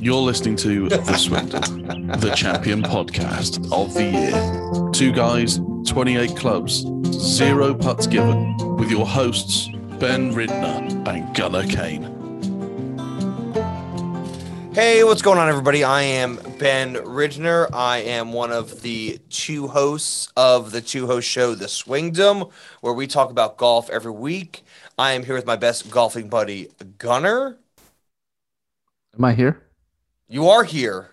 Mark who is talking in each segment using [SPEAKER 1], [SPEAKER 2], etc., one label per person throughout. [SPEAKER 1] You're listening to The Swindle, the champion podcast of the year. Two guys, 28 clubs, zero putts given, with your hosts, Ben Ridner and Gunnar Kane.
[SPEAKER 2] Hey, what's going on, everybody? I am Ben Ridner. I am one of the two hosts of the two host show, The Swingdom, where we talk about golf every week. I am here with my best golfing buddy, Gunner.
[SPEAKER 3] Am I here?
[SPEAKER 2] You are here.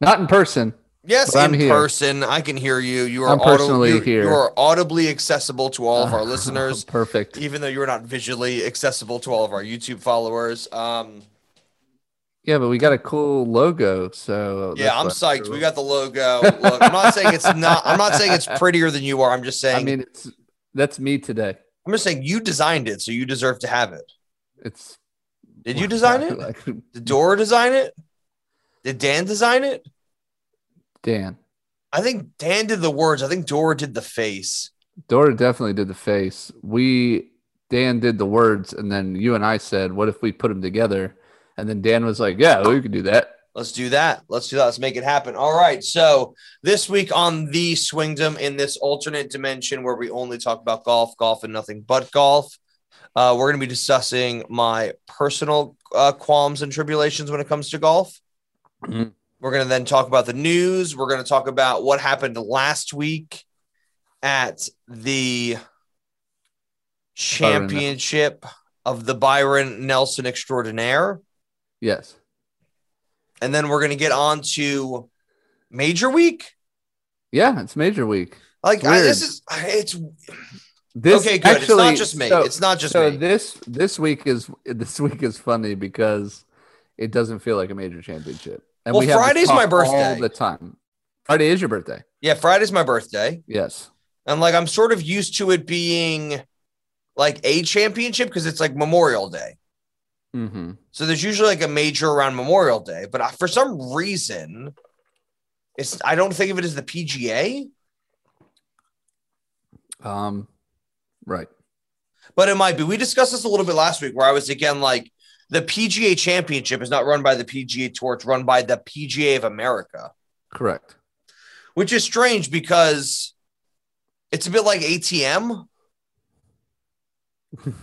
[SPEAKER 3] Not in person.
[SPEAKER 2] Yes,
[SPEAKER 3] But I'm
[SPEAKER 2] in
[SPEAKER 3] here.
[SPEAKER 2] person. I can hear you. You are
[SPEAKER 3] I'm personally
[SPEAKER 2] you-
[SPEAKER 3] here.
[SPEAKER 2] You are audibly accessible to all of our listeners,
[SPEAKER 3] Perfect.
[SPEAKER 2] even though you're not visually accessible to all of our YouTube followers. Um,
[SPEAKER 3] Yeah, but we got a cool logo. So
[SPEAKER 2] Yeah, I'm
[SPEAKER 3] that's
[SPEAKER 2] psyched. We got the logo. Look, I'm not saying it's not. I'm not saying it's prettier than you are. I'm just
[SPEAKER 3] why-
[SPEAKER 2] saying.
[SPEAKER 3] I mean, it's that's me today.
[SPEAKER 2] I'm just saying you designed it, so you deserve to have it.
[SPEAKER 3] It's
[SPEAKER 2] Did you design it? Did Dora design it? Did Dan design it?
[SPEAKER 3] Dan
[SPEAKER 2] I think Dan did the words. I think Dora did the face.
[SPEAKER 3] Dora definitely did the face. We Dan did the words, and then you and I said, "What if we put them together?" And then Dan was like, "Yeah, we could do that."
[SPEAKER 2] Let's do that. Let's do that. Let's make it happen. All right. So this week on the Swingdom in this alternate dimension where we only talk about golf, golf, and nothing but golf, uh, we're going to be discussing my personal uh, qualms and tribulations when it comes to golf.
[SPEAKER 3] Mhm.
[SPEAKER 2] We're going to then talk about the news. We're going to talk about what happened last week at the championship of the Byron Nelson Extraordinaire.
[SPEAKER 3] Yes.
[SPEAKER 2] And then we're going to get on to major week.
[SPEAKER 3] Yeah, it's major week.
[SPEAKER 2] Like I, this
[SPEAKER 3] Weird.
[SPEAKER 2] is it's
[SPEAKER 3] This
[SPEAKER 2] okay, good. it's
[SPEAKER 3] actually-
[SPEAKER 2] not just me.
[SPEAKER 3] so-
[SPEAKER 2] it's not just
[SPEAKER 3] so
[SPEAKER 2] me.
[SPEAKER 3] this this week is this week is funny because it doesn't feel like a major championship. And
[SPEAKER 2] Well,
[SPEAKER 3] we have this
[SPEAKER 2] Friday's my
[SPEAKER 3] talk all
[SPEAKER 2] birthday.
[SPEAKER 3] the time. Friday is your birthday.
[SPEAKER 2] yeah, Friday's my birthday,
[SPEAKER 3] Yes.
[SPEAKER 2] and like I'm sort of used to it being like a championship because it's like Memorial Day.
[SPEAKER 3] Mm-hmm.
[SPEAKER 2] So there's usually like a major around Memorial Day, but I, for some reason, it's I don't think of it as the PGA.
[SPEAKER 3] Um, right.
[SPEAKER 2] but it might be. We discussed this a little bit last week where I was again like the PGA championship is not run by the PGA Tour, it's run by the PGA of America,
[SPEAKER 3] Correct.
[SPEAKER 2] which is strange because it's a bit like ATM.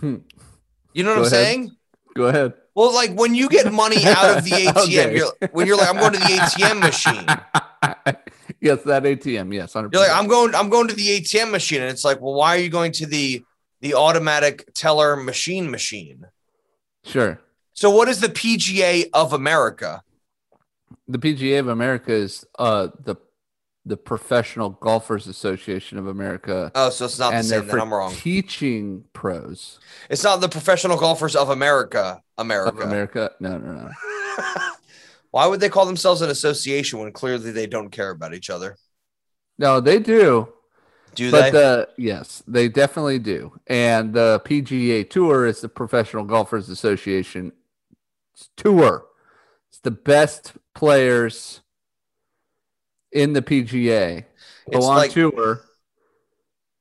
[SPEAKER 2] You know what
[SPEAKER 3] Go
[SPEAKER 2] I'm
[SPEAKER 3] ahead.
[SPEAKER 2] saying?
[SPEAKER 3] Go ahead.
[SPEAKER 2] Well, like when you get money out of the ATM,
[SPEAKER 3] Okay.
[SPEAKER 2] you're, when you're like, I'm going to the ATM machine.
[SPEAKER 3] yes, that ATM. Yes, 100%.
[SPEAKER 2] You're like, I'm going, I'm going to the ATM machine. And it's like, well, why are you going to the the automatic teller machine machine?
[SPEAKER 3] sure.
[SPEAKER 2] So what is the PGA of America?
[SPEAKER 3] The PGA of America is uh the the Professional Golfers Association of America,
[SPEAKER 2] Oh, so it's not
[SPEAKER 3] and
[SPEAKER 2] the
[SPEAKER 3] they're
[SPEAKER 2] same. Then
[SPEAKER 3] for
[SPEAKER 2] I'm wrong.
[SPEAKER 3] teaching pros
[SPEAKER 2] It's not the professional golfers of America. America.
[SPEAKER 3] of America. No, no, no.
[SPEAKER 2] Why would they call themselves an association when clearly they don't care about each other?
[SPEAKER 3] No, they do.
[SPEAKER 2] Do
[SPEAKER 3] but
[SPEAKER 2] they?
[SPEAKER 3] the yes, they definitely do. And the PGA Tour is the Professional Golfers Association it's tour. It's the best players in the PGA go
[SPEAKER 2] It's
[SPEAKER 3] on
[SPEAKER 2] like-
[SPEAKER 3] tour.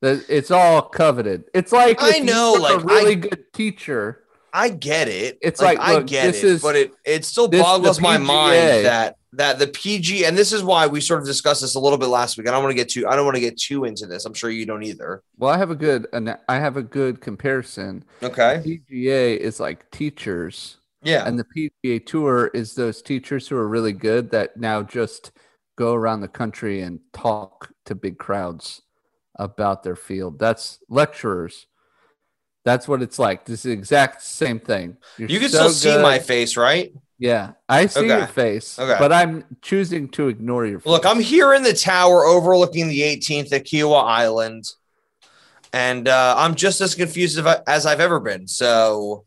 [SPEAKER 3] That- It's all coveted. It's like
[SPEAKER 2] I
[SPEAKER 3] if you
[SPEAKER 2] know,
[SPEAKER 3] were a
[SPEAKER 2] like, I-
[SPEAKER 3] really good teacher.
[SPEAKER 2] I get it.
[SPEAKER 3] It's like,
[SPEAKER 2] I
[SPEAKER 3] look,
[SPEAKER 2] get
[SPEAKER 3] this
[SPEAKER 2] it,
[SPEAKER 3] is-
[SPEAKER 2] but it it still
[SPEAKER 3] this- the
[SPEAKER 2] boggles my mind
[SPEAKER 3] PGA.
[SPEAKER 2] that that the PG and this is why we sort of discussed this a little bit last week. I don't want to get too I don't want to get too into this. I'm sure you don't either.
[SPEAKER 3] Well, I have a good, ana- I have a good comparison.
[SPEAKER 2] Okay.
[SPEAKER 3] PGA is like teachers.
[SPEAKER 2] Yeah.
[SPEAKER 3] And the PGA Tour is those teachers who are really good that now just go around the country and talk to big crowds about their field. That's lecturers. That's what it's like. This is the exact same thing. You're
[SPEAKER 2] you can
[SPEAKER 3] so
[SPEAKER 2] still see my
[SPEAKER 3] good.
[SPEAKER 2] face, right?
[SPEAKER 3] Yeah, I see
[SPEAKER 2] Okay.
[SPEAKER 3] your face,
[SPEAKER 2] Okay.
[SPEAKER 3] but I'm choosing to ignore your face.
[SPEAKER 2] Look, I'm here in the tower overlooking the 18th at Kiowa Island, and uh, I'm just as confused as I- as I've ever been. So,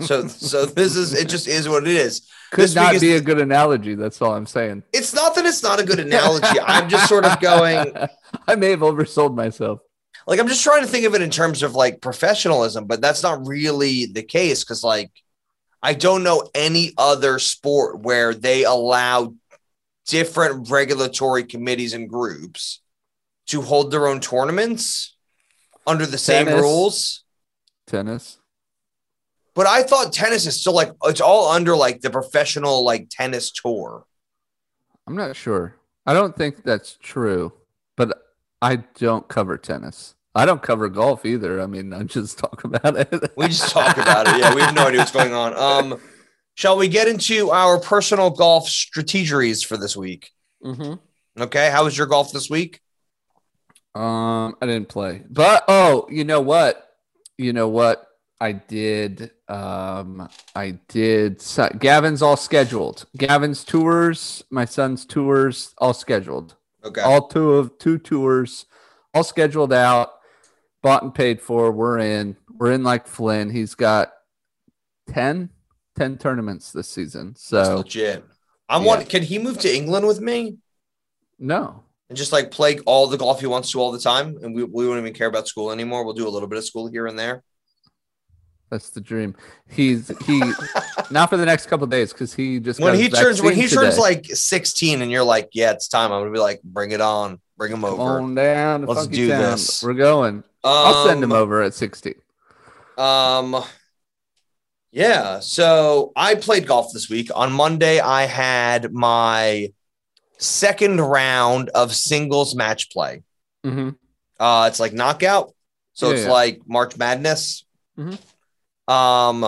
[SPEAKER 2] so, so this is it. Just is what it is.
[SPEAKER 3] could
[SPEAKER 2] this week
[SPEAKER 3] not
[SPEAKER 2] is-
[SPEAKER 3] be a good analogy. That's all I'm saying.
[SPEAKER 2] It's not that it's not a good analogy. I'm just sort of going
[SPEAKER 3] I may have oversold myself.
[SPEAKER 2] like I'm just trying to think of it in terms of like professionalism, but that's not really the case because like I don't know any other sport where they allow different regulatory committees and groups to hold their own tournaments under the same
[SPEAKER 3] Tennis.
[SPEAKER 2] rules.
[SPEAKER 3] Tennis.
[SPEAKER 2] But I thought tennis is still like it's all under like the professional like tennis tour.
[SPEAKER 3] I'm not sure. I don't think that's true, but I don't cover tennis. I don't cover golf either. I mean, I just talk about it.
[SPEAKER 2] We just talk about it. Yeah, we have no idea what's going on. Um, shall we get into our personal golf strategies for this week?
[SPEAKER 3] Mm-hmm.
[SPEAKER 2] Okay, how was your golf this week?
[SPEAKER 3] Um, I didn't play, but oh, you know what? You know what? I did. Um, I did. so- Gavin's all scheduled. Gavin's tours, my son's tours, all scheduled.
[SPEAKER 2] Okay,
[SPEAKER 3] all two of two tours, all scheduled out, bought and paid for. We're in. We're in like Flynn. He's got 10, 10 tournaments this season.
[SPEAKER 2] that's
[SPEAKER 3] So
[SPEAKER 2] legit. I'm
[SPEAKER 3] Yeah.
[SPEAKER 2] one. Can he move to England with me
[SPEAKER 3] no,
[SPEAKER 2] and just like play all the golf he wants to all the time? And we, we won't even care about school anymore. We'll do a little bit of school here and there.
[SPEAKER 3] that's the dream. He's he not for the next couple of days because he just
[SPEAKER 2] when
[SPEAKER 3] got
[SPEAKER 2] he
[SPEAKER 3] his
[SPEAKER 2] turns when
[SPEAKER 3] vaccine
[SPEAKER 2] he turns
[SPEAKER 3] today.
[SPEAKER 2] like 16 and you're like yeah it's time i'm gonna be like bring it on bring him
[SPEAKER 3] Come
[SPEAKER 2] over
[SPEAKER 3] on down, to
[SPEAKER 2] Let's
[SPEAKER 3] Funky
[SPEAKER 2] do
[SPEAKER 3] Town.
[SPEAKER 2] this.
[SPEAKER 3] We're going. I'll send him
[SPEAKER 2] Um,
[SPEAKER 3] over at sixty.
[SPEAKER 2] um yeah so i played golf this week on monday i had my second round of singles match play
[SPEAKER 3] Mm-hmm.
[SPEAKER 2] uh it's like knockout so
[SPEAKER 3] Yeah,
[SPEAKER 2] it's
[SPEAKER 3] yeah.
[SPEAKER 2] like march madness
[SPEAKER 3] Mhm.
[SPEAKER 2] um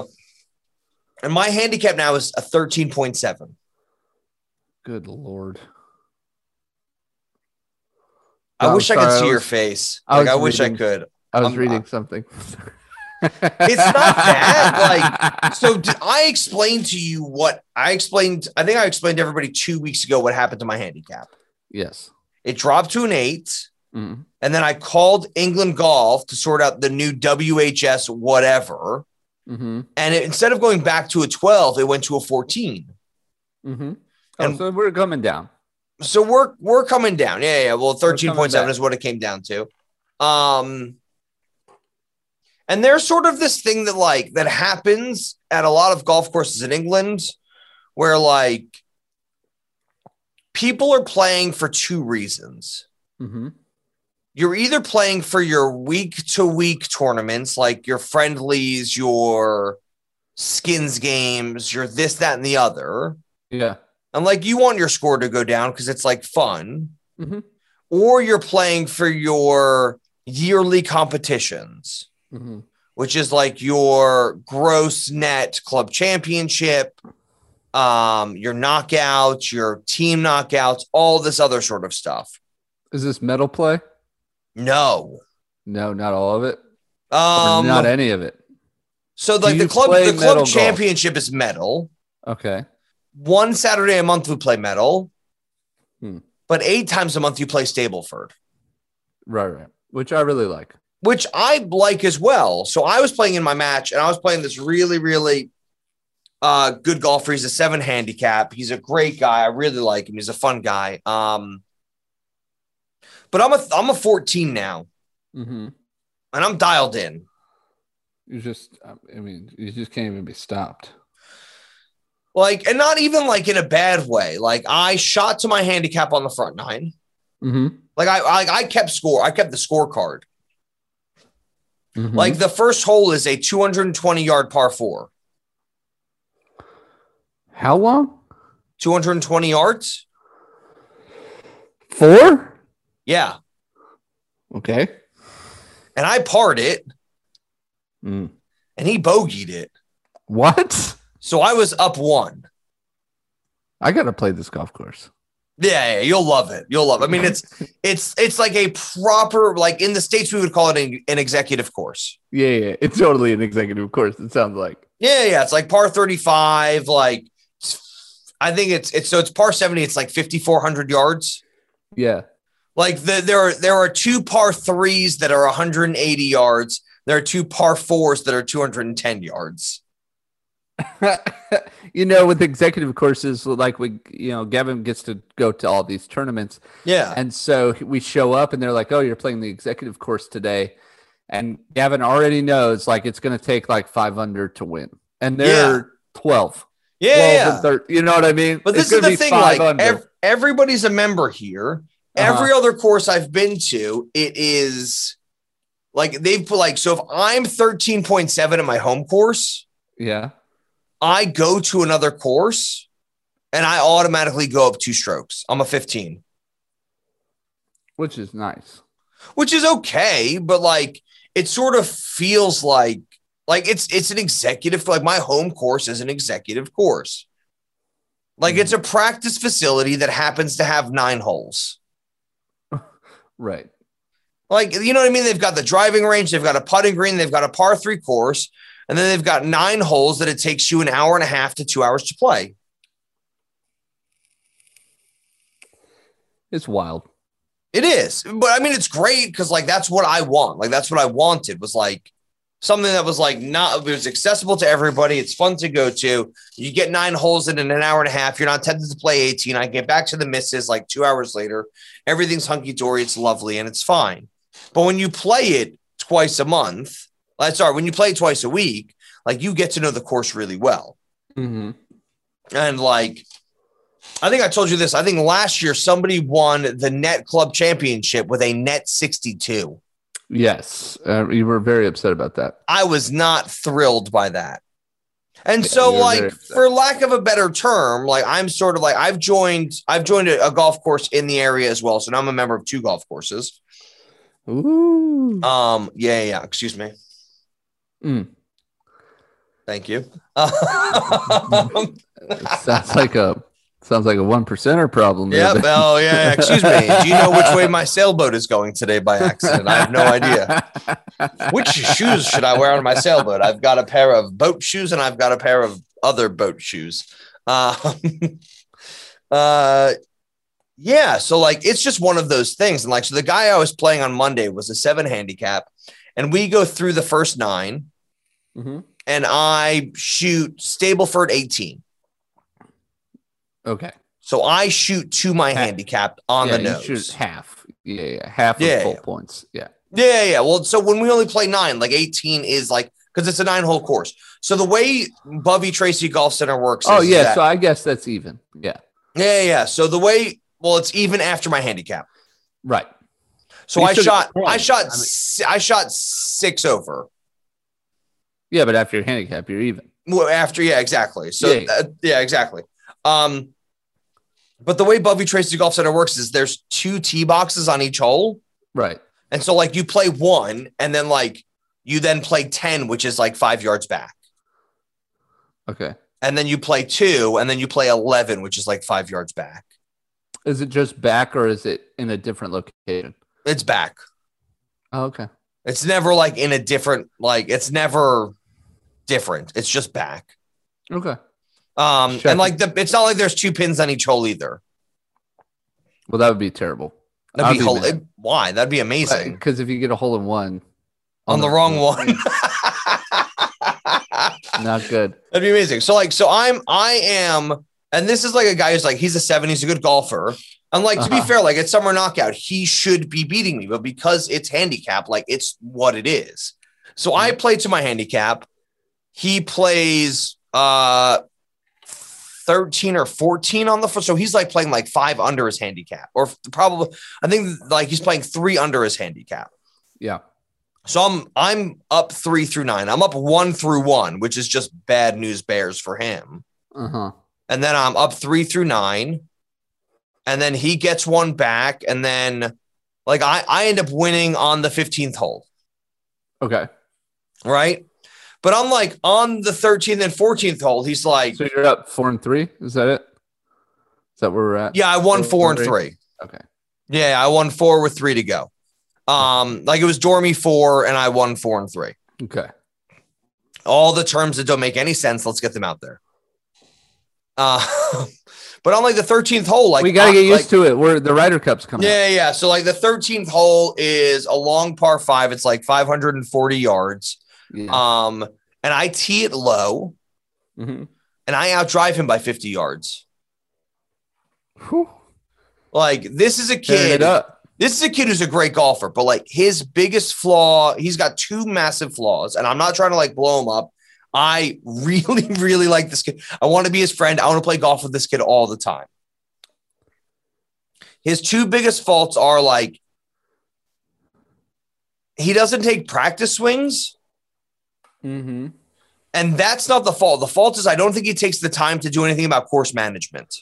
[SPEAKER 2] and my handicap now is a 13.7
[SPEAKER 3] Good lord.
[SPEAKER 2] i
[SPEAKER 3] I'm
[SPEAKER 2] wish i
[SPEAKER 3] sorry,
[SPEAKER 2] could
[SPEAKER 3] I
[SPEAKER 2] see your
[SPEAKER 3] was-
[SPEAKER 2] face
[SPEAKER 3] I
[SPEAKER 2] like
[SPEAKER 3] was
[SPEAKER 2] i wish i
[SPEAKER 3] reading-
[SPEAKER 2] could
[SPEAKER 3] I was
[SPEAKER 2] I'm-
[SPEAKER 3] reading something. it's not
[SPEAKER 2] that, so did I explained to you what I explained. I think I explained to everybody two weeks ago what happened to my handicap.
[SPEAKER 3] yes.
[SPEAKER 2] It dropped to an eight,
[SPEAKER 3] Mm.
[SPEAKER 2] and then I called England Golf to sort out the new WHS whatever.
[SPEAKER 3] Mm-hmm.
[SPEAKER 2] And it, instead of going back to a 12, it went to a 14.
[SPEAKER 3] Mm-hmm.
[SPEAKER 2] And-
[SPEAKER 3] oh, so we're coming down.
[SPEAKER 2] So we're we're coming down. Yeah, yeah. yeah. Well,
[SPEAKER 3] coming
[SPEAKER 2] 13.7
[SPEAKER 3] back.
[SPEAKER 2] is what it came down to. Um and there's sort of this thing that like that happens at a lot of golf courses in England where like people are playing for two reasons.
[SPEAKER 3] Mm-hmm.
[SPEAKER 2] You're either playing for your week to week tournaments, like your friendlies, your skins games, your this, that, and the other.
[SPEAKER 3] Yeah.
[SPEAKER 2] And like you want your score to go down because it's like fun,
[SPEAKER 3] Mhm.
[SPEAKER 2] or you're playing for your yearly competitions,
[SPEAKER 3] Mm-hmm.
[SPEAKER 2] which is like your gross net club championship, um, your knockouts, your team knockouts, all this other sort of stuff.
[SPEAKER 3] Is this metal play?
[SPEAKER 2] No.
[SPEAKER 3] No, not all of it. Or
[SPEAKER 2] Um,
[SPEAKER 3] not any of it.
[SPEAKER 2] so
[SPEAKER 3] Do
[SPEAKER 2] like the
[SPEAKER 3] you
[SPEAKER 2] club
[SPEAKER 3] play
[SPEAKER 2] the
[SPEAKER 3] metal
[SPEAKER 2] club
[SPEAKER 3] golf?
[SPEAKER 2] championship is medal.
[SPEAKER 3] Okay.
[SPEAKER 2] One Saturday a month we play medal.
[SPEAKER 3] Hmm.
[SPEAKER 2] But eight times a month you play Stableford.
[SPEAKER 3] Right, right. Which I really like.
[SPEAKER 2] which I like as well. So I was playing in my match and I was playing this really, really uh, good golfer. He's a seven handicap. He's a great guy. I really like him. He's a fun guy. Um, but I'm a I'm a 14 now
[SPEAKER 3] Mm-hmm.
[SPEAKER 2] and I'm dialed in.
[SPEAKER 3] You just, I mean, you just can't even be stopped.
[SPEAKER 2] Like, and not even like in a bad way. Like I shot to my handicap on the front nine.
[SPEAKER 3] Mm-hmm.
[SPEAKER 2] Like I I, I kept score. I kept the scorecard.
[SPEAKER 3] Mm-hmm.
[SPEAKER 2] Like the first hole is a 220 yard par four.
[SPEAKER 3] how long?
[SPEAKER 2] 220 yards.
[SPEAKER 3] Four.
[SPEAKER 2] Yeah.
[SPEAKER 3] Okay.
[SPEAKER 2] And I parred it
[SPEAKER 3] Mm.
[SPEAKER 2] and he bogeyed it.
[SPEAKER 3] What?
[SPEAKER 2] So I was up one.
[SPEAKER 3] I gotta play this golf course.
[SPEAKER 2] Yeah, yeah, you'll love it. You'll love. It. I mean, it's it's it's like a proper like in the states we would call it an, an executive course.
[SPEAKER 3] Yeah, yeah. It's totally an executive course. It sounds like.
[SPEAKER 2] Yeah, yeah, it's like par thirty five. Like I think it's it's so it's par seventy. It's like fifty four hundred yards.
[SPEAKER 3] Yeah.
[SPEAKER 2] Like the, there are there are two par threes that are one hundred and eighty yards. There are two par fours that are two hundred and ten yards.
[SPEAKER 3] you know, with executive courses, like we, you know, Gavin gets to go to all these tournaments.
[SPEAKER 2] Yeah,
[SPEAKER 3] And so we show up and they're like, oh, you're playing the executive course today. And Gavin already knows like it's going to take like five under to win. And they're 12.
[SPEAKER 2] yeah,
[SPEAKER 3] 12
[SPEAKER 2] yeah.
[SPEAKER 3] and 13. You know what I mean?
[SPEAKER 2] But
[SPEAKER 3] It's
[SPEAKER 2] this is
[SPEAKER 3] gonna
[SPEAKER 2] the
[SPEAKER 3] be
[SPEAKER 2] thing,
[SPEAKER 3] five Uh-huh.
[SPEAKER 2] like ev- everybody's a member here. Every other course I've been to, it is like they've put like so if I'm 13.7 in my home course,
[SPEAKER 3] Yeah.
[SPEAKER 2] I go to another course and I automatically go up two strokes. I'm a 15,
[SPEAKER 3] Which is nice.
[SPEAKER 2] which is okay, but like it sort of feels like like it's it's an executive like my home course is an executive course. Like it's a
[SPEAKER 3] Mm-hmm.
[SPEAKER 2] practice facility that happens to have nine holes.
[SPEAKER 3] Right.
[SPEAKER 2] Like, you know what I mean? They've got the driving range, they've got a putting green, they've got a par three course, and then they've got nine holes that it takes you an hour and a half to two hours to play.
[SPEAKER 3] It's wild.
[SPEAKER 2] It is. But I mean, it's great because, like, that's what I want. Like, that's what I wanted was like something that was like not, it was accessible to everybody. It's fun to go to. You get nine holes in in an hour and a half. You're not tempted to play 18. I get back to the misses like two hours later. Everything's hunky dory. It's lovely and it's fine. But when you play it twice a month, like, sorry, when you play it twice a week, like, you get to know the course really well.
[SPEAKER 3] Mm-hmm.
[SPEAKER 2] And like, I think I told you this. I think last year somebody won the net club championship with a net 62.
[SPEAKER 3] Yes. Uh, you were very upset about that.
[SPEAKER 2] I was not thrilled by that. And
[SPEAKER 3] Yeah,
[SPEAKER 2] so,
[SPEAKER 3] you were very
[SPEAKER 2] like,
[SPEAKER 3] upset.
[SPEAKER 2] for lack of a better term, like I'm sort of like I've joined I've joined a, a golf course in the area as well. So now I'm a member of two golf courses.
[SPEAKER 3] Ooh.
[SPEAKER 2] Um, yeah, yeah, yeah. excuse me.
[SPEAKER 3] Mm.
[SPEAKER 2] Thank you. Um,
[SPEAKER 3] It sounds like a sounds like a one percenter problem. there,
[SPEAKER 2] yep.
[SPEAKER 3] but-
[SPEAKER 2] Oh, yeah. yeah, Excuse me. Do you know which way my sailboat is going today by accident? I have no idea. Which shoes should I wear on my sailboat? I've got a pair of boat shoes and I've got a pair of other boat shoes. Uh, uh, yeah, so like it's just one of those things. And like, so the guy I was playing on Monday was a seven handicap, and we go through the first nine,
[SPEAKER 3] Mhm.
[SPEAKER 2] and I shoot Stableford 18.
[SPEAKER 3] Okay.
[SPEAKER 2] So I shoot to my
[SPEAKER 3] Ha-
[SPEAKER 2] handicap on
[SPEAKER 3] yeah,
[SPEAKER 2] the nose.
[SPEAKER 3] You shoot half. Yeah, yeah, half
[SPEAKER 2] Yeah,
[SPEAKER 3] of full
[SPEAKER 2] yeah.
[SPEAKER 3] points. Yeah.
[SPEAKER 2] Yeah, yeah. Well, so when we only play nine, like 18 is like because it's a nine hole course. So the way Bubby Tracy Golf Center works.
[SPEAKER 3] Oh
[SPEAKER 2] is
[SPEAKER 3] yeah.
[SPEAKER 2] that-
[SPEAKER 3] So I guess that's even. Yeah.
[SPEAKER 2] yeah, yeah, yeah. So the way, well, it's even after my handicap.
[SPEAKER 3] Right.
[SPEAKER 2] So
[SPEAKER 3] You
[SPEAKER 2] I
[SPEAKER 3] still get
[SPEAKER 2] shot, I
[SPEAKER 3] points.
[SPEAKER 2] shot,
[SPEAKER 3] I mean-
[SPEAKER 2] si- I shot six over.
[SPEAKER 3] Yeah, but after your handicap, you're even.
[SPEAKER 2] Well, after yeah, exactly. So
[SPEAKER 3] Yeah.
[SPEAKER 2] yeah, yeah exactly. Um, but the way Bubby Tracy Golf Center works is there's two tee boxes on each hole.
[SPEAKER 3] Right.
[SPEAKER 2] And so like you play one and then like you then play 10, which is like five yards back.
[SPEAKER 3] Okay.
[SPEAKER 2] and then you play two, and then you play 11, which is like five yards back.
[SPEAKER 3] Is it just back or is it in a different location?
[SPEAKER 2] It's back.
[SPEAKER 3] Oh, okay.
[SPEAKER 2] It's never like in a different, like, it's never different. It's just back.
[SPEAKER 3] Okay.
[SPEAKER 2] Um,
[SPEAKER 3] Sure.
[SPEAKER 2] and like the, it's not like there's two pins on each hole either.
[SPEAKER 3] Well, that would be terrible.
[SPEAKER 2] That'd
[SPEAKER 3] I'd
[SPEAKER 2] be,
[SPEAKER 3] be
[SPEAKER 2] hol-
[SPEAKER 3] mad.
[SPEAKER 2] it- why? That'd be amazing
[SPEAKER 3] Because if you get a hole in one oh,
[SPEAKER 2] on the
[SPEAKER 3] Mm-hmm.
[SPEAKER 2] wrong one.
[SPEAKER 3] not good.
[SPEAKER 2] That'd be amazing. So like, so I'm, I am, and this is like a guy who's like, he's a seven, he's a good golfer. And like, to be
[SPEAKER 3] Uh-huh.
[SPEAKER 2] fair, like it's summer knockout, he should be beating me, but because it's handicap, like it's what it is. So I play to my handicap. He plays uh 13 or 14 on the first. So he's like playing like five under his handicap, or f- probably I think like he's playing three under his handicap.
[SPEAKER 3] Yeah.
[SPEAKER 2] So I'm I'm up three through nine. I'm up one through one, which is just bad news bears for him.
[SPEAKER 3] Uh huh.
[SPEAKER 2] And then I'm up three through nine. And then he gets one back. And then like I, I end up winning on the 15th hole,
[SPEAKER 3] Okay.
[SPEAKER 2] right? But I'm like on the 13th and 14th hole, he's like,
[SPEAKER 3] So you're up four and three. Is that it? Is that where we're at?
[SPEAKER 2] Yeah, I won four and three.
[SPEAKER 3] Okay.
[SPEAKER 2] Yeah, I won four with three to go. Um, like it was Dormy four, and I won four and three.
[SPEAKER 3] Okay.
[SPEAKER 2] all the terms that don't make any sense. Let's get them out there. Uh, but on like the 13th hole, like
[SPEAKER 3] we gotta
[SPEAKER 2] I-
[SPEAKER 3] get used
[SPEAKER 2] like-
[SPEAKER 3] to it. We're the Ryder Cup's coming. up.
[SPEAKER 2] Yeah, yeah. So like the 13th hole is a long par five. It's like 540 yards.
[SPEAKER 3] Yeah.
[SPEAKER 2] Um, and I tee it low,
[SPEAKER 3] Mhm.
[SPEAKER 2] and I outdrive him by 50 yards.
[SPEAKER 3] Whew.
[SPEAKER 2] Like this is a
[SPEAKER 3] Tearing
[SPEAKER 2] kid.
[SPEAKER 3] it up.
[SPEAKER 2] This is a kid who's a great golfer, but like his biggest flaw, he's got two massive flaws, and I'm not trying to like blow him up. I really, really like this kid. I want to be his friend. I want to play golf with this kid all the time. His two biggest faults are like he doesn't take practice swings
[SPEAKER 3] Mm-hmm.
[SPEAKER 2] And that's not the fault. The fault is I don't think he takes the time to do anything about course management.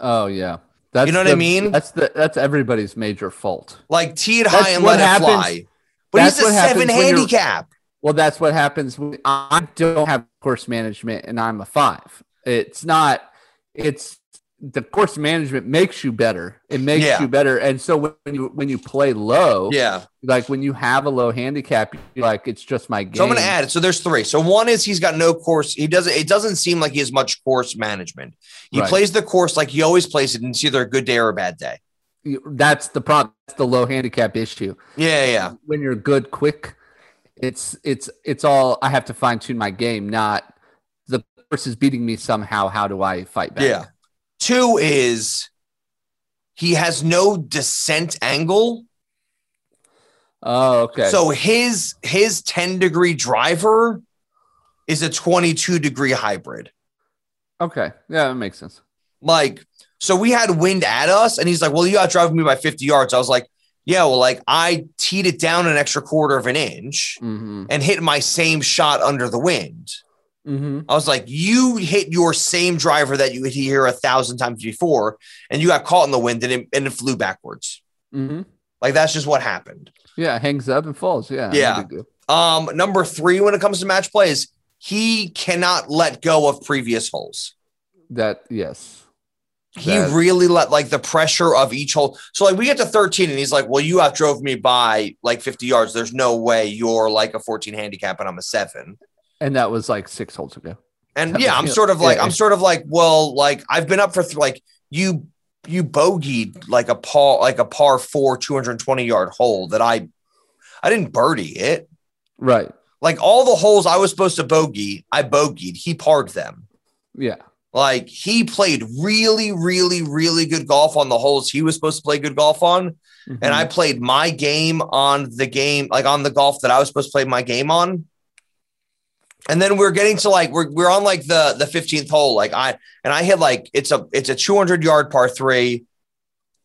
[SPEAKER 3] Oh yeah. That's
[SPEAKER 2] know what I
[SPEAKER 3] the-
[SPEAKER 2] mean?
[SPEAKER 3] That's the that's everybody's major fault.
[SPEAKER 2] Like tee it
[SPEAKER 3] That's
[SPEAKER 2] high and
[SPEAKER 3] what
[SPEAKER 2] let it
[SPEAKER 3] happens-
[SPEAKER 2] fly. But he's
[SPEAKER 3] that's
[SPEAKER 2] a
[SPEAKER 3] what happens
[SPEAKER 2] seven
[SPEAKER 3] when you're-
[SPEAKER 2] handicap.
[SPEAKER 3] Well, that's what happens when I don't have course management and I'm a five. It's not, it's the course management makes you better. It makes
[SPEAKER 2] Yeah.
[SPEAKER 3] you better. And so when you when you play low,
[SPEAKER 2] Yeah.
[SPEAKER 3] like when you have a low handicap, you're like it's just my game.
[SPEAKER 2] So I'm going to add it. So there's three. So one is he's got no course. He doesn't. It doesn't seem like he has much course management. He
[SPEAKER 3] Right.
[SPEAKER 2] plays the course like he always plays it, and it's either a good day or a bad day.
[SPEAKER 3] You- That's the problem. That's the low handicap issue.
[SPEAKER 2] Yeah, yeah,
[SPEAKER 3] When you're good quick, it's it's it's all I have to fine tune my game, not the course is beating me somehow. How do I fight back?
[SPEAKER 2] yeah. Two is he has no descent angle.
[SPEAKER 3] Oh, okay.
[SPEAKER 2] So his his 10 degree driver is a 22 degree hybrid.
[SPEAKER 3] okay. Yeah, that makes sense.
[SPEAKER 2] Like, so we had wind at us, and he's like, Well, you outdrove me by 50 yards. I was like, Yeah, well, like I teed it down an extra quarter of an inch
[SPEAKER 3] Mm-hmm.
[SPEAKER 2] and hit my same shot under the wind.
[SPEAKER 3] Mm-hmm.
[SPEAKER 2] I was like, You hit your same driver that you hit here a thousand times before, and you got caught in the wind and it, and it flew backwards.
[SPEAKER 3] Mm-hmm.
[SPEAKER 2] Like, that's just what happened.
[SPEAKER 3] Yeah, hangs up and falls. Yeah. no
[SPEAKER 2] Yeah.
[SPEAKER 3] big deal.
[SPEAKER 2] Um, number three, when it comes to match plays, he cannot let go of previous holes.
[SPEAKER 3] That yes.
[SPEAKER 2] He
[SPEAKER 3] That-
[SPEAKER 2] really let like the pressure of each hole. So like we get to 13 and he's like, Well, you outdrove me by like 50 yards. There's no way you're like a 14 handicap and I'm a seven.
[SPEAKER 3] And that was like six holes ago.
[SPEAKER 2] And
[SPEAKER 3] That
[SPEAKER 2] yeah,
[SPEAKER 3] was-
[SPEAKER 2] I'm
[SPEAKER 3] yeah,
[SPEAKER 2] sort of like,
[SPEAKER 3] yeah.
[SPEAKER 2] I'm sort of like, well, like I've been up for th- like you you bogeyed like a par like a par four 220 yard hole that I I didn't birdie it.
[SPEAKER 3] Right.
[SPEAKER 2] Like all the holes I was supposed to bogey, I bogeyed. He parred them.
[SPEAKER 3] Yeah.
[SPEAKER 2] Like he played really, really, really good golf on the holes he was supposed to play good golf on.
[SPEAKER 3] Mm-hmm.
[SPEAKER 2] And I played my game on the game, like on the golf that I was supposed to play my game on. And then we're getting to like we're we're on like the the 15th hole. Like I and I hit like it's a it's a 200 yard par three.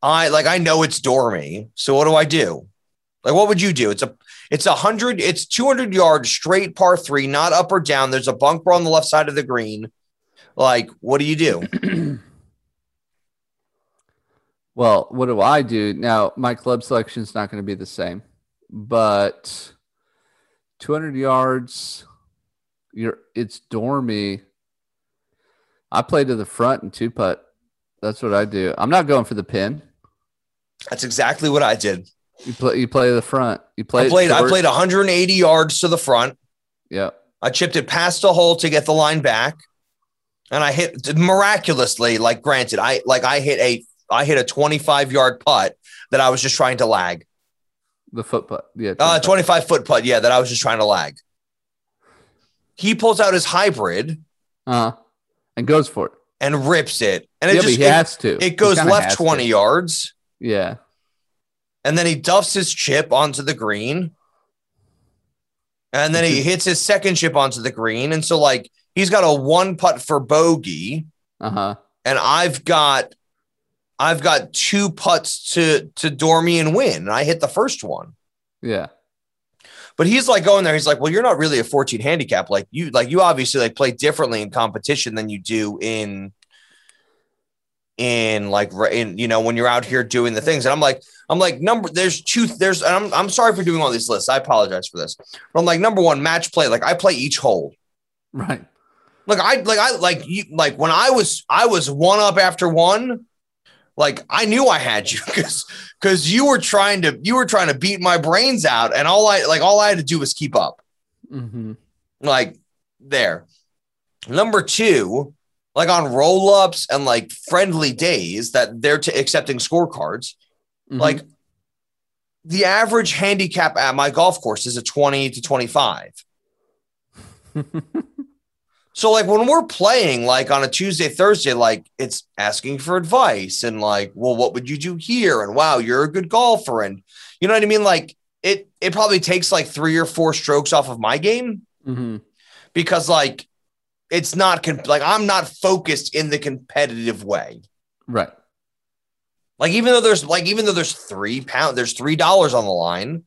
[SPEAKER 2] I like I know it's dormy. So what do I do? Like what would you do? It's a it's a hundred, it's 200 yard straight par three, not up or down. There's a bunker on the left side of the green. Like, what do you do?
[SPEAKER 3] well, what do I do now? My club selection is not going to be the same, but 200 yards. You're it's dormy. I play to the front and two putt. That's what I do. I'm not going for the pin.
[SPEAKER 2] That's exactly what I did.
[SPEAKER 3] You play. You play to the front. You play.
[SPEAKER 2] I
[SPEAKER 3] it
[SPEAKER 2] played. I
[SPEAKER 3] short.
[SPEAKER 2] played 180 yards to the front.
[SPEAKER 3] Yeah.
[SPEAKER 2] I chipped it past the hole to get the line back, and I hit miraculously. Like granted, I like I hit a I hit a 25 yard putt that I was just trying to lag.
[SPEAKER 3] The foot putt. Yeah.
[SPEAKER 2] Uh,
[SPEAKER 3] 25.
[SPEAKER 2] 25 foot putt, yeah, that I was just trying to lag. He pulls out his hybrid
[SPEAKER 3] uh-huh. and goes for it.
[SPEAKER 2] and rips it, and it
[SPEAKER 3] yeah,
[SPEAKER 2] just
[SPEAKER 3] but he
[SPEAKER 2] it,
[SPEAKER 3] has to.
[SPEAKER 2] it
[SPEAKER 3] He
[SPEAKER 2] goes
[SPEAKER 3] kinda has
[SPEAKER 2] left
[SPEAKER 3] to.
[SPEAKER 2] 20 yards,
[SPEAKER 3] Yeah,
[SPEAKER 2] and then he duffs his chip onto the green, and then he hits his second chip onto the green, and so like he's got a one putt for bogey.
[SPEAKER 3] uh huh.
[SPEAKER 2] and I've got I've got two putts to to Dormy and win. And I hit the first one.
[SPEAKER 3] Yeah,
[SPEAKER 2] But he's like going there, he's like, Well, you're not really a 14 handicap. Like you like you obviously like play differently in competition than you do in in like re- in you know when you're out here doing the things and i'm like i'm like number there's two there's and I'm, I'm sorry for doing all these lists i apologize for this but i'm like number one match play like i play each hole
[SPEAKER 3] right.
[SPEAKER 2] Like I like I like you like when I was I was one up after one, like I knew I had you because because you were trying to you were trying to beat my brains out, and all I like all I had to do was keep up.
[SPEAKER 3] Mm-hmm.
[SPEAKER 2] Like there. Number two, like on roll ups and like friendly days that they're to accepting scorecards,
[SPEAKER 3] Mm-hmm.
[SPEAKER 2] like the average handicap at my golf course is a 20 to 25.
[SPEAKER 3] Mm-hmm.
[SPEAKER 2] So like when we're playing like on a Tuesday, Thursday, like it's asking for advice and like, well, what would you do here? And wow, you're a good golfer. And you know what I mean? Like it it probably takes like three or four strokes off of my game
[SPEAKER 3] hmm
[SPEAKER 2] because like it's not com- like I'm not focused in the competitive way.
[SPEAKER 3] right.
[SPEAKER 2] Like even though there's like even though there's three pound there's three dollars on the line.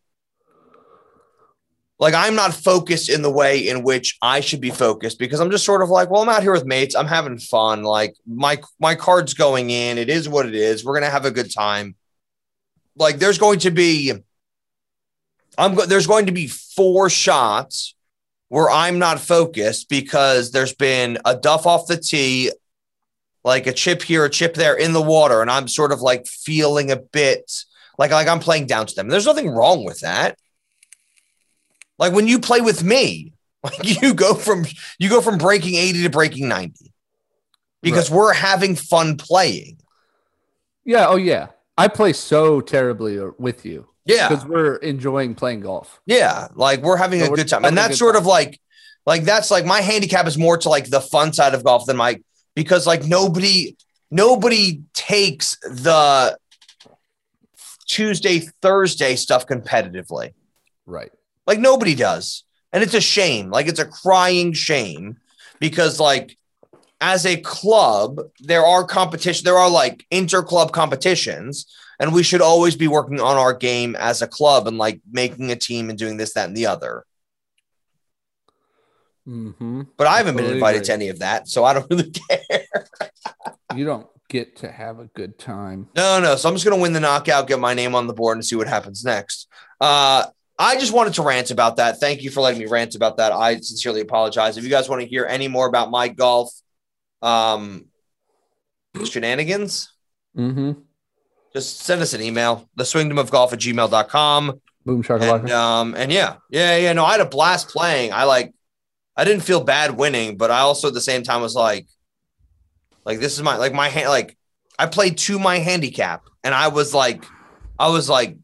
[SPEAKER 2] like I'm not focused in the way in which I should be focused because I'm just sort of like, well, I'm out here with mates, I'm having fun. Like my my card's going in. It is what it is. We're gonna have a good time. Like there's going to be, I'm go- there's going to be four shots where I'm not focused because there's been a duff off the tee, like a chip here, a chip there in the water, and I'm sort of like feeling a bit like like I'm playing down to them. There's nothing wrong with that. Like when you play with me, like you go from you go from breaking 80 to breaking 90 because we're having fun playing.
[SPEAKER 3] Yeah. Oh, yeah. I play so terribly uh, with you
[SPEAKER 2] Yeah.
[SPEAKER 3] because we're enjoying playing golf.
[SPEAKER 2] Yeah. Like we're having
[SPEAKER 3] So
[SPEAKER 2] a
[SPEAKER 3] we're
[SPEAKER 2] good time. And
[SPEAKER 3] having a
[SPEAKER 2] that's
[SPEAKER 3] good
[SPEAKER 2] sort of like like that's like my handicap is more to like the fun side of golf than my because like nobody nobody takes the Tuesday, Thursday stuff competitively.
[SPEAKER 3] Right.
[SPEAKER 2] Like nobody does. And it's a shame. Like it's a crying shame because like as a club, there are competition, there are like inter-club competitions, and we should always be working on our game as a club and like making a team and doing this, that, and the other.
[SPEAKER 3] Mm-hmm.
[SPEAKER 2] But I haven't been
[SPEAKER 3] Totally
[SPEAKER 2] invited
[SPEAKER 3] agree.
[SPEAKER 2] to any of that, so I don't really care.
[SPEAKER 3] You don't get to have a good time.
[SPEAKER 2] No, no. So I'm just gonna win the knockout, get my name on the board, and see what happens next. Uh, I just wanted to rant about that. Thank you for letting me rant about that. I sincerely apologize. If you guys want to hear any more about my golf um, shenanigans,
[SPEAKER 3] Mm-hmm.
[SPEAKER 2] just send us an email, theswingdomofgolf at gmail.com.
[SPEAKER 3] Boom shakalaka.
[SPEAKER 2] And, um, and yeah, yeah, yeah. No, I had a blast playing. I like, I didn't feel bad winning, but I also at the same time was like, like this is my like my hand like I played to my handicap, and I was like, I was like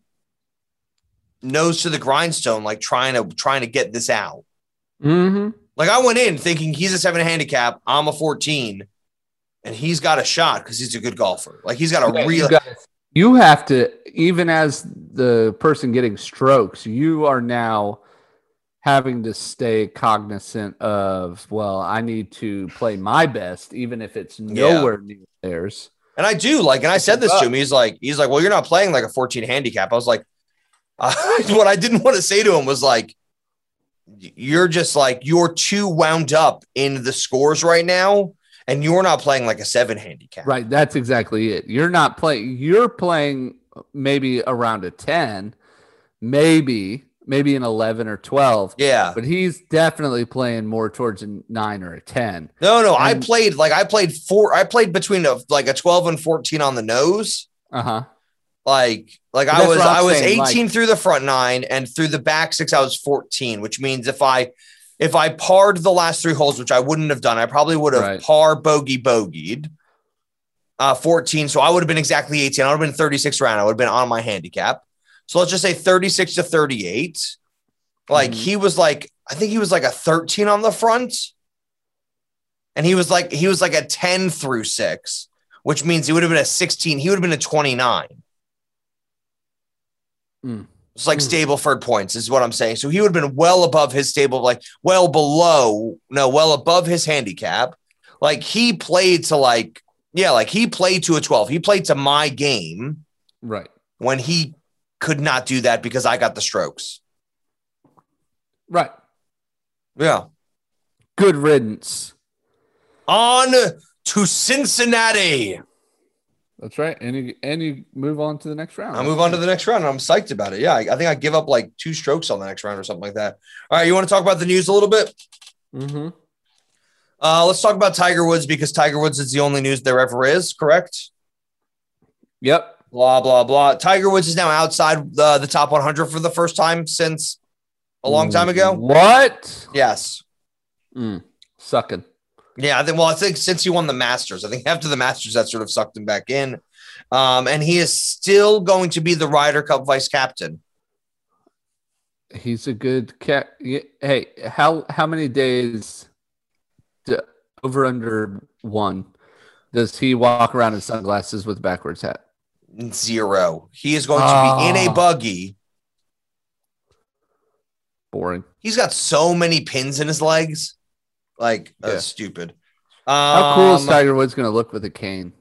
[SPEAKER 2] nose to the grindstone, like trying to trying to get this out.
[SPEAKER 3] mm-hmm.
[SPEAKER 2] Like I went in thinking he's a seven handicap, I'm a fourteen, and he's got a shot because he's a good golfer. Like he's got a real
[SPEAKER 3] you, guys- you have to, even as the person getting strokes, you are now having to stay cognizant of, well, I need to play my best, even if it's nowhere near theirs.
[SPEAKER 2] And I do like, and I said this
[SPEAKER 3] up.
[SPEAKER 2] to him. He's like, he's like, well, you're not playing like a 14 handicap. I was like, what I didn't want to say to him was like, you're just like you're too wound up in the scores right now, and you're not playing like a seven handicap.
[SPEAKER 3] Right. That's exactly it. You're not playing, you're playing maybe around a 10, maybe, maybe an 11 or 12.
[SPEAKER 2] Yeah.
[SPEAKER 3] But he's definitely playing more towards a nine or a 10.
[SPEAKER 2] No, no. I
[SPEAKER 3] And-
[SPEAKER 2] played like I played four. I played between a like a 12 and 14 on the nose.
[SPEAKER 3] Uh huh.
[SPEAKER 2] Like, like
[SPEAKER 3] But
[SPEAKER 2] I
[SPEAKER 3] that's
[SPEAKER 2] was,
[SPEAKER 3] what I'm
[SPEAKER 2] I was
[SPEAKER 3] saying, like-
[SPEAKER 2] 18 through the front nine, and through the back six, I was 14, which means if I, if I parred the last three holes, which I wouldn't have done, I probably would have
[SPEAKER 3] Right.
[SPEAKER 2] par bogey bogeyed. Uh, 14. So I would have been exactly 18. I would have been 36 round. I would have been on my handicap. So let's just say 36 to 38. Like
[SPEAKER 3] Mhm.
[SPEAKER 2] he was like, I think he was like a 13 on the front. And he was like, he was like a 10 through six, which means he would have been a 16. He would have been a 29.
[SPEAKER 3] Mm.
[SPEAKER 2] It's like
[SPEAKER 3] Mm.
[SPEAKER 2] Stableford points, is what I'm saying. So he would have been well above his stable, like well below, no, well above his handicap. Like he played to like, yeah, like he played to a 12. He played to my game
[SPEAKER 3] Right.
[SPEAKER 2] when he could not do that because I got the strokes.
[SPEAKER 3] Right.
[SPEAKER 2] Yeah.
[SPEAKER 3] Good riddance.
[SPEAKER 2] On to Cincinnati.
[SPEAKER 3] That's right. And you, and you move on to the next round.
[SPEAKER 2] I'll move on to the next round. and I'm psyched about it. Yeah. I, I think I give up like two strokes on the next round or something like that. All right. You want to talk about the news a little bit?
[SPEAKER 3] Mm-hmm.
[SPEAKER 2] Uh, let's talk about Tiger Woods because Tiger Woods is the only news there ever is, correct?
[SPEAKER 3] Yep.
[SPEAKER 2] blah blah blah. Tiger Woods is now outside the, the top 100 for the first time since a long time ago.
[SPEAKER 3] What?
[SPEAKER 2] Yes.
[SPEAKER 3] Mm. Sucking.
[SPEAKER 2] Yeah, I think. Well, I think since he won the Masters, I think after the Masters, that sort of sucked him back in. Um, and he is still going to be the Ryder Cup vice captain.
[SPEAKER 3] He's a good cat. Hey, how how many days d over under one does he walk around in sunglasses with backwards hat?
[SPEAKER 2] Zero. He is going to be in a
[SPEAKER 3] Ah.
[SPEAKER 2] buggy.
[SPEAKER 3] Boring.
[SPEAKER 2] He's got so many pins in his legs. Like that's
[SPEAKER 3] Yeah.
[SPEAKER 2] stupid.
[SPEAKER 3] How cool is
[SPEAKER 2] Um,
[SPEAKER 3] Tiger Woods going to look with a cane?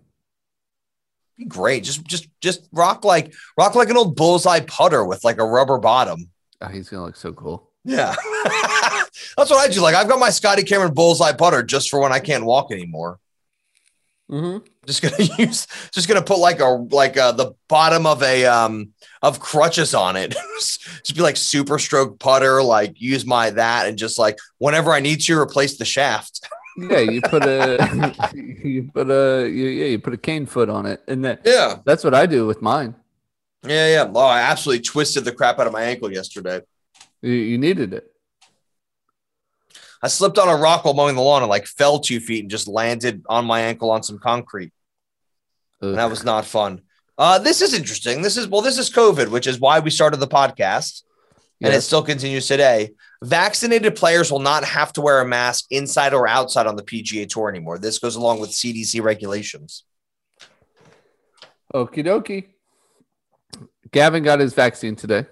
[SPEAKER 2] be great. Just just just rock like rock like an old bullseye putter with like a rubber bottom.
[SPEAKER 3] Oh, he's going to look so cool.
[SPEAKER 2] Yeah. That's what I do. Like, I've got my Scotty Cameron bullseye putter just for when I can't walk anymore.
[SPEAKER 3] Mm-hmm.
[SPEAKER 2] Just gonna use, just gonna put like a like uh the bottom of a um of crutches on it. just be like super stroke putter, like use my that and just like whenever I need to replace the shaft.
[SPEAKER 3] Yeah, you put a you put a you, yeah you put a cane foot on it, and that
[SPEAKER 2] Yeah.
[SPEAKER 3] that's what I do with mine.
[SPEAKER 2] Yeah, yeah. Oh, I absolutely twisted the crap out of my ankle yesterday.
[SPEAKER 3] You, you needed it.
[SPEAKER 2] I slipped on a rock while mowing the lawn and like fell two feet and just landed on my ankle on some concrete.
[SPEAKER 3] Ugh.
[SPEAKER 2] And that was not fun. Uh, this is interesting. This is well, this is COVID, which is why we started the podcast, and it
[SPEAKER 3] Yes.
[SPEAKER 2] still continues today. Vaccinated players will not have to wear a mask inside or outside on the PGA Tour anymore. This goes along with CDC regulations.
[SPEAKER 3] Okie dokie. Gavin got his vaccine today,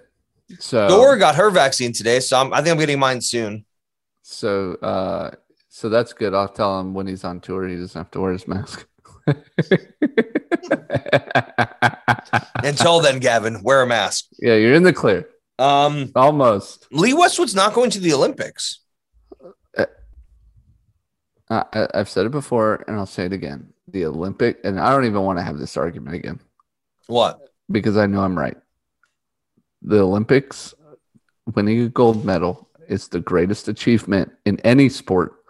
[SPEAKER 3] so
[SPEAKER 2] Dora got her vaccine today, so I'm, I think I'm getting mine soon.
[SPEAKER 3] so uh, so that's good. I'll tell him when he's on tour, he doesn't have to wear his mask.
[SPEAKER 2] Until then, Gavin, wear a mask.
[SPEAKER 3] yeah, you're in the clear.
[SPEAKER 2] Um,
[SPEAKER 3] Almost.
[SPEAKER 2] Lee Westwood's not going to the Olympics.
[SPEAKER 3] I, I- I've said it before, and I'll say it again. The Olympic, and I don't even want to have this argument again.
[SPEAKER 2] What?
[SPEAKER 3] because I know I'm right. The Olympics, winning a gold medal is the greatest achievement in any sport.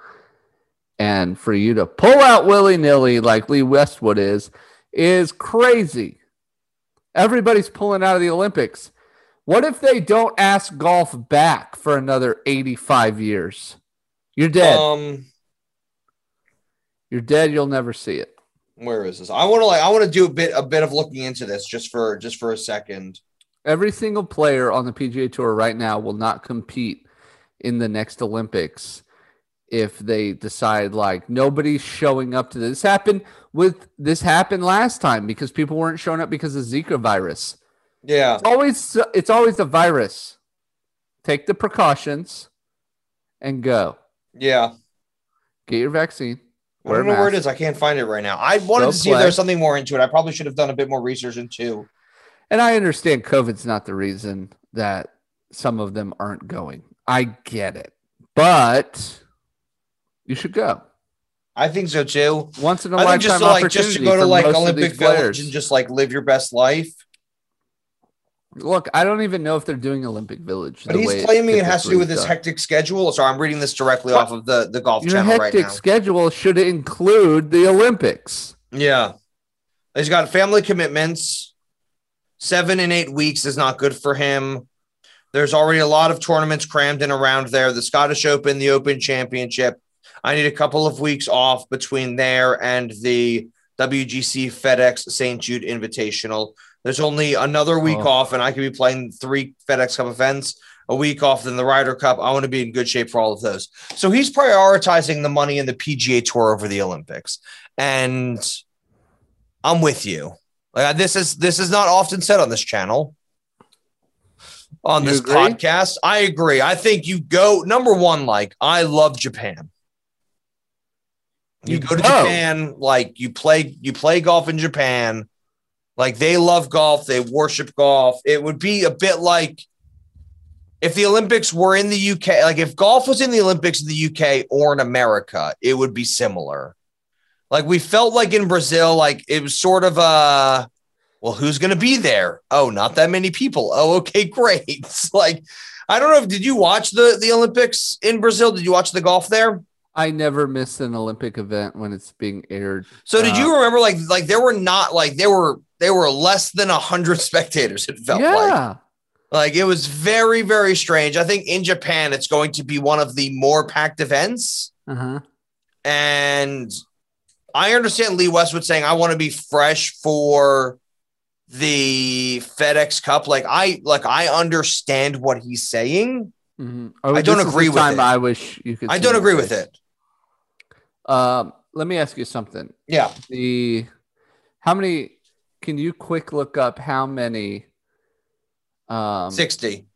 [SPEAKER 3] And for you to pull out willy nilly like Lee Westwood is, is crazy. Everybody's pulling out of the Olympics. What if they don't ask golf back for another 85 years? You're dead.
[SPEAKER 2] Um,
[SPEAKER 3] You're dead. You'll never see it.
[SPEAKER 2] where is this? I want to like I want to do a bit a bit of looking into this just for just for a second.
[SPEAKER 3] Every single player on the PGA Tour right now will not compete in the next Olympics if they decide like nobody's showing up to this. this happened with this happened last time because people weren't showing up because of Zika virus.
[SPEAKER 2] Yeah.
[SPEAKER 3] It's always it's always the virus. Take the precautions and go.
[SPEAKER 2] Yeah.
[SPEAKER 3] Get your vaccine.
[SPEAKER 2] I don't know where it is. I can't find it right now. I wanted
[SPEAKER 3] Go
[SPEAKER 2] to see if
[SPEAKER 3] play.
[SPEAKER 2] there's something more into it. I probably should have done a bit more research into.
[SPEAKER 3] And I understand COVID's not the reason that some of them aren't going. I get it. But you should go.
[SPEAKER 2] I think so too.
[SPEAKER 3] Once in a
[SPEAKER 2] I
[SPEAKER 3] lifetime
[SPEAKER 2] think just to like
[SPEAKER 3] opportunity
[SPEAKER 2] just to go to
[SPEAKER 3] for
[SPEAKER 2] like
[SPEAKER 3] most of
[SPEAKER 2] Olympic
[SPEAKER 3] these
[SPEAKER 2] Village
[SPEAKER 3] players.
[SPEAKER 2] and just like live your best life.
[SPEAKER 3] Look, I don't even know if they're doing Olympic Village.
[SPEAKER 2] But
[SPEAKER 3] the way
[SPEAKER 2] he's claiming it has to do with his
[SPEAKER 3] typically is
[SPEAKER 2] hectic schedule. So I'm reading this directly
[SPEAKER 3] But
[SPEAKER 2] off of the the golf
[SPEAKER 3] done. Your
[SPEAKER 2] channel right
[SPEAKER 3] hectic
[SPEAKER 2] now.
[SPEAKER 3] schedule should include the Olympics.
[SPEAKER 2] Yeah. He's got family commitments. Seven and eight weeks is not good for him. There's already a lot of tournaments crammed in around there the Scottish Open, the Open Championship. I need a couple of weeks off between there and the WGC FedEx St. Jude Invitational. There's only another week
[SPEAKER 3] Oh.
[SPEAKER 2] off, and I could be playing three FedEx Cup events, a week off, then the Ryder Cup. I want to be in good shape for all of those. So he's prioritizing the money in the PGA Tour over the Olympics. And I'm with you. Like this is this is not often said on this channel. On
[SPEAKER 3] You
[SPEAKER 2] this
[SPEAKER 3] agree?
[SPEAKER 2] podcast, I agree. I think you go number one. Like I love Japan. You
[SPEAKER 3] You
[SPEAKER 2] go to
[SPEAKER 3] go.
[SPEAKER 2] Japan, like you play you play golf in Japan. Like they love golf, they worship golf. It would be a bit like if the Olympics were in the UK, like if golf was in the Olympics in the UK or in America, it would be similar. Like we felt like in Brazil, like it was sort of a, well, who's going to be there? Oh, not that many people. Oh, okay, great. It's like, I don't know. if Did you watch the the Olympics in Brazil? Did you watch the golf there?
[SPEAKER 3] I never miss an Olympic event when it's being aired.
[SPEAKER 2] So did
[SPEAKER 3] Uh,
[SPEAKER 2] you remember? Like, like there were not like there were there were less than a hundred spectators. It felt like.
[SPEAKER 3] yeah.
[SPEAKER 2] Like it was very, very strange. I think in Japan, it's going to be one of the more packed events.
[SPEAKER 3] uh-huh.
[SPEAKER 2] And I understand Lee Westwood saying, I want to be fresh for the FedEx Cup. Like I like I understand what he's saying.
[SPEAKER 3] Mhm.
[SPEAKER 2] I don't
[SPEAKER 3] this is the
[SPEAKER 2] agree with
[SPEAKER 3] time
[SPEAKER 2] it.
[SPEAKER 3] I wish you could.
[SPEAKER 2] I
[SPEAKER 3] see
[SPEAKER 2] don't
[SPEAKER 3] my
[SPEAKER 2] agree with
[SPEAKER 3] face.
[SPEAKER 2] it.
[SPEAKER 3] Um, let me ask you something.
[SPEAKER 2] Yeah.
[SPEAKER 3] the how many can you quick look up how many um
[SPEAKER 2] 60.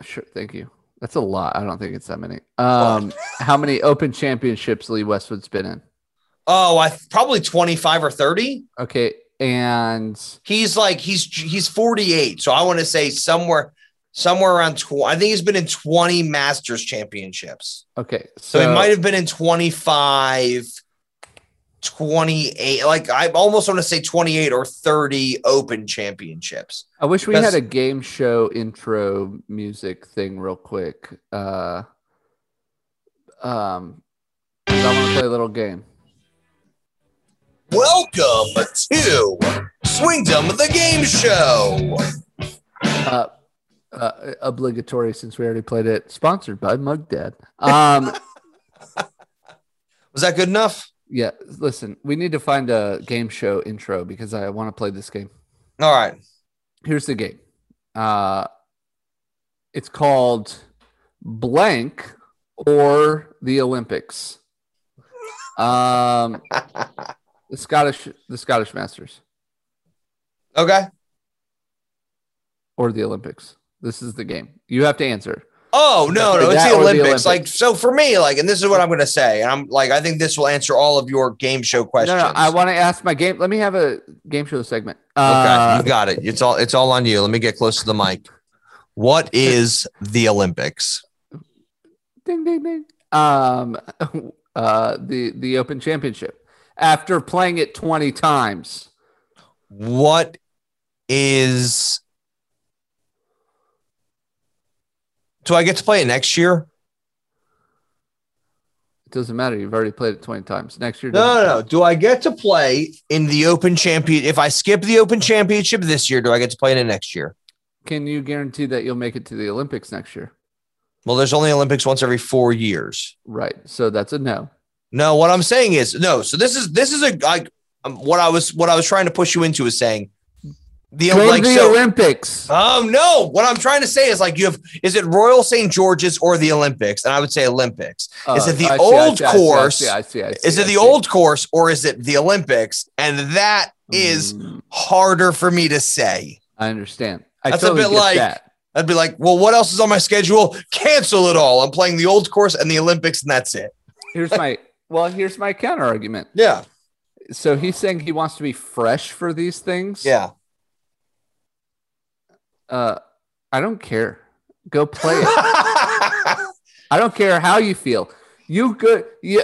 [SPEAKER 3] sure thank you that's a lot i don't think it's that many um how many open championships lee westwood's been in
[SPEAKER 2] Oh, I probably 25 or 30.
[SPEAKER 3] okay and
[SPEAKER 2] He's like he's he's 48. So I want to say somewhere somewhere around 20. I think he's been in 20 Masters championships.
[SPEAKER 3] Okay,
[SPEAKER 2] So
[SPEAKER 3] so,
[SPEAKER 2] he might have been in 25, 28. Like I almost want to say 28 or 30 open championships.
[SPEAKER 3] I wish we
[SPEAKER 2] because-
[SPEAKER 3] had a game show intro music thing real quick. Uh, um, 'cause I want to play a little game.
[SPEAKER 2] Welcome to Swingdom the Game Show.
[SPEAKER 3] Uh, uh, obligatory since we already played it. Sponsored by Mug Dad. Um,
[SPEAKER 2] Was that good enough?
[SPEAKER 3] yeah, listen, we need to find a game show intro because I want to play this game.
[SPEAKER 2] All right.
[SPEAKER 3] here's the game. Uh, it's called blank or the Olympics. Um, the Scottish, the Scottish Masters
[SPEAKER 2] Okay.
[SPEAKER 3] or the Olympics. This is the game. You have to answer.
[SPEAKER 2] Oh no, no, it's
[SPEAKER 3] That
[SPEAKER 2] the
[SPEAKER 3] or the
[SPEAKER 2] Olympics.
[SPEAKER 3] Olympics.
[SPEAKER 2] Like so for me, like, and this is what I'm gonna say, and I'm like, I think this will answer all of your game show questions.
[SPEAKER 3] No, no, I want to ask my game. Let me have a game show segment.
[SPEAKER 2] Okay,
[SPEAKER 3] Uh,
[SPEAKER 2] you got it. It's all it's all on you. Let me get close to the mic. What is the Olympics?
[SPEAKER 3] Ding, ding, ding. Um, uh, the the Open Championship. After playing it twenty times,
[SPEAKER 2] What is Do I get to play it next year?
[SPEAKER 3] it doesn't matter. You've already played it twenty times. Next year,
[SPEAKER 2] No,
[SPEAKER 3] doesn't
[SPEAKER 2] no,
[SPEAKER 3] count.
[SPEAKER 2] no. Do I get to play in the Open Champion? If I skip the Open Championship this year, do I get to play in it next year?
[SPEAKER 3] Can you guarantee that you'll make it to the Olympics next year?
[SPEAKER 2] Well, there's only Olympics once every four years.
[SPEAKER 3] Right. So that's a no.
[SPEAKER 2] No, what I'm saying is no. So this is this is a like um, what I was what I was trying to push you into is saying the
[SPEAKER 3] Go
[SPEAKER 2] like
[SPEAKER 3] to the
[SPEAKER 2] so.
[SPEAKER 3] Olympics.
[SPEAKER 2] um no, what I'm trying to say is like you have is it Royal St George's or the Olympics? And I would say Olympics. uh, is it the
[SPEAKER 3] Uh, I see, I
[SPEAKER 2] old
[SPEAKER 3] see, I see, I
[SPEAKER 2] course?
[SPEAKER 3] see, I see, I see,
[SPEAKER 2] Is
[SPEAKER 3] I
[SPEAKER 2] it the
[SPEAKER 3] see.
[SPEAKER 2] old course or is it the Olympics? And that is
[SPEAKER 3] Mm,
[SPEAKER 2] harder for me to say.
[SPEAKER 3] I understand. I
[SPEAKER 2] That's a
[SPEAKER 3] totally
[SPEAKER 2] bit
[SPEAKER 3] get
[SPEAKER 2] like-
[SPEAKER 3] that.
[SPEAKER 2] I'd be like, well, what else is on my schedule? Cancel it all. I'm playing the old course and the Olympics, and that's it.
[SPEAKER 3] Here's my well. Here's my counter argument.
[SPEAKER 2] Yeah,
[SPEAKER 3] So he's saying he wants to be fresh for these things.
[SPEAKER 2] yeah.
[SPEAKER 3] Uh, I don't care. Go play it. I don't care how you feel. You good? Yeah,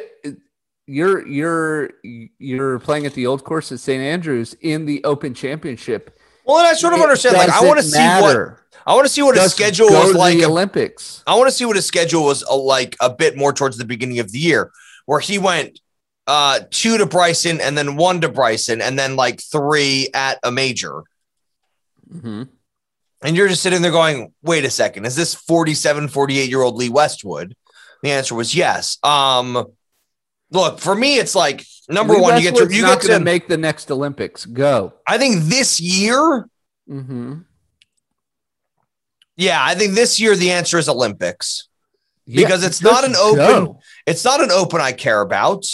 [SPEAKER 3] you're you're you're playing at the old course at St Andrews in the Open Championship.
[SPEAKER 2] well, and I sort of
[SPEAKER 3] It
[SPEAKER 2] understand. Like, I
[SPEAKER 3] doesn't
[SPEAKER 2] want to see what
[SPEAKER 3] matter.
[SPEAKER 2] I want to see what his
[SPEAKER 3] Just
[SPEAKER 2] schedule
[SPEAKER 3] go
[SPEAKER 2] was
[SPEAKER 3] to
[SPEAKER 2] like.
[SPEAKER 3] The Olympics.
[SPEAKER 2] I want to see what his schedule was uh, like a bit more towards the beginning of the year, where he went uh, two to Bryson and then one to Bryson and then like three at a major.
[SPEAKER 3] Mm-hmm.
[SPEAKER 2] And you're just sitting there going, wait a second, is this 47, 48 year old Lee Westwood? The answer was yes. Um, look, for me, it's like number
[SPEAKER 3] Lee
[SPEAKER 2] one, you get to,
[SPEAKER 3] Westwood's
[SPEAKER 2] you
[SPEAKER 3] not
[SPEAKER 2] get to,
[SPEAKER 3] gonna make the next Olympics. Go.
[SPEAKER 2] I think this year,
[SPEAKER 3] Mm-hmm.
[SPEAKER 2] yeah, I think this year the answer is Olympics. Because it's not an open- It's not an open I care about.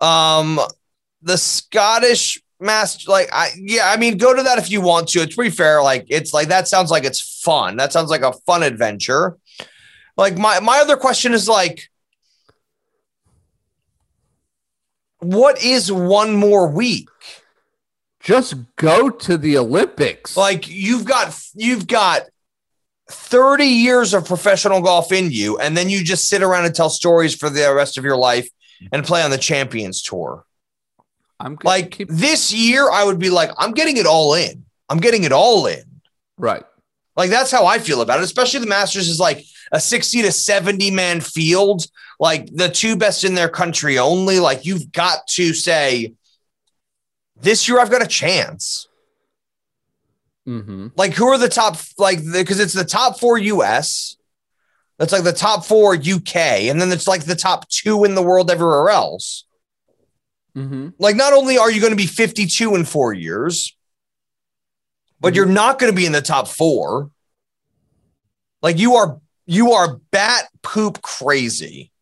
[SPEAKER 2] Um, the Scottish master, like I, yeah, I mean, go to that if you want to. It's pretty fair. Like it's like that sounds like it's fun. That sounds like a fun adventure. Like my my other question is like, what is one more week?
[SPEAKER 3] Just go to the Olympics.
[SPEAKER 2] Like you've got you've got. 30 years of professional golf in you, and then you just sit around and tell stories for the rest of your life and play on the Champions Tour.
[SPEAKER 3] I'm gonna
[SPEAKER 2] Like
[SPEAKER 3] keep
[SPEAKER 2] this year, I would be like, I'm getting it all in. I'm getting it all in.
[SPEAKER 3] right.
[SPEAKER 2] Like that's how I feel about it. Especially the Masters is like a 60 to 70 man field, like the two best in their country only. Like you've got to say, this year I've got a chance.
[SPEAKER 3] Mm-hmm.
[SPEAKER 2] Like who are the top? Like because it's the top four U.S. That's like the top four UK, and then it's like the top two in the world everywhere else.
[SPEAKER 3] Mm-hmm.
[SPEAKER 2] like not only are you going to be 52 in four years but
[SPEAKER 3] Mm-hmm.
[SPEAKER 2] you're not going to be in the top four like you are you are bat poop crazy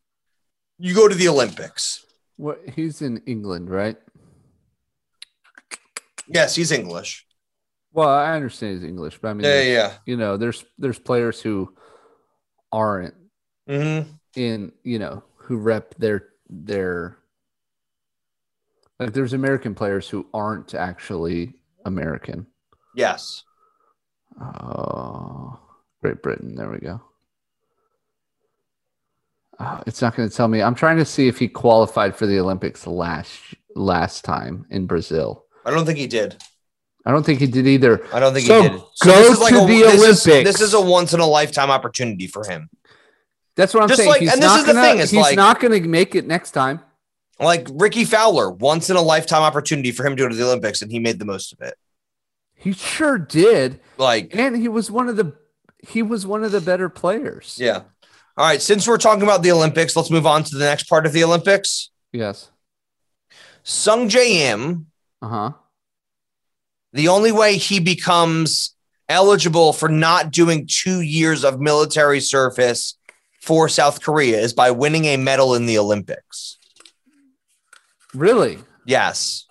[SPEAKER 2] you go to the olympics
[SPEAKER 3] What he's in England, right?
[SPEAKER 2] yes he's english
[SPEAKER 3] Well, I understand he's English, but I mean,
[SPEAKER 2] yeah
[SPEAKER 3] there's-
[SPEAKER 2] yeah
[SPEAKER 3] you know, there's there's players who aren't
[SPEAKER 2] yeah. hmm
[SPEAKER 3] in, you know, who rep their their like there's American players who aren't actually American.
[SPEAKER 2] yes
[SPEAKER 3] Oh, Great Britain. There we go. Oh, it's not going to tell me. I'm trying to see if he qualified for the Olympics last last time in Brazil.
[SPEAKER 2] I don't think he did.
[SPEAKER 3] I don't think he did either.
[SPEAKER 2] I don't think
[SPEAKER 3] So
[SPEAKER 2] he did.
[SPEAKER 3] go
[SPEAKER 2] this is
[SPEAKER 3] to
[SPEAKER 2] a-
[SPEAKER 3] the
[SPEAKER 2] this is-
[SPEAKER 3] Olympics.
[SPEAKER 2] this is a once in a lifetime opportunity for him.
[SPEAKER 3] That's what I'm
[SPEAKER 2] Just
[SPEAKER 3] saying.
[SPEAKER 2] like-
[SPEAKER 3] he's
[SPEAKER 2] and this
[SPEAKER 3] not
[SPEAKER 2] is the
[SPEAKER 3] gonna,
[SPEAKER 2] thing, is
[SPEAKER 3] he's
[SPEAKER 2] like-
[SPEAKER 3] not going to make it next time.
[SPEAKER 2] Like Ricky Fowler, once in a lifetime opportunity for him to go to the Olympics, and he made the most of it.
[SPEAKER 3] He sure did,
[SPEAKER 2] Like,
[SPEAKER 3] and he was one of the he was one of the better players.
[SPEAKER 2] yeah. All right. Since we're talking about the Olympics, let's move on to the next part of the Olympics.
[SPEAKER 3] Yes.
[SPEAKER 2] Sung J M,
[SPEAKER 3] Uh huh.
[SPEAKER 2] the only way he becomes eligible for not doing two years of military service for South Korea is by winning a medal in the Olympics.
[SPEAKER 3] Really?
[SPEAKER 2] Yes.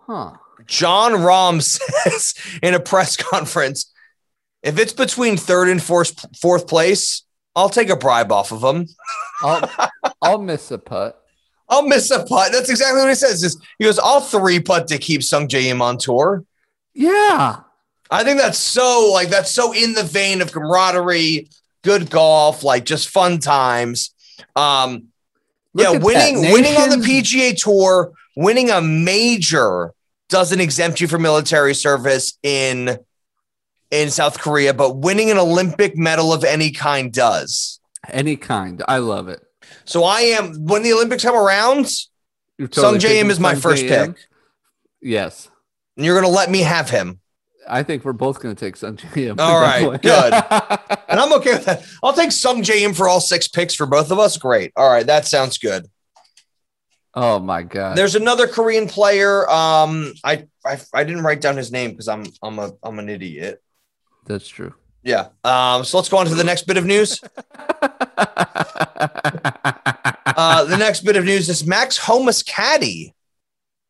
[SPEAKER 3] Huh.
[SPEAKER 2] John Rahm says in a press conference, if it's between third and fourth, fourth place, I'll take a bribe off of him.
[SPEAKER 3] I'll I'll miss a putt.
[SPEAKER 2] I'll miss a putt. That's exactly what he says. Is he goes, I'll three putt to keep Sung J M on tour.
[SPEAKER 3] Yeah.
[SPEAKER 2] I think that's so like that's so in the vein of camaraderie, good golf, like just fun times. Um,
[SPEAKER 3] Look
[SPEAKER 2] yeah,
[SPEAKER 3] at
[SPEAKER 2] winning
[SPEAKER 3] that.
[SPEAKER 2] winning on the
[SPEAKER 3] Nations-
[SPEAKER 2] PGA Tour, winning a major doesn't exempt you from military service in in South Korea, but winning an Olympic medal of any kind does.
[SPEAKER 3] any kind. I love it.
[SPEAKER 2] So I am when the Olympics come around,
[SPEAKER 3] You're
[SPEAKER 2] Sung
[SPEAKER 3] picking
[SPEAKER 2] J.M. is my
[SPEAKER 3] Sung
[SPEAKER 2] first
[SPEAKER 3] J.M.? Yes.
[SPEAKER 2] and you're gonna let me have him,
[SPEAKER 3] I think we're both going to take Sung J.M.
[SPEAKER 2] All right,
[SPEAKER 3] good.
[SPEAKER 2] and I'm okay with that. I'll take Sung J M for all six picks for both of us. Great. All right, that sounds good.
[SPEAKER 3] oh my god.
[SPEAKER 2] There's another Korean player. Um, I I, I didn't write down his name because I'm I'm a I'm an idiot.
[SPEAKER 3] That's true.
[SPEAKER 2] Yeah. Um. So let's go on to the next bit of news. Uh, the next bit of news is Max Homus Caddy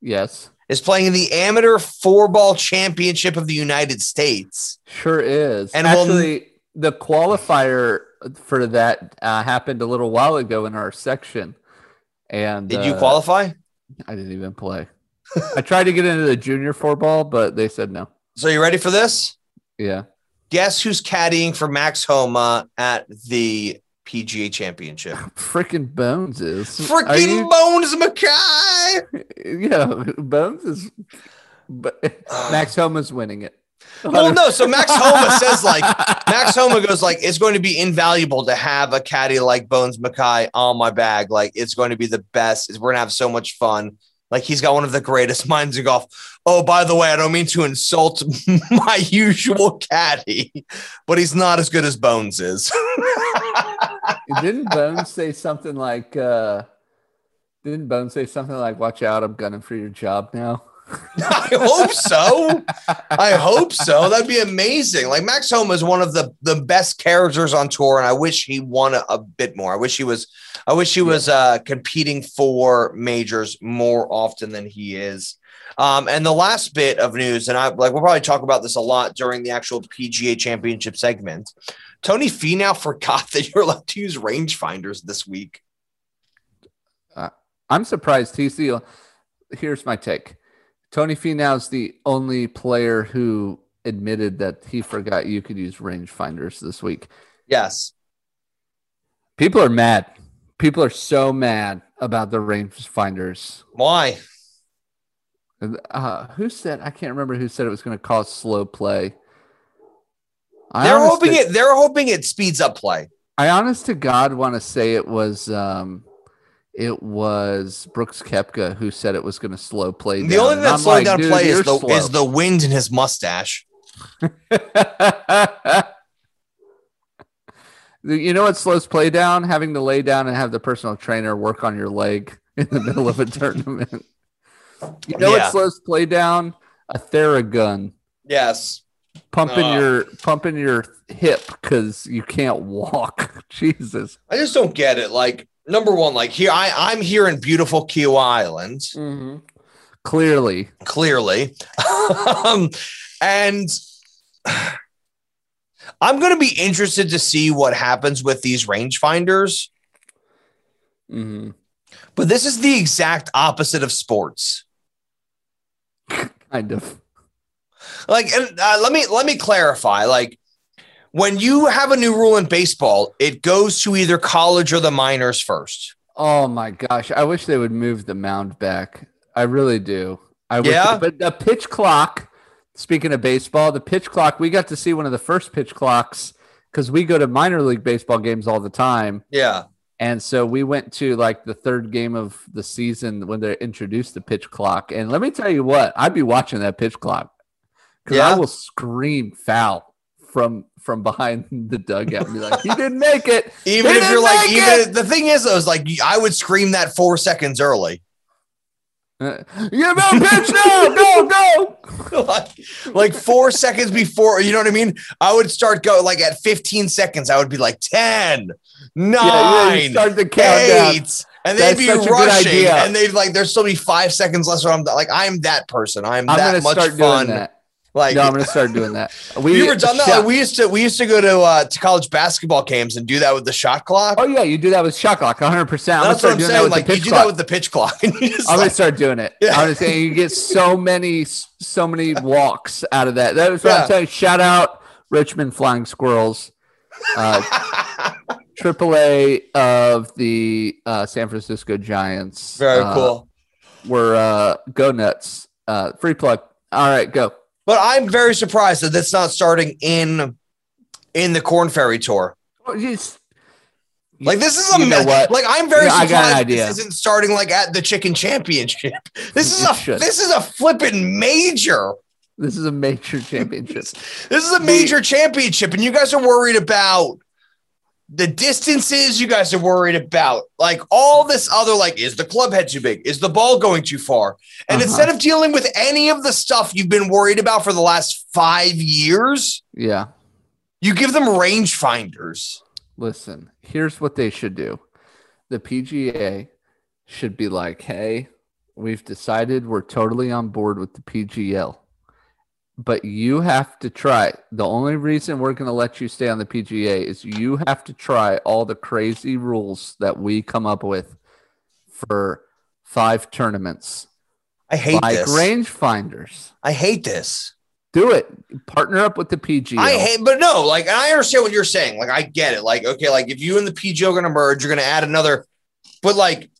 [SPEAKER 3] yes.
[SPEAKER 2] is playing in the amateur four ball championship of the United States.
[SPEAKER 3] Sure is.
[SPEAKER 2] And
[SPEAKER 3] And
[SPEAKER 2] we'll-
[SPEAKER 3] actually the qualifier for that uh, happened a little while ago in our section. And
[SPEAKER 2] Did you
[SPEAKER 3] uh,
[SPEAKER 2] qualify?
[SPEAKER 3] I didn't even play. I tried to get into the junior four ball, but they said no.
[SPEAKER 2] So you ready for this?
[SPEAKER 3] Yeah.
[SPEAKER 2] Guess who's caddying for Max Homa at the PGA Championship?
[SPEAKER 3] Freaking Bones is. Are
[SPEAKER 2] Freaking
[SPEAKER 3] you-
[SPEAKER 2] Bones Mackay.
[SPEAKER 3] yeah, Bones is. But Max Homa's winning it.
[SPEAKER 2] Well, no. So Max Homa says like Max Homa goes like it's going to be invaluable to have a caddy like Bones Mackay on my bag. Like it's going to be the best. We're gonna have so much fun. Like he's got one of the greatest minds in golf. Oh, by the way, I don't mean to insult my usual caddy, but he's not as good as Bones is.
[SPEAKER 3] didn't Bones say something like, uh, didn't Bones say something like, watch out, I'm gunning for your job now?
[SPEAKER 2] I hope so. I hope so. That'd be amazing. Like Max Homa is one of the the best characters on tour, and I wish he won a, a bit more. I wish he was. I wish he was uh, competing for majors more often than he is. Um, and the last bit of news, and I like we'll probably talk about this a lot during the actual PGA Championship segment. Tony Finau forgot that you're allowed to use rangefinders this week.
[SPEAKER 3] I'm surprised he's the. Here's my take. Tony Finau's the only player who admitted that he forgot you could use rangefinders this week.
[SPEAKER 2] Yes,
[SPEAKER 3] People are mad. People are so mad about the rangefinders.
[SPEAKER 2] why?
[SPEAKER 3] Uh, who said? I can't remember who said it was going to cause slow play. I
[SPEAKER 2] They're
[SPEAKER 3] honest
[SPEAKER 2] hoping
[SPEAKER 3] to-
[SPEAKER 2] it. They're hoping it speeds up play.
[SPEAKER 3] I honest to God want to say it was. Um, it was Brooks Kepka who said it was going to slow play.
[SPEAKER 2] The
[SPEAKER 3] down.
[SPEAKER 2] only thing
[SPEAKER 3] And
[SPEAKER 2] that
[SPEAKER 3] I'm
[SPEAKER 2] slowed
[SPEAKER 3] like,
[SPEAKER 2] down
[SPEAKER 3] "Dude,
[SPEAKER 2] play is
[SPEAKER 3] you're
[SPEAKER 2] the,
[SPEAKER 3] slow."
[SPEAKER 2] is the wind in his mustache.
[SPEAKER 3] you know what slows play down? Having to lay down and have the personal trainer work on your leg in the middle of a tournament. You know
[SPEAKER 2] Yeah.
[SPEAKER 3] what slows play down? A Theragun
[SPEAKER 2] Yes.
[SPEAKER 3] pumping
[SPEAKER 2] Ugh.
[SPEAKER 3] your pumping your hip because you can't walk. Jesus.
[SPEAKER 2] I just don't get it. Like, number one, like here, I, I'm here in beautiful Kiowa Island,
[SPEAKER 3] Clearly,
[SPEAKER 2] clearly. um, and I'm going to be interested to see what happens with these rangefinders,
[SPEAKER 3] Mm-hmm.
[SPEAKER 2] but this is the exact opposite of sports.
[SPEAKER 3] kind of.
[SPEAKER 2] Like, and uh, let me, let me clarify, like, when you have a new rule in baseball, it goes to either college or the minors first.
[SPEAKER 3] Oh my gosh, I wish they would move the mound back. I really do. I wish
[SPEAKER 2] Yeah?
[SPEAKER 3] but the pitch clock, speaking of baseball, the pitch clock, we got to see one of the first pitch clocks cuz we go to minor league baseball games all the time.
[SPEAKER 2] Yeah.
[SPEAKER 3] And so we went to like the third game of the season when they introduced the pitch clock. And let me tell you what, I'd be watching that pitch clock because
[SPEAKER 2] Yeah?
[SPEAKER 3] I will scream foul from from behind the dugout and be like, he didn't make it.
[SPEAKER 2] Even if
[SPEAKER 3] didn't
[SPEAKER 2] you're like,
[SPEAKER 3] make
[SPEAKER 2] even the thing is, I was like, I would scream that four seconds early.
[SPEAKER 3] Uh, you no pitch, no, no, no.
[SPEAKER 2] like, like four seconds before, you know what I mean? I would start go like at 15 seconds, I would be like 10, 9,
[SPEAKER 3] Yeah, yeah, you start the countdown.
[SPEAKER 2] eight. And they'd
[SPEAKER 3] That's
[SPEAKER 2] be
[SPEAKER 3] such a good
[SPEAKER 2] rushing,
[SPEAKER 3] idea.
[SPEAKER 2] and they'd like, there's still be five seconds left. So I'm like, I'm that person. I'm,
[SPEAKER 3] I'm gonna
[SPEAKER 2] that much
[SPEAKER 3] start
[SPEAKER 2] fun.
[SPEAKER 3] doing that.
[SPEAKER 2] Like,
[SPEAKER 3] No, I'm gonna start doing that. We
[SPEAKER 2] you ever done that?
[SPEAKER 3] shot-
[SPEAKER 2] Like, we used to, we used to go to uh, to college basketball games and do that with the shot clock.
[SPEAKER 3] oh yeah, you do that with shot clock, 100. percent I'm
[SPEAKER 2] That's
[SPEAKER 3] gonna
[SPEAKER 2] what
[SPEAKER 3] start
[SPEAKER 2] I'm
[SPEAKER 3] doing
[SPEAKER 2] saying.
[SPEAKER 3] that with
[SPEAKER 2] Like,
[SPEAKER 3] the
[SPEAKER 2] you
[SPEAKER 3] pitch
[SPEAKER 2] do
[SPEAKER 3] clock.
[SPEAKER 2] that with the pitch clock. and you're just
[SPEAKER 3] I'm gonna
[SPEAKER 2] like-
[SPEAKER 3] start doing it.
[SPEAKER 2] Yeah.
[SPEAKER 3] I'm just saying you get so many, so many walks out of that. That was what
[SPEAKER 2] Yeah.
[SPEAKER 3] I'm saying. Shout out Richmond Flying Squirrels, uh, AAA of the uh, San Francisco Giants.
[SPEAKER 2] Very
[SPEAKER 3] Uh,
[SPEAKER 2] cool.
[SPEAKER 3] We're uh, go nuts. Uh, free plug. All right, go.
[SPEAKER 2] But I'm very surprised that that's not starting in in the Corn Ferry tour.
[SPEAKER 3] Oh, jeez.
[SPEAKER 2] Like this is a
[SPEAKER 3] You know
[SPEAKER 2] me-
[SPEAKER 3] what?
[SPEAKER 2] like I'm very
[SPEAKER 3] Yeah, I
[SPEAKER 2] surprised
[SPEAKER 3] got an idea.
[SPEAKER 2] this isn't starting like at the Chicken Championship. This is
[SPEAKER 3] It
[SPEAKER 2] a
[SPEAKER 3] should.
[SPEAKER 2] this is a flippin' major.
[SPEAKER 3] This is a major championship.
[SPEAKER 2] This is a
[SPEAKER 3] The-
[SPEAKER 2] major championship, and you guys are worried about the distances. You guys are worried about like all this other like is the club head too big? Is the ball going too far? And
[SPEAKER 3] Uh-huh.
[SPEAKER 2] instead of dealing with any of the stuff you've been worried about for the last five years,
[SPEAKER 3] yeah.
[SPEAKER 2] you give them range finders.
[SPEAKER 3] Listen, here's what they should do. The PGA should be like, hey, we've decided we're totally on board with the PGL, but you have to try. The only reason we're going to let you stay on the PGA is you have to try all the crazy rules that we come up with for five tournaments,
[SPEAKER 2] I hate
[SPEAKER 3] like
[SPEAKER 2] this.
[SPEAKER 3] rangefinders.
[SPEAKER 2] I hate this.
[SPEAKER 3] Do it. Partner up with the PGL.
[SPEAKER 2] I hate, but no, like, and I understand what you're saying. Like, I get it. Like, okay, like if you and the PGO are going to merge, you're going to add another, but like,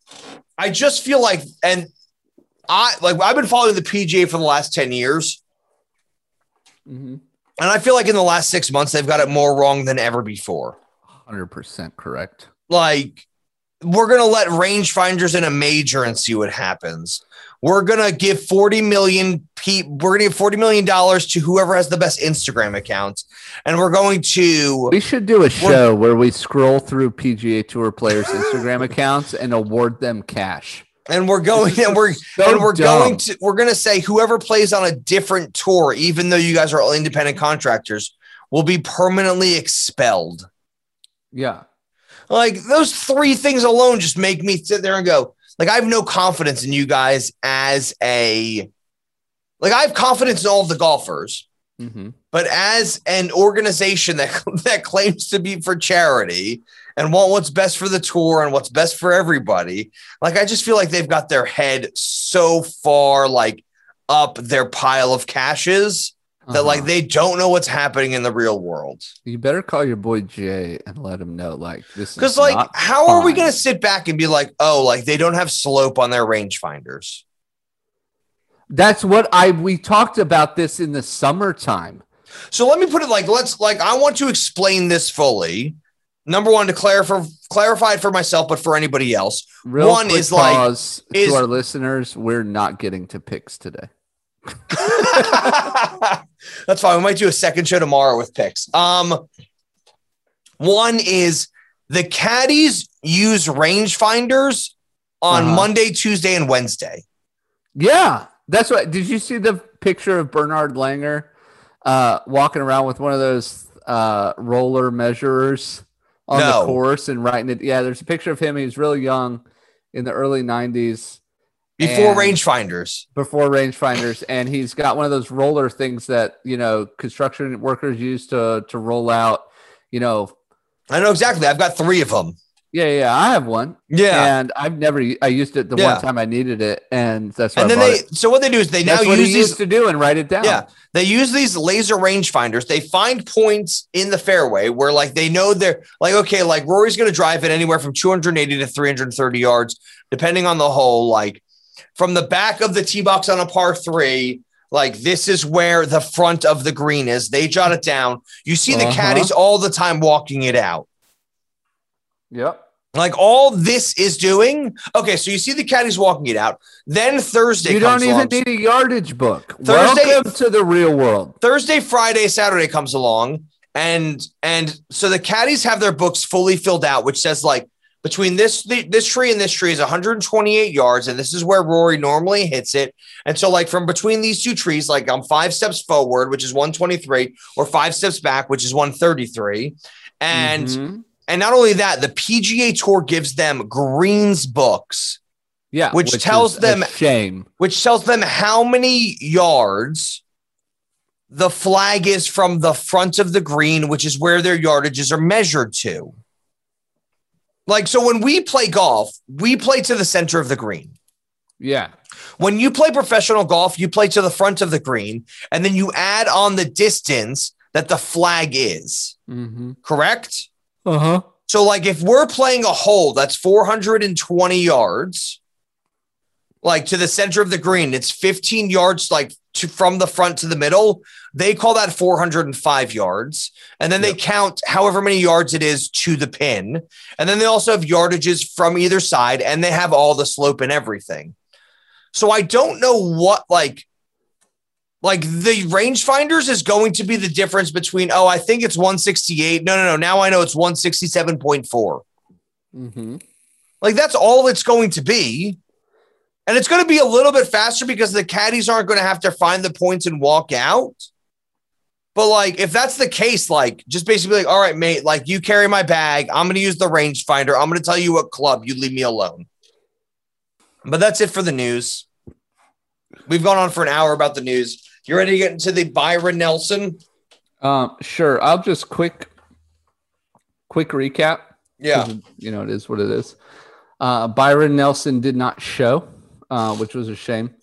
[SPEAKER 2] I just feel like, and I, like, I've been following the PGA for the last 10 years.
[SPEAKER 3] Mhm.
[SPEAKER 2] And I feel like in the last six months, they've got it more wrong than ever before.
[SPEAKER 3] 100% correct.
[SPEAKER 2] Like, we're going to let rangefinders in a major and see what happens. We're going to give 40 million pe- we're going to give 40 million dollars to whoever has the best Instagram account. And we're going to
[SPEAKER 3] We should do a show where we scroll through PGA Tour players' Instagram accounts and award them cash.
[SPEAKER 2] and we're going and we're
[SPEAKER 3] So
[SPEAKER 2] and we're
[SPEAKER 3] dumb.
[SPEAKER 2] going to we're going to say whoever plays on a different tour, even though you guys are all independent contractors, will be permanently expelled.
[SPEAKER 3] yeah.
[SPEAKER 2] Like those three things alone just make me sit there and go, like I have no confidence in you guys as a like I have confidence in all of the golfers,
[SPEAKER 3] hmm
[SPEAKER 2] but as an organization that that claims to be for charity and want what's best for the tour and what's best for everybody, like I just feel like they've got their head so far like up their pile of caches that
[SPEAKER 3] Uh-huh.
[SPEAKER 2] like they don't know what's happening in the real world.
[SPEAKER 3] you better call your boy Jay and let him know like this.
[SPEAKER 2] Because
[SPEAKER 3] Because
[SPEAKER 2] like, how are we
[SPEAKER 3] fine.
[SPEAKER 2] gonna sit back and be like, oh, like they don't have slope on their rangefinders?
[SPEAKER 3] that's what I we talked about this in the summertime.
[SPEAKER 2] So let me put it like, let's like, I want to explain this fully. Number one, to clarify clarify it for myself, but for anybody else,
[SPEAKER 3] Real
[SPEAKER 2] One
[SPEAKER 3] quick
[SPEAKER 2] is like-
[SPEAKER 3] pause
[SPEAKER 2] is-
[SPEAKER 3] to our listeners, we're not getting to picks today.
[SPEAKER 2] that's fine. We might do a second show tomorrow with picks. Um, one is the caddies use rangefinders on
[SPEAKER 3] Uh-huh.
[SPEAKER 2] Monday, Tuesday, and Wednesday.
[SPEAKER 3] Yeah, that's what. Did you see the picture of Bernard Langer uh, walking around with one of those uh, roller measurers on
[SPEAKER 2] No.
[SPEAKER 3] the course and writing it? Yeah, there's a picture of him. He was really young in the early 90s
[SPEAKER 2] Before
[SPEAKER 3] And-
[SPEAKER 2] rangefinders,
[SPEAKER 3] before rangefinders, and he's got one of those roller things that you know construction workers use to to roll out. You know,
[SPEAKER 2] I know exactly. I've got three of them.
[SPEAKER 3] Yeah, yeah, I have one.
[SPEAKER 2] Yeah.
[SPEAKER 3] And I've never. I used it the
[SPEAKER 2] Yeah.
[SPEAKER 3] one time I needed it, and that's why.
[SPEAKER 2] and
[SPEAKER 3] I
[SPEAKER 2] then
[SPEAKER 3] bought
[SPEAKER 2] they
[SPEAKER 3] it.
[SPEAKER 2] so what they do is they
[SPEAKER 3] That's
[SPEAKER 2] now
[SPEAKER 3] what he
[SPEAKER 2] use these
[SPEAKER 3] used to do and write it down.
[SPEAKER 2] Yeah, they use these laser rangefinders. They find points in the fairway where, like, they know they're like, okay, like Rory's going to drive it anywhere from 280 to 330 yards, depending on the hole. Like, from the back of the tee box on a par three, like this is where the front of the green is. They jot it down. You see the
[SPEAKER 3] Uh-huh.
[SPEAKER 2] caddies all the time walking it out.
[SPEAKER 3] Yep.
[SPEAKER 2] Like all this is doing. Okay, so you see the caddies walking it out. Then Thursday,
[SPEAKER 3] You
[SPEAKER 2] comes
[SPEAKER 3] don't even
[SPEAKER 2] along.
[SPEAKER 3] need a yardage book.
[SPEAKER 2] Thursday-
[SPEAKER 3] Welcome to the real world.
[SPEAKER 2] Thursday, Friday, Saturday comes along, and and so the caddies have their books fully filled out, which says like between this this tree and this tree is 128 yards, and this is where Rory normally hits it. And so like from between these two trees, like I'm five steps forward, which is 123, or five steps back, which is 133, and
[SPEAKER 3] Mhm.
[SPEAKER 2] and not only that, the PGA Tour gives them greens books,
[SPEAKER 3] yeah,
[SPEAKER 2] which tells
[SPEAKER 3] is a
[SPEAKER 2] them-
[SPEAKER 3] shame.
[SPEAKER 2] which tells them how many yards the flag is from the front of the green, which is where their yardages are measured to. Like, so when we play golf, we play to the center of the green.
[SPEAKER 3] Yeah.
[SPEAKER 2] When you play professional golf, you play to the front of the green, and then you add on the distance that the flag is,
[SPEAKER 3] Mm-hmm.
[SPEAKER 2] correct?
[SPEAKER 3] Uh huh.
[SPEAKER 2] So, like, if we're playing a hole that's 420 yards, like to the center of the green, it's 15 yards, like to, from the front to the middle. They call that 405 yards. And then they
[SPEAKER 3] Yep.
[SPEAKER 2] count however many yards it is to the pin. And then they also have yardages from either side and they have all the slope and everything. So, I don't know what, like, like the rangefinders is going to be the difference between oh i think it's 168 no no no now i know it's 167.4
[SPEAKER 3] Mm-hmm.
[SPEAKER 2] like that's all it's going to be and it's going to be a little bit faster because the caddies aren't going to have to find the points and walk out but like if that's the case like just basically like all right mate like you carry my bag i'm going to use the rangefinder i'm going to tell you what club you leave me alone but that's it for the news we've gone on for an hour about the news you ready to get into the byron nelson
[SPEAKER 3] Um, sure. I'll just quick, quick recap.
[SPEAKER 2] Yeah.
[SPEAKER 3] 'cause, You know, it is what it is. Uh, Byron Nelson did not show, uh, which was a shame.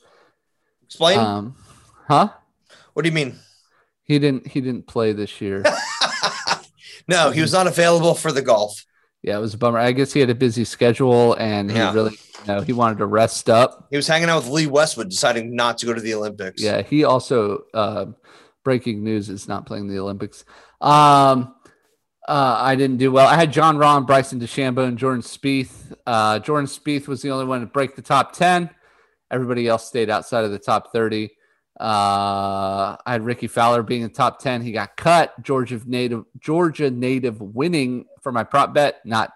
[SPEAKER 2] Explain.
[SPEAKER 3] Um, huh?
[SPEAKER 2] what do you mean?
[SPEAKER 3] He didn't. He didn't play this year.
[SPEAKER 2] No, he was not available for the golf.
[SPEAKER 3] yeah, it was a bummer. I guess he had a busy schedule, and he
[SPEAKER 2] Yeah.
[SPEAKER 3] really, you know, he wanted to rest up.
[SPEAKER 2] He was hanging out with Lee Westwood, deciding not to go to the Olympics.
[SPEAKER 3] Yeah. He also, uh, breaking news, is not playing the Olympics. Um, uh, I didn't do well. I had John Rahm, Bryson DeChambeau, and Jordan Spieth. Uh, Jordan Spieth was the only one to break the top ten. Everybody else stayed outside of the top thirty. Uh, I had Ricky Fowler being in the top ten. He got cut. Georgia native Georgia native winning for my prop bet. Not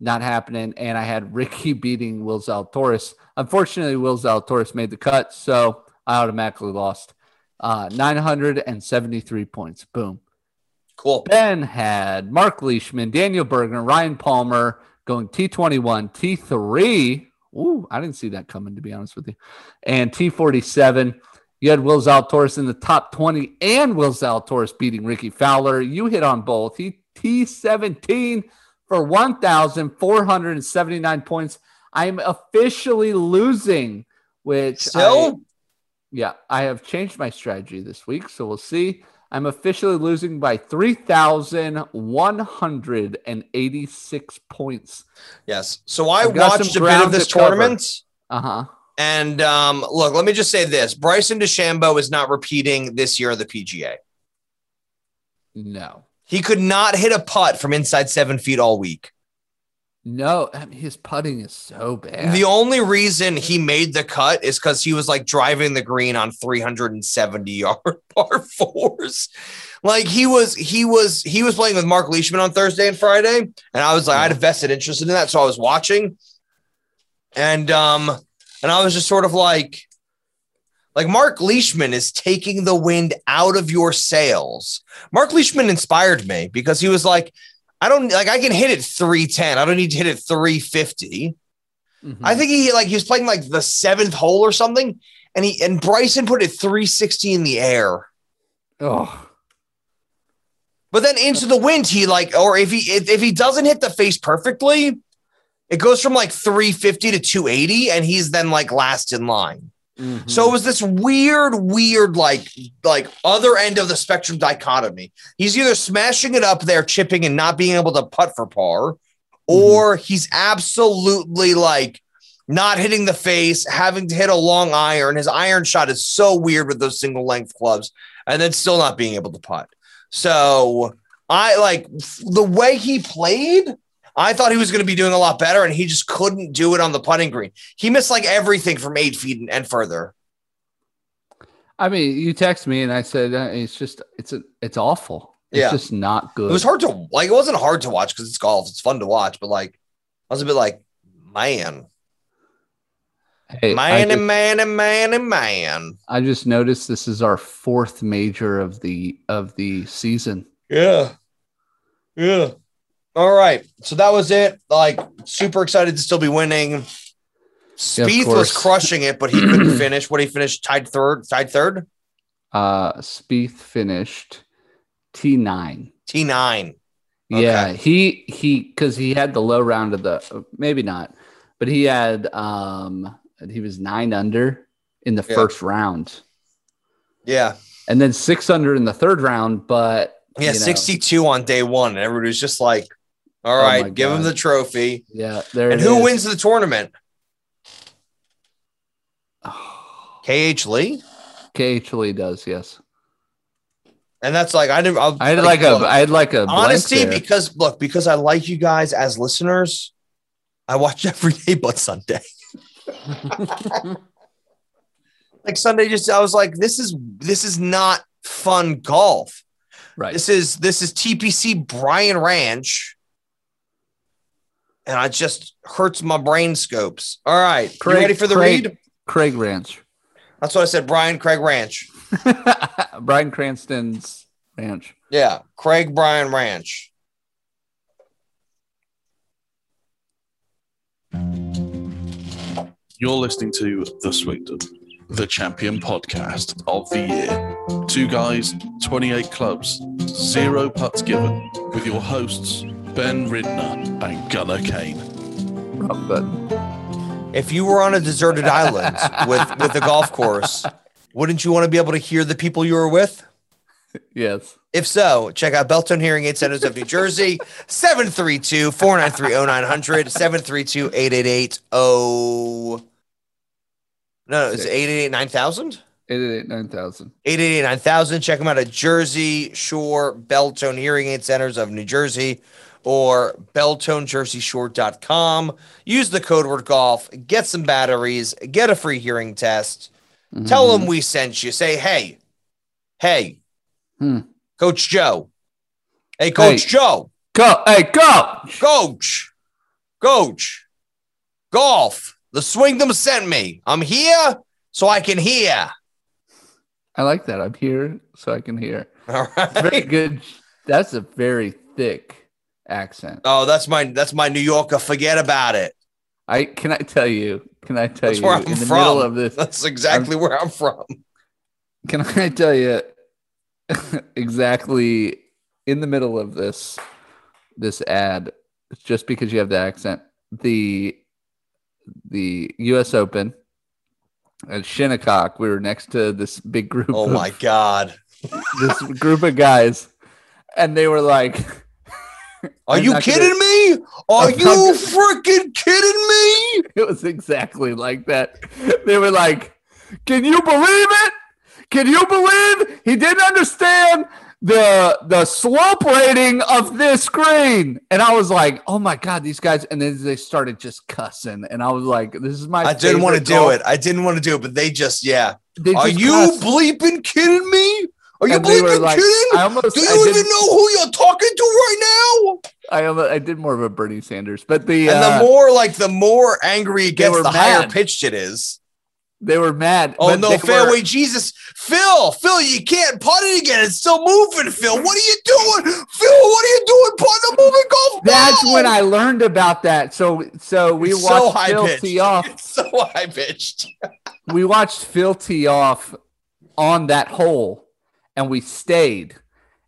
[SPEAKER 3] not happening. And I had Ricky beating Will Zalatoris. Unfortunately, Will Zalatoris made the cut, so I automatically lost. Uh, 973 points. Boom.
[SPEAKER 2] Cool.
[SPEAKER 3] Ben had Mark Leishman, Daniel Bergman, Ryan Palmer going T21, T3. Ooh, I didn't see that coming, to be honest with you. And T47. You had Will Zalatoris in the top 20 and Will Zalatoris beating Ricky Fowler. You hit on both. He T17 for 1,479 points. I'm officially losing, which I,
[SPEAKER 2] Still,
[SPEAKER 3] yeah, I have changed my strategy this week, so we'll see. I'm officially losing by 3,186 points.
[SPEAKER 2] yes. So I
[SPEAKER 3] I've got
[SPEAKER 2] watched a
[SPEAKER 3] some
[SPEAKER 2] bit of
[SPEAKER 3] ground
[SPEAKER 2] this
[SPEAKER 3] to cover.
[SPEAKER 2] tournament.
[SPEAKER 3] Uh huh.
[SPEAKER 2] And um, look, let me just say this Bryson DeChambeau is not repeating this year of the PGA.
[SPEAKER 3] No,
[SPEAKER 2] He could not hit a putt from inside seven feet all week.
[SPEAKER 3] no, I mean, his putting is so bad.
[SPEAKER 2] The only reason he made the cut is because he was like driving the green on 370 yard par fours. Like he was, he was, he was playing with Mark Leishman on Thursday and Friday, and I was like, I had a vested interest in that, so I was watching, and um, and I was just sort of like, like Mark Leishman is taking the wind out of your sails. Mark Leishman inspired me because he was like. I don't like I can hit it 310. I don't need to hit it 350.
[SPEAKER 3] Mhm.
[SPEAKER 2] I think he like he was playing like the seventh hole or something, and he and Bryson put it 360 in the air.
[SPEAKER 3] oh,
[SPEAKER 2] But then into the wind, he like, or if he if, if he doesn't hit the face perfectly, it goes from like 350 to 280, and he's then like last in line.
[SPEAKER 3] Mm-hmm.
[SPEAKER 2] So it was this weird, weird, like like other end of the spectrum dichotomy. He's either smashing it up there, chipping, and not being able to putt for par, or he's absolutely like not hitting the face, having to hit a long iron. His iron shot is so weird with those single length clubs, and then still not being able to putt. So I like f- the way he played. I thought he was going to be doing a lot better, and he just couldn't do it on the putting green. He missed like everything from eight feet and, and further.
[SPEAKER 3] I mean, you text me and I said uh, it's just it's a, it's awful. It's
[SPEAKER 2] Yeah.
[SPEAKER 3] just not
[SPEAKER 2] It
[SPEAKER 3] good.
[SPEAKER 2] was hard to like. It wasn't hard to watch because it's golf. It's fun to watch, but like, I was a bit like, man,
[SPEAKER 3] Hey, I,
[SPEAKER 2] man,
[SPEAKER 3] just,
[SPEAKER 2] and man, and man, and man.
[SPEAKER 3] I just noticed this is our fourth major of the of the season.
[SPEAKER 2] Yeah, yeah. All right, so that was it. Like, super excited to still be winning. Spieth was
[SPEAKER 3] course.
[SPEAKER 2] crushing it, but he couldn't finish. What he finished tied third, tied third,
[SPEAKER 3] Uh, Spieth finished T nine.
[SPEAKER 2] T nine.
[SPEAKER 3] Yeah, he he because he had the low round of the maybe not, but he had um he was nine under in the
[SPEAKER 2] Yeah.
[SPEAKER 3] first round
[SPEAKER 2] Yeah,
[SPEAKER 3] and then six under in the third round. But
[SPEAKER 2] Yeah,
[SPEAKER 3] you know,
[SPEAKER 2] 62 on day one. And everybody was just like, all
[SPEAKER 3] Oh
[SPEAKER 2] right,
[SPEAKER 3] my
[SPEAKER 2] give him
[SPEAKER 3] God.
[SPEAKER 2] the trophy.
[SPEAKER 3] Yeah, there
[SPEAKER 2] And
[SPEAKER 3] it
[SPEAKER 2] who
[SPEAKER 3] is.
[SPEAKER 2] wins the tournament?
[SPEAKER 3] Oh,
[SPEAKER 2] KH Lee.
[SPEAKER 3] KH Lee does yes.
[SPEAKER 2] And that's like, I didn't, I'll,
[SPEAKER 3] I had like a
[SPEAKER 2] look,
[SPEAKER 3] I had like a blank
[SPEAKER 2] honesty
[SPEAKER 3] there.
[SPEAKER 2] because look, because I like you guys as listeners, I watch every day but Sunday. like Sunday, just I was like, this is this is not fun golf.
[SPEAKER 3] right.
[SPEAKER 2] This is this is TPC Brian Ranch. And I just hurts my brain scopes. All right.
[SPEAKER 3] Craig-
[SPEAKER 2] you ready for the
[SPEAKER 3] Craig-
[SPEAKER 2] read?
[SPEAKER 3] Craig Ranch.
[SPEAKER 2] That's what I said. Brian Craig Ranch.
[SPEAKER 3] Brian Cranston's ranch.
[SPEAKER 2] Yeah. Craig Brian Ranch.
[SPEAKER 1] You're listening to The Swingdom, the champion podcast of the year. Two guys, 28 clubs, zero putts given, with your hosts, Ben Ridner and Gunnar Kane.
[SPEAKER 3] Rob Button.
[SPEAKER 2] If you were on a deserted island with, with a golf course, wouldn't you want to be able to hear the people you were with?
[SPEAKER 3] Yes.
[SPEAKER 2] If so, check out Beltone Hearing Aid Centers of New Jersey, 732 493 0900, 732 888 No, oh, no, it's 888 9000?
[SPEAKER 3] 888 9000.
[SPEAKER 2] 888 9000. Check them out at Jersey Shore Belltone Hearing Aid Centers of New Jersey or belltonejerseyshore.com. Use the code word golf, get some batteries, get a free hearing test.
[SPEAKER 3] Mm-hmm.
[SPEAKER 2] Tell them we sent you. Say, hey, hey,
[SPEAKER 3] Hmm.
[SPEAKER 2] Coach Joe. Hey, Coach
[SPEAKER 3] Hey.
[SPEAKER 2] Joe,
[SPEAKER 3] Go. Hey, go.
[SPEAKER 2] Coach, Coach, Golf. The Swingdom sent me. I'm here so I can hear.
[SPEAKER 3] I like that. I'm here so I can hear.
[SPEAKER 2] All right.
[SPEAKER 3] Very good. That's a very thick accent.
[SPEAKER 2] Oh, that's my that's my New Yorker. Forget about it.
[SPEAKER 3] I can I tell you? Can I tell
[SPEAKER 2] That's
[SPEAKER 3] you
[SPEAKER 2] where I'm
[SPEAKER 3] in the
[SPEAKER 2] from.
[SPEAKER 3] middle of this?
[SPEAKER 2] That's exactly where I'm from.
[SPEAKER 3] Can I tell you exactly in the middle of this this ad just because you have the accent the the US Open at Shinnecock we were next to this big group
[SPEAKER 2] Oh
[SPEAKER 3] of,
[SPEAKER 2] my god.
[SPEAKER 3] this group of guys and they were like
[SPEAKER 2] Are
[SPEAKER 3] I'm
[SPEAKER 2] you
[SPEAKER 3] not gonna-
[SPEAKER 2] kidding me? Are
[SPEAKER 3] I'm not
[SPEAKER 2] you
[SPEAKER 3] gonna-
[SPEAKER 2] freaking kidding me?
[SPEAKER 3] it was exactly like that they were like can you believe it can you believe he didn't understand the the slope rating of this green and i was like oh my god these guys and then they started just cussing and i was like this is my
[SPEAKER 2] I didn't want to
[SPEAKER 3] favorite
[SPEAKER 2] do
[SPEAKER 3] golf-
[SPEAKER 2] it. I didn't want to do it, but they just yeah.
[SPEAKER 3] They
[SPEAKER 2] Are
[SPEAKER 3] just
[SPEAKER 2] you
[SPEAKER 3] cussed,
[SPEAKER 2] bleeping kidding me? Are you
[SPEAKER 3] and they were
[SPEAKER 2] bleeping
[SPEAKER 3] like
[SPEAKER 2] kidding?
[SPEAKER 3] i almost
[SPEAKER 2] Do
[SPEAKER 3] I
[SPEAKER 2] you even
[SPEAKER 3] did,
[SPEAKER 2] know who you're talking to right now?
[SPEAKER 3] I, almost, I did more of a bernie sanders but the uh,
[SPEAKER 2] And the more like the more angry it gets,
[SPEAKER 3] were
[SPEAKER 2] the higher
[SPEAKER 3] mad.
[SPEAKER 2] pitched it is.
[SPEAKER 3] they were mad
[SPEAKER 2] Oh
[SPEAKER 3] but
[SPEAKER 2] no,
[SPEAKER 3] they were-
[SPEAKER 2] fairway Jesus. Phil, Phil, you can't putt it again. It's still moving, Phil. What are you doing? Phil, what are you doing? Putting a moving golf ball.
[SPEAKER 3] That's when I learned about that. So so we
[SPEAKER 2] It's so
[SPEAKER 3] watched Phil
[SPEAKER 2] high-pitched.
[SPEAKER 3] tee off.
[SPEAKER 2] It's so high pitched.
[SPEAKER 3] We watched Phil tee off on that hole, and we stayed.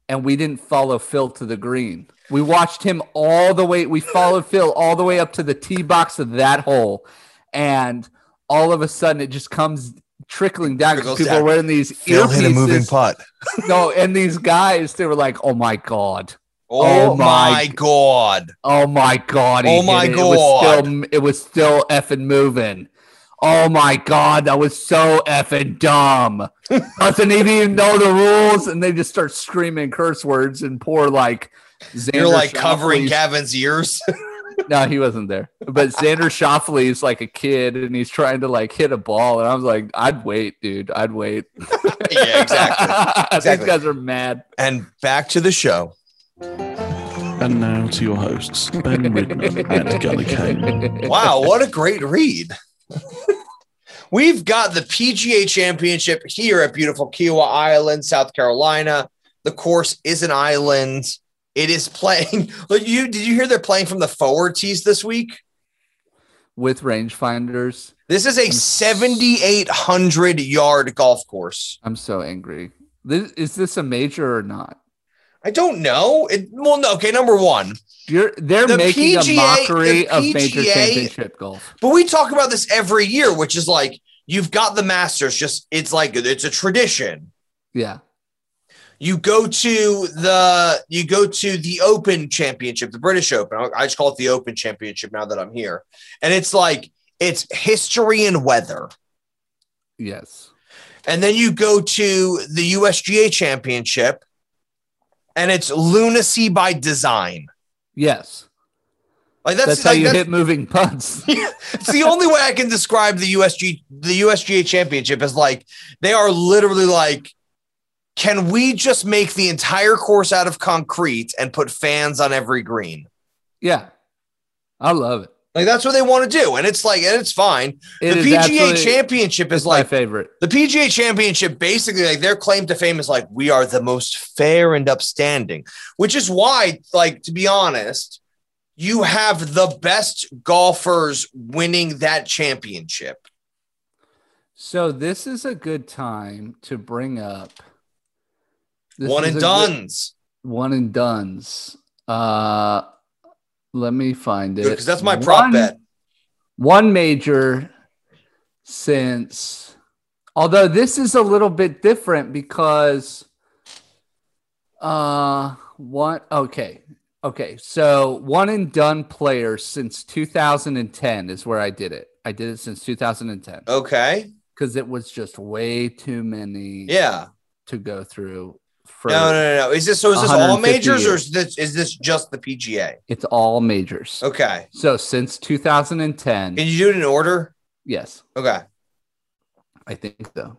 [SPEAKER 3] and we didn't follow Phil to the green. We watched him all the way. We followed Phil all the way up to the tee box of that hole, and all of a sudden it just comes trickling down because
[SPEAKER 2] Trickles
[SPEAKER 3] people
[SPEAKER 2] down.
[SPEAKER 3] are wearing these
[SPEAKER 4] Phil hit a moving
[SPEAKER 3] earpieces.
[SPEAKER 4] putt.
[SPEAKER 3] No, and these guys they were like, "Oh my god,
[SPEAKER 2] Oh,
[SPEAKER 3] Oh
[SPEAKER 2] my
[SPEAKER 3] my-
[SPEAKER 2] god.
[SPEAKER 3] oh my god, he
[SPEAKER 2] Oh
[SPEAKER 3] hit
[SPEAKER 2] my
[SPEAKER 3] it. It was still it was still effing moving." Oh my god, that was so effing dumb. Doesn't even even know the rules, and they just start screaming curse words and poor like.
[SPEAKER 2] You're
[SPEAKER 3] Xander
[SPEAKER 2] like covering
[SPEAKER 3] Schauffele's
[SPEAKER 2] Gavin's ears.
[SPEAKER 3] No, he wasn't there. But Xander Shoffley is like a kid and he's trying to like hit a ball. And I was like, I'd wait, dude. I'd wait.
[SPEAKER 2] yeah, exactly. Exactly.
[SPEAKER 3] These guys are mad.
[SPEAKER 2] And back to the show.
[SPEAKER 1] And now to your hosts, Ben Ridner and Gunnar Kane.
[SPEAKER 2] Wow, what a great read. We've got the PGA Championship here at beautiful Kiowa Island, South Carolina. The course is an island. It is playing. Look, you did you hear they're playing from the forward tees this week?
[SPEAKER 3] With rangefinders,
[SPEAKER 2] This is a 7,800 yard golf course.
[SPEAKER 3] I'm so angry. This, is this a major or not?
[SPEAKER 2] I don't know. It, well, no. Okay, number one.
[SPEAKER 3] You're, they're
[SPEAKER 2] The
[SPEAKER 3] making
[SPEAKER 2] PGA
[SPEAKER 3] a mockery
[SPEAKER 2] the
[SPEAKER 3] of major
[SPEAKER 2] PGA
[SPEAKER 3] championship golf.
[SPEAKER 2] But we talk about this every year, which is like you've got the Masters. Just it's like it's a tradition.
[SPEAKER 3] Yeah.
[SPEAKER 2] you go to the you go to the open championship the british open I- i just call it the open championship now that i'm here and it's like it's history and weather
[SPEAKER 3] Yes.
[SPEAKER 2] and then you go to the usga championship and it's lunacy by design
[SPEAKER 3] Yes.
[SPEAKER 2] like that's,
[SPEAKER 3] That's, how
[SPEAKER 2] like,
[SPEAKER 3] you
[SPEAKER 2] that's-
[SPEAKER 3] hit moving putts.
[SPEAKER 2] it's the only way I can describe the USG the USGA championship is like they are literally like, can we just make the entire course out of concrete and put fans on every green?
[SPEAKER 3] yeah. I love it.
[SPEAKER 2] Like that's what they want to do, and it's like and it's fine.
[SPEAKER 3] It is
[SPEAKER 2] the PGA
[SPEAKER 3] absolutely-
[SPEAKER 2] championship is
[SPEAKER 3] it's my
[SPEAKER 2] like
[SPEAKER 3] favorite.
[SPEAKER 2] the PGA championship basically like their claim to fame is like we are the most fair and upstanding, which is why, like, to be honest. You have the best golfers winning that championship.
[SPEAKER 3] So this is a good time to bring up this
[SPEAKER 2] one
[SPEAKER 3] is
[SPEAKER 2] and
[SPEAKER 3] a good-
[SPEAKER 2] done's
[SPEAKER 3] one and duns. Uh, let me find it
[SPEAKER 2] because that's my prop
[SPEAKER 3] One-
[SPEAKER 2] bet.
[SPEAKER 3] One major since, although this is a little bit different because, uh, one okay, okay. So one and done players since 2010 is where I did it. I did it since 2010
[SPEAKER 2] Oh. Okay,
[SPEAKER 3] because it was just way too many
[SPEAKER 2] yeah.
[SPEAKER 3] to go through. For
[SPEAKER 2] No, no, no, no. Is this so? Is this all
[SPEAKER 3] 150
[SPEAKER 2] majors or
[SPEAKER 3] years.
[SPEAKER 2] is this is this just the PGA?
[SPEAKER 3] it's all majors.
[SPEAKER 2] Okay,
[SPEAKER 3] So since 2010,
[SPEAKER 2] Oh. can you do it in order?
[SPEAKER 3] yes,
[SPEAKER 2] Okay,
[SPEAKER 3] I think so.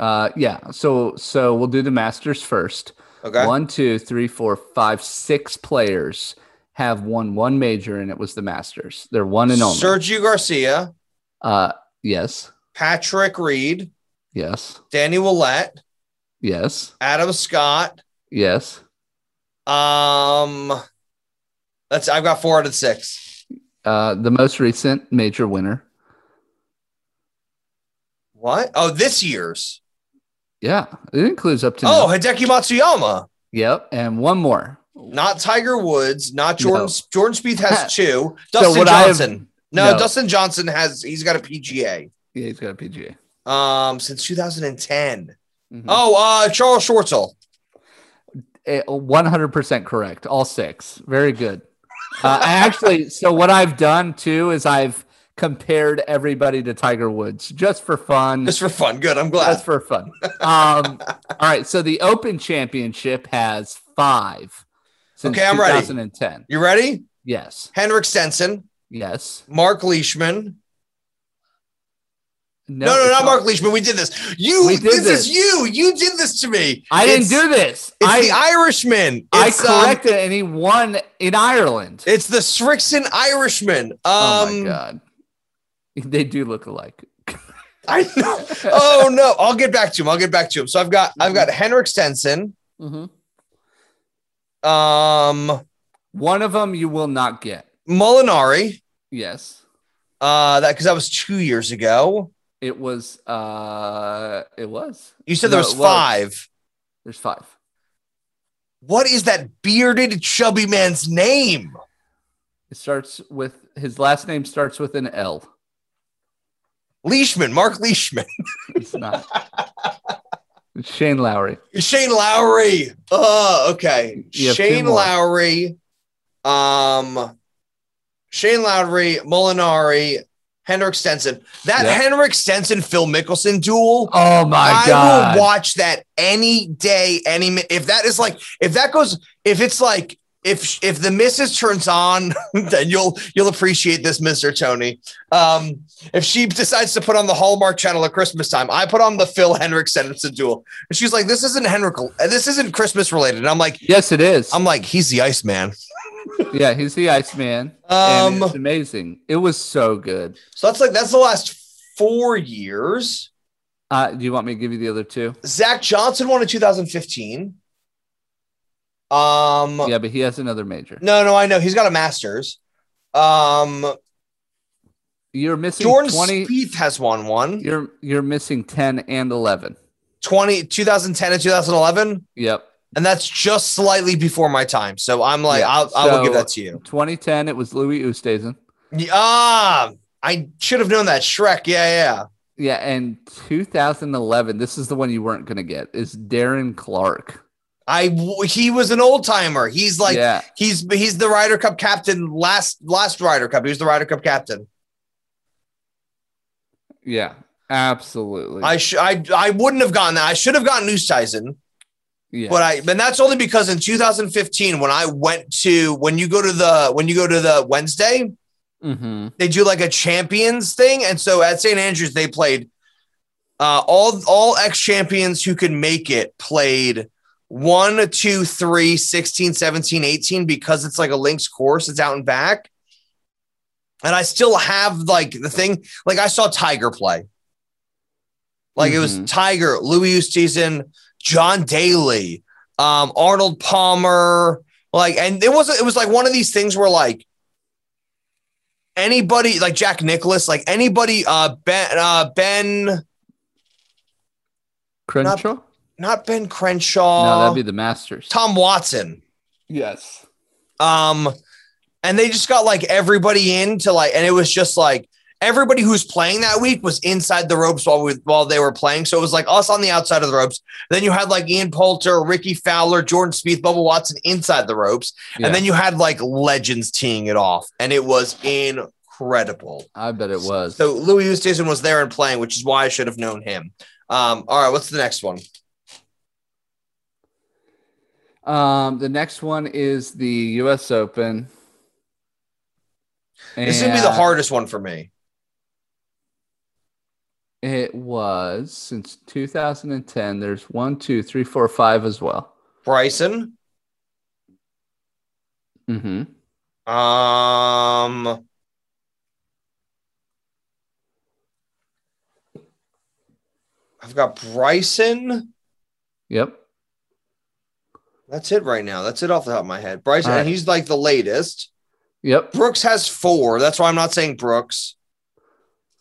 [SPEAKER 3] Uh, yeah. So so we'll do the Masters first.
[SPEAKER 2] okay.
[SPEAKER 3] One, two, three, four, five, six players have won one major, and it was the Masters. They're one and only.
[SPEAKER 2] Sergio Garcia,
[SPEAKER 3] uh, yes,
[SPEAKER 2] Patrick Reed,
[SPEAKER 3] yes,
[SPEAKER 2] Danny Willett,
[SPEAKER 3] yes,
[SPEAKER 2] Adam Scott.
[SPEAKER 3] yes.
[SPEAKER 2] Um, that's I've got four out of six.
[SPEAKER 3] Uh, the most recent major winner.
[SPEAKER 2] What? Oh, this year's.
[SPEAKER 3] Yeah, it includes up to.
[SPEAKER 2] Oh,
[SPEAKER 3] now.
[SPEAKER 2] Hideki Matsuyama.
[SPEAKER 3] yep, and one more.
[SPEAKER 2] Not Tiger Woods. Not Jordan.
[SPEAKER 3] No.
[SPEAKER 2] Jordan Spieth has two.
[SPEAKER 3] So
[SPEAKER 2] Dustin
[SPEAKER 3] what I have-
[SPEAKER 2] Johnson. No,
[SPEAKER 3] No.
[SPEAKER 2] Dustin Johnson has he's got a PGA
[SPEAKER 3] Yeah, he's got a PGA.
[SPEAKER 2] um since 2010.
[SPEAKER 3] Mhm.
[SPEAKER 2] Oh, uh Charles Schwartzel.
[SPEAKER 3] Eh, 100% correct. All six. Very good. Uh, I actually, so what I've done too is I've compared everybody to Tiger Woods just for fun.
[SPEAKER 2] Just for fun. Good. I'm glad.
[SPEAKER 3] Just for fun. Um, all right. So the Open Championship has five. Since
[SPEAKER 2] Okay, I'm ready.
[SPEAKER 3] 2010.
[SPEAKER 2] You ready?
[SPEAKER 3] Yes.
[SPEAKER 2] Henrik Stenson,
[SPEAKER 3] Yes.
[SPEAKER 2] Mark Leishman. No, no,
[SPEAKER 3] it's
[SPEAKER 2] not
[SPEAKER 3] all-
[SPEAKER 2] Mark Leishman. We did this. You
[SPEAKER 3] We did
[SPEAKER 2] this,
[SPEAKER 3] this.
[SPEAKER 2] is you. You did this to me.
[SPEAKER 3] I didn't
[SPEAKER 2] It's-
[SPEAKER 3] do this.
[SPEAKER 2] It's
[SPEAKER 3] I,
[SPEAKER 2] the Irishman.
[SPEAKER 3] I
[SPEAKER 2] It's, um,
[SPEAKER 3] corrected and he won in Ireland.
[SPEAKER 2] it's the Srixon Irishman. Um
[SPEAKER 3] oh my God. They do look alike.
[SPEAKER 2] I know. Oh no. I'll get back to him. I'll get back to him. So I've got I've got Henrik Stenson.
[SPEAKER 3] Mhm.
[SPEAKER 2] Um
[SPEAKER 3] One of them you will not get.
[SPEAKER 2] Molinari.
[SPEAKER 3] Yes.
[SPEAKER 2] Uh that because that was two years ago.
[SPEAKER 3] It was uh it was.
[SPEAKER 2] You said there
[SPEAKER 3] No,
[SPEAKER 2] was
[SPEAKER 3] it was.
[SPEAKER 2] five.
[SPEAKER 3] There's five.
[SPEAKER 2] What is that bearded, chubby man's name?
[SPEAKER 3] It starts with his last name starts with an L.
[SPEAKER 2] Leishman, Mark Leishman,
[SPEAKER 3] It's not. It's Shane Lowry.
[SPEAKER 2] Shane Lowry. Oh, okay.
[SPEAKER 3] You have two
[SPEAKER 2] Shane
[SPEAKER 3] more.
[SPEAKER 2] Lowry, um, Shane Lowry, Molinari, Henrik Stenson. That
[SPEAKER 3] Yeah.
[SPEAKER 2] Henrik Stenson Phil Mickelson duel.
[SPEAKER 3] Oh my
[SPEAKER 2] I
[SPEAKER 3] god.
[SPEAKER 2] will watch that any day, any minute. If that is like, if that goes, if it's like, if if the missus turns on, then you'll you'll appreciate this, Mister Tony. Um, if she decides to put on the Hallmark Channel at Christmas time, I put on the Phil Henrik Sentenson duel, and she's like, "This isn't Henrik, this isn't Christmas related." And I'm like,
[SPEAKER 3] yes, it is.
[SPEAKER 2] I'm like, he's the Iceman.
[SPEAKER 3] yeah, he's the Iceman.
[SPEAKER 2] Um,
[SPEAKER 3] and it's amazing. It was so good.
[SPEAKER 2] so that's like that's the last four years.
[SPEAKER 3] Uh, do you want me to give you the other two?
[SPEAKER 2] Zach Johnson won in 2015. Um,
[SPEAKER 3] Yeah, but he has another major.
[SPEAKER 2] No, no, I know he's got a master's. Um,
[SPEAKER 3] You're missing
[SPEAKER 2] Jordan
[SPEAKER 3] 20
[SPEAKER 2] Spieth has won one.
[SPEAKER 3] You're you're missing 10 and 11.
[SPEAKER 2] 20, 2010 and 2011,
[SPEAKER 3] Yep.
[SPEAKER 2] and that's just slightly before my time. So I'm like,
[SPEAKER 3] Yeah,
[SPEAKER 2] I'll, I will give
[SPEAKER 3] so-
[SPEAKER 2] that to you.
[SPEAKER 3] 2010 it was Louis Oosthuizen.
[SPEAKER 2] Yeah, Ah, I should have known that Shrek. Yeah, yeah.
[SPEAKER 3] Yeah, and 2011 this is the one you weren't going to get is Darren Clark.
[SPEAKER 2] I he was an old timer. He's like
[SPEAKER 3] yeah.
[SPEAKER 2] he's he's the Ryder Cup captain last last Ryder Cup. He was the Ryder Cup captain.
[SPEAKER 3] Yeah. Absolutely.
[SPEAKER 2] I sh- I I wouldn't have gotten that. I should have gotten News Tyson.
[SPEAKER 3] yeah.
[SPEAKER 2] But I, and that's only because in 2015, when I went to, when you go to the, when you go to the Wednesday,
[SPEAKER 3] Mhm.
[SPEAKER 2] they do like a champions thing, and so at St. Andrews they played uh, all all ex champions who could make it played one, two, three, 16, 17, 18 because it's like a links course. It's out and back, and I still have like the thing. Like I saw Tiger play. Like it was
[SPEAKER 3] Mhm.
[SPEAKER 2] Tiger, Louis Oosthuizen, John Daly, um, Arnold Palmer. Like, and it was it was like one of these things where like anybody like Jack Nicholas, like anybody, uh, Ben, uh, Ben,
[SPEAKER 3] Crenshaw?
[SPEAKER 2] not Ben
[SPEAKER 3] no,
[SPEAKER 2] Crenshaw,
[SPEAKER 3] that'd be the Masters.
[SPEAKER 2] Tom Watson.
[SPEAKER 3] Yes.
[SPEAKER 2] Um, and they just got like everybody in to like, and it was just like everybody who's playing that week was inside the ropes while we while they were playing. So it was like us on the outside of the ropes. Then you had like Ian Poulter, Ricky Fowler, Jordan Spieth, Bubba Watson inside the ropes,
[SPEAKER 3] Yeah.
[SPEAKER 2] and then you had like legends teeing it off, and it was incredible.
[SPEAKER 3] I bet it was.
[SPEAKER 2] So Louis Oosthuizen was there and playing, which is why I should have known him. Um, all right, what's the next one?
[SPEAKER 3] Um, the next one is the U.S. Open.
[SPEAKER 2] This is gonna be the
[SPEAKER 3] And
[SPEAKER 2] hardest one for me.
[SPEAKER 3] It was since 2010. There's one, two, three, four, five as well.
[SPEAKER 2] Bryson,
[SPEAKER 3] Mm-hmm.
[SPEAKER 2] um, I've got Bryson.
[SPEAKER 3] Yep.
[SPEAKER 2] That's it right now. That's it off the top of my head. Bryson,
[SPEAKER 3] All
[SPEAKER 2] and
[SPEAKER 3] right.
[SPEAKER 2] he's like the latest.
[SPEAKER 3] Yep.
[SPEAKER 2] Brooks has four. That's why I'm not saying Brooks.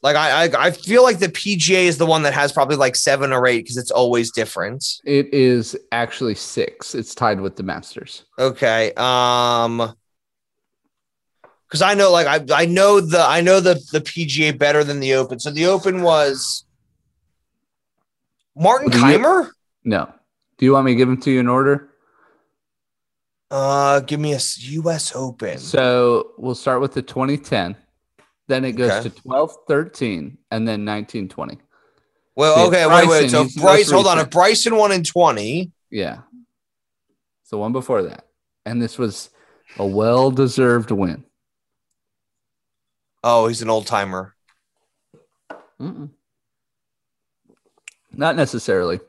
[SPEAKER 2] Like I, I, I feel like the PGA is the one that has probably like seven or eight because it's always different.
[SPEAKER 3] It is actually six. It's tied with the Masters.
[SPEAKER 2] Okay. Um because I know like I I know the I know the the PGA better than the Open. So the Open was Martin
[SPEAKER 3] Well, the-
[SPEAKER 2] Keimer?
[SPEAKER 3] No. Do you want me to give them to you in order?
[SPEAKER 2] Uh give me a s- US Open.
[SPEAKER 3] So we'll start with the 2010. Then it goes
[SPEAKER 2] Okay.
[SPEAKER 3] to 12, 13, and then 19, 20.
[SPEAKER 2] well,
[SPEAKER 3] yeah,
[SPEAKER 2] okay, wait, wait.
[SPEAKER 3] Bryson,
[SPEAKER 2] So
[SPEAKER 3] he's the most
[SPEAKER 2] Bryce, hold on.
[SPEAKER 3] recent.
[SPEAKER 2] If Bryson won in 20,
[SPEAKER 3] Yeah. It's the one before that. And this was a well deserved win.
[SPEAKER 2] oh, he's an old timer.
[SPEAKER 3] Mm-mm. Not necessarily.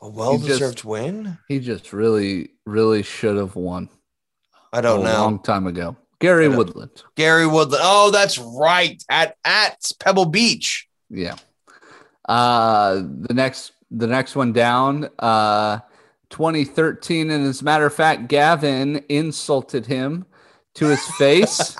[SPEAKER 2] A well-deserved win?
[SPEAKER 3] He just really, really should have won
[SPEAKER 2] I
[SPEAKER 3] a
[SPEAKER 2] don't know.
[SPEAKER 3] long time ago. Gary
[SPEAKER 2] I don't-
[SPEAKER 3] Woodland.
[SPEAKER 2] Gary Woodland. Oh, that's right. At at Pebble Beach.
[SPEAKER 3] Yeah. Uh the next the next one down, uh 2013, and as a matter of fact, Gavin insulted him to his face.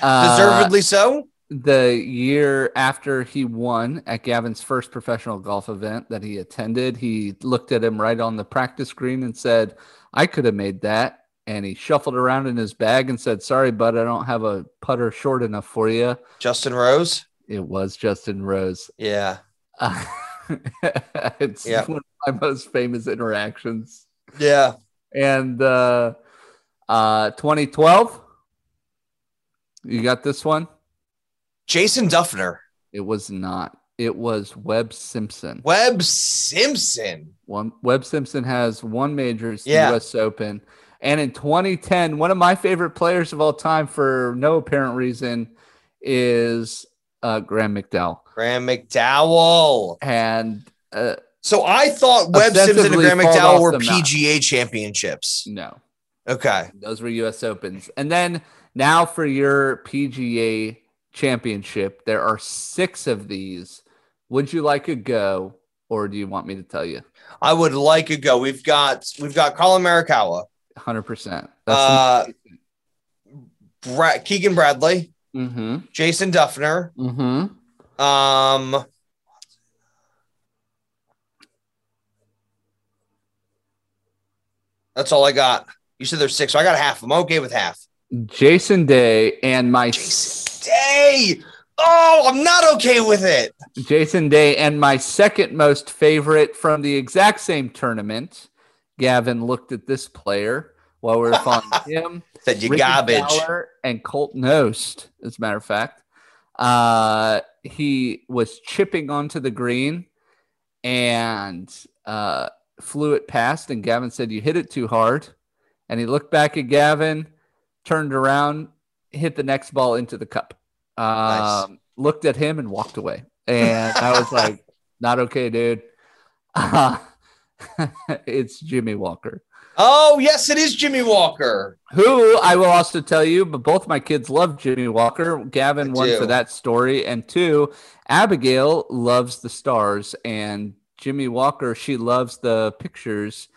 [SPEAKER 3] Uh,
[SPEAKER 2] Deservedly so.
[SPEAKER 3] the year after he won at Gavin's first professional golf event that he attended, he looked at him right on the practice screen and said, I could have made that. And he shuffled around in his bag and said, Sorry, bud, I don't have a putter short enough for you.
[SPEAKER 2] Justin Rose.
[SPEAKER 3] It was Justin Rose.
[SPEAKER 2] Yeah.
[SPEAKER 3] Uh, it's
[SPEAKER 2] Yeah.
[SPEAKER 3] one of my most famous interactions.
[SPEAKER 2] Yeah.
[SPEAKER 3] And uh, uh, 2012, you got this one?
[SPEAKER 2] Jason Duffner.
[SPEAKER 3] It was not. It was Webb Simpson.
[SPEAKER 2] Webb Simpson.
[SPEAKER 3] One Webb Simpson has one major, it's the
[SPEAKER 2] Yeah.
[SPEAKER 3] U.S. Open, and in 2010, one of my favorite players of all time for no apparent reason is uh, Graham McDowell,
[SPEAKER 2] Graham McDowell.
[SPEAKER 3] and uh,
[SPEAKER 2] So I thought Webb Simpson and
[SPEAKER 3] Ostensibly
[SPEAKER 2] Graham
[SPEAKER 3] fall
[SPEAKER 2] McDowell
[SPEAKER 3] off
[SPEAKER 2] were
[SPEAKER 3] the map.
[SPEAKER 2] PGA championships.
[SPEAKER 3] no,
[SPEAKER 2] Okay.
[SPEAKER 3] those were U.S. Opens, and then now for your PGA Championship, there are six of these. Would you like a go, or do you want me to tell you?
[SPEAKER 2] I would like a go. We've got we've got Colin Marikawa,
[SPEAKER 3] 100%.
[SPEAKER 2] uh, Bra- Keegan Bradley,
[SPEAKER 3] mm-hmm.
[SPEAKER 2] Jason Duffner.
[SPEAKER 3] Mm-hmm.
[SPEAKER 2] Um, that's all I got. You said there's six, so I got half. I'm okay with half.
[SPEAKER 3] Jason Day and my
[SPEAKER 2] Jason Day. Oh, I'm not okay with it.
[SPEAKER 3] Jason Day and my second most favorite from the exact same tournament. Gavin looked at this player while we were following him.
[SPEAKER 2] Said you
[SPEAKER 3] Ricky
[SPEAKER 2] garbage.
[SPEAKER 3] Fowler and Colton Host, as a matter of fact. Uh, he was chipping onto the green and uh, flew it past. And Gavin said, You hit it too hard. And he looked back at Gavin, turned around, hit the next ball into the cup, um,
[SPEAKER 2] Nice.
[SPEAKER 3] looked at him, and walked away. And I was like, Not okay, dude. Uh, it's Jimmy Walker
[SPEAKER 2] Oh, yes, it is Jimmy Walker.
[SPEAKER 3] who I will also tell you, but both my kids love Jimmy Walker. Gavin
[SPEAKER 2] I
[SPEAKER 3] one
[SPEAKER 2] do.
[SPEAKER 3] for that story, and two, Abigail loves the stars, and Jimmy Walker she loves the pictures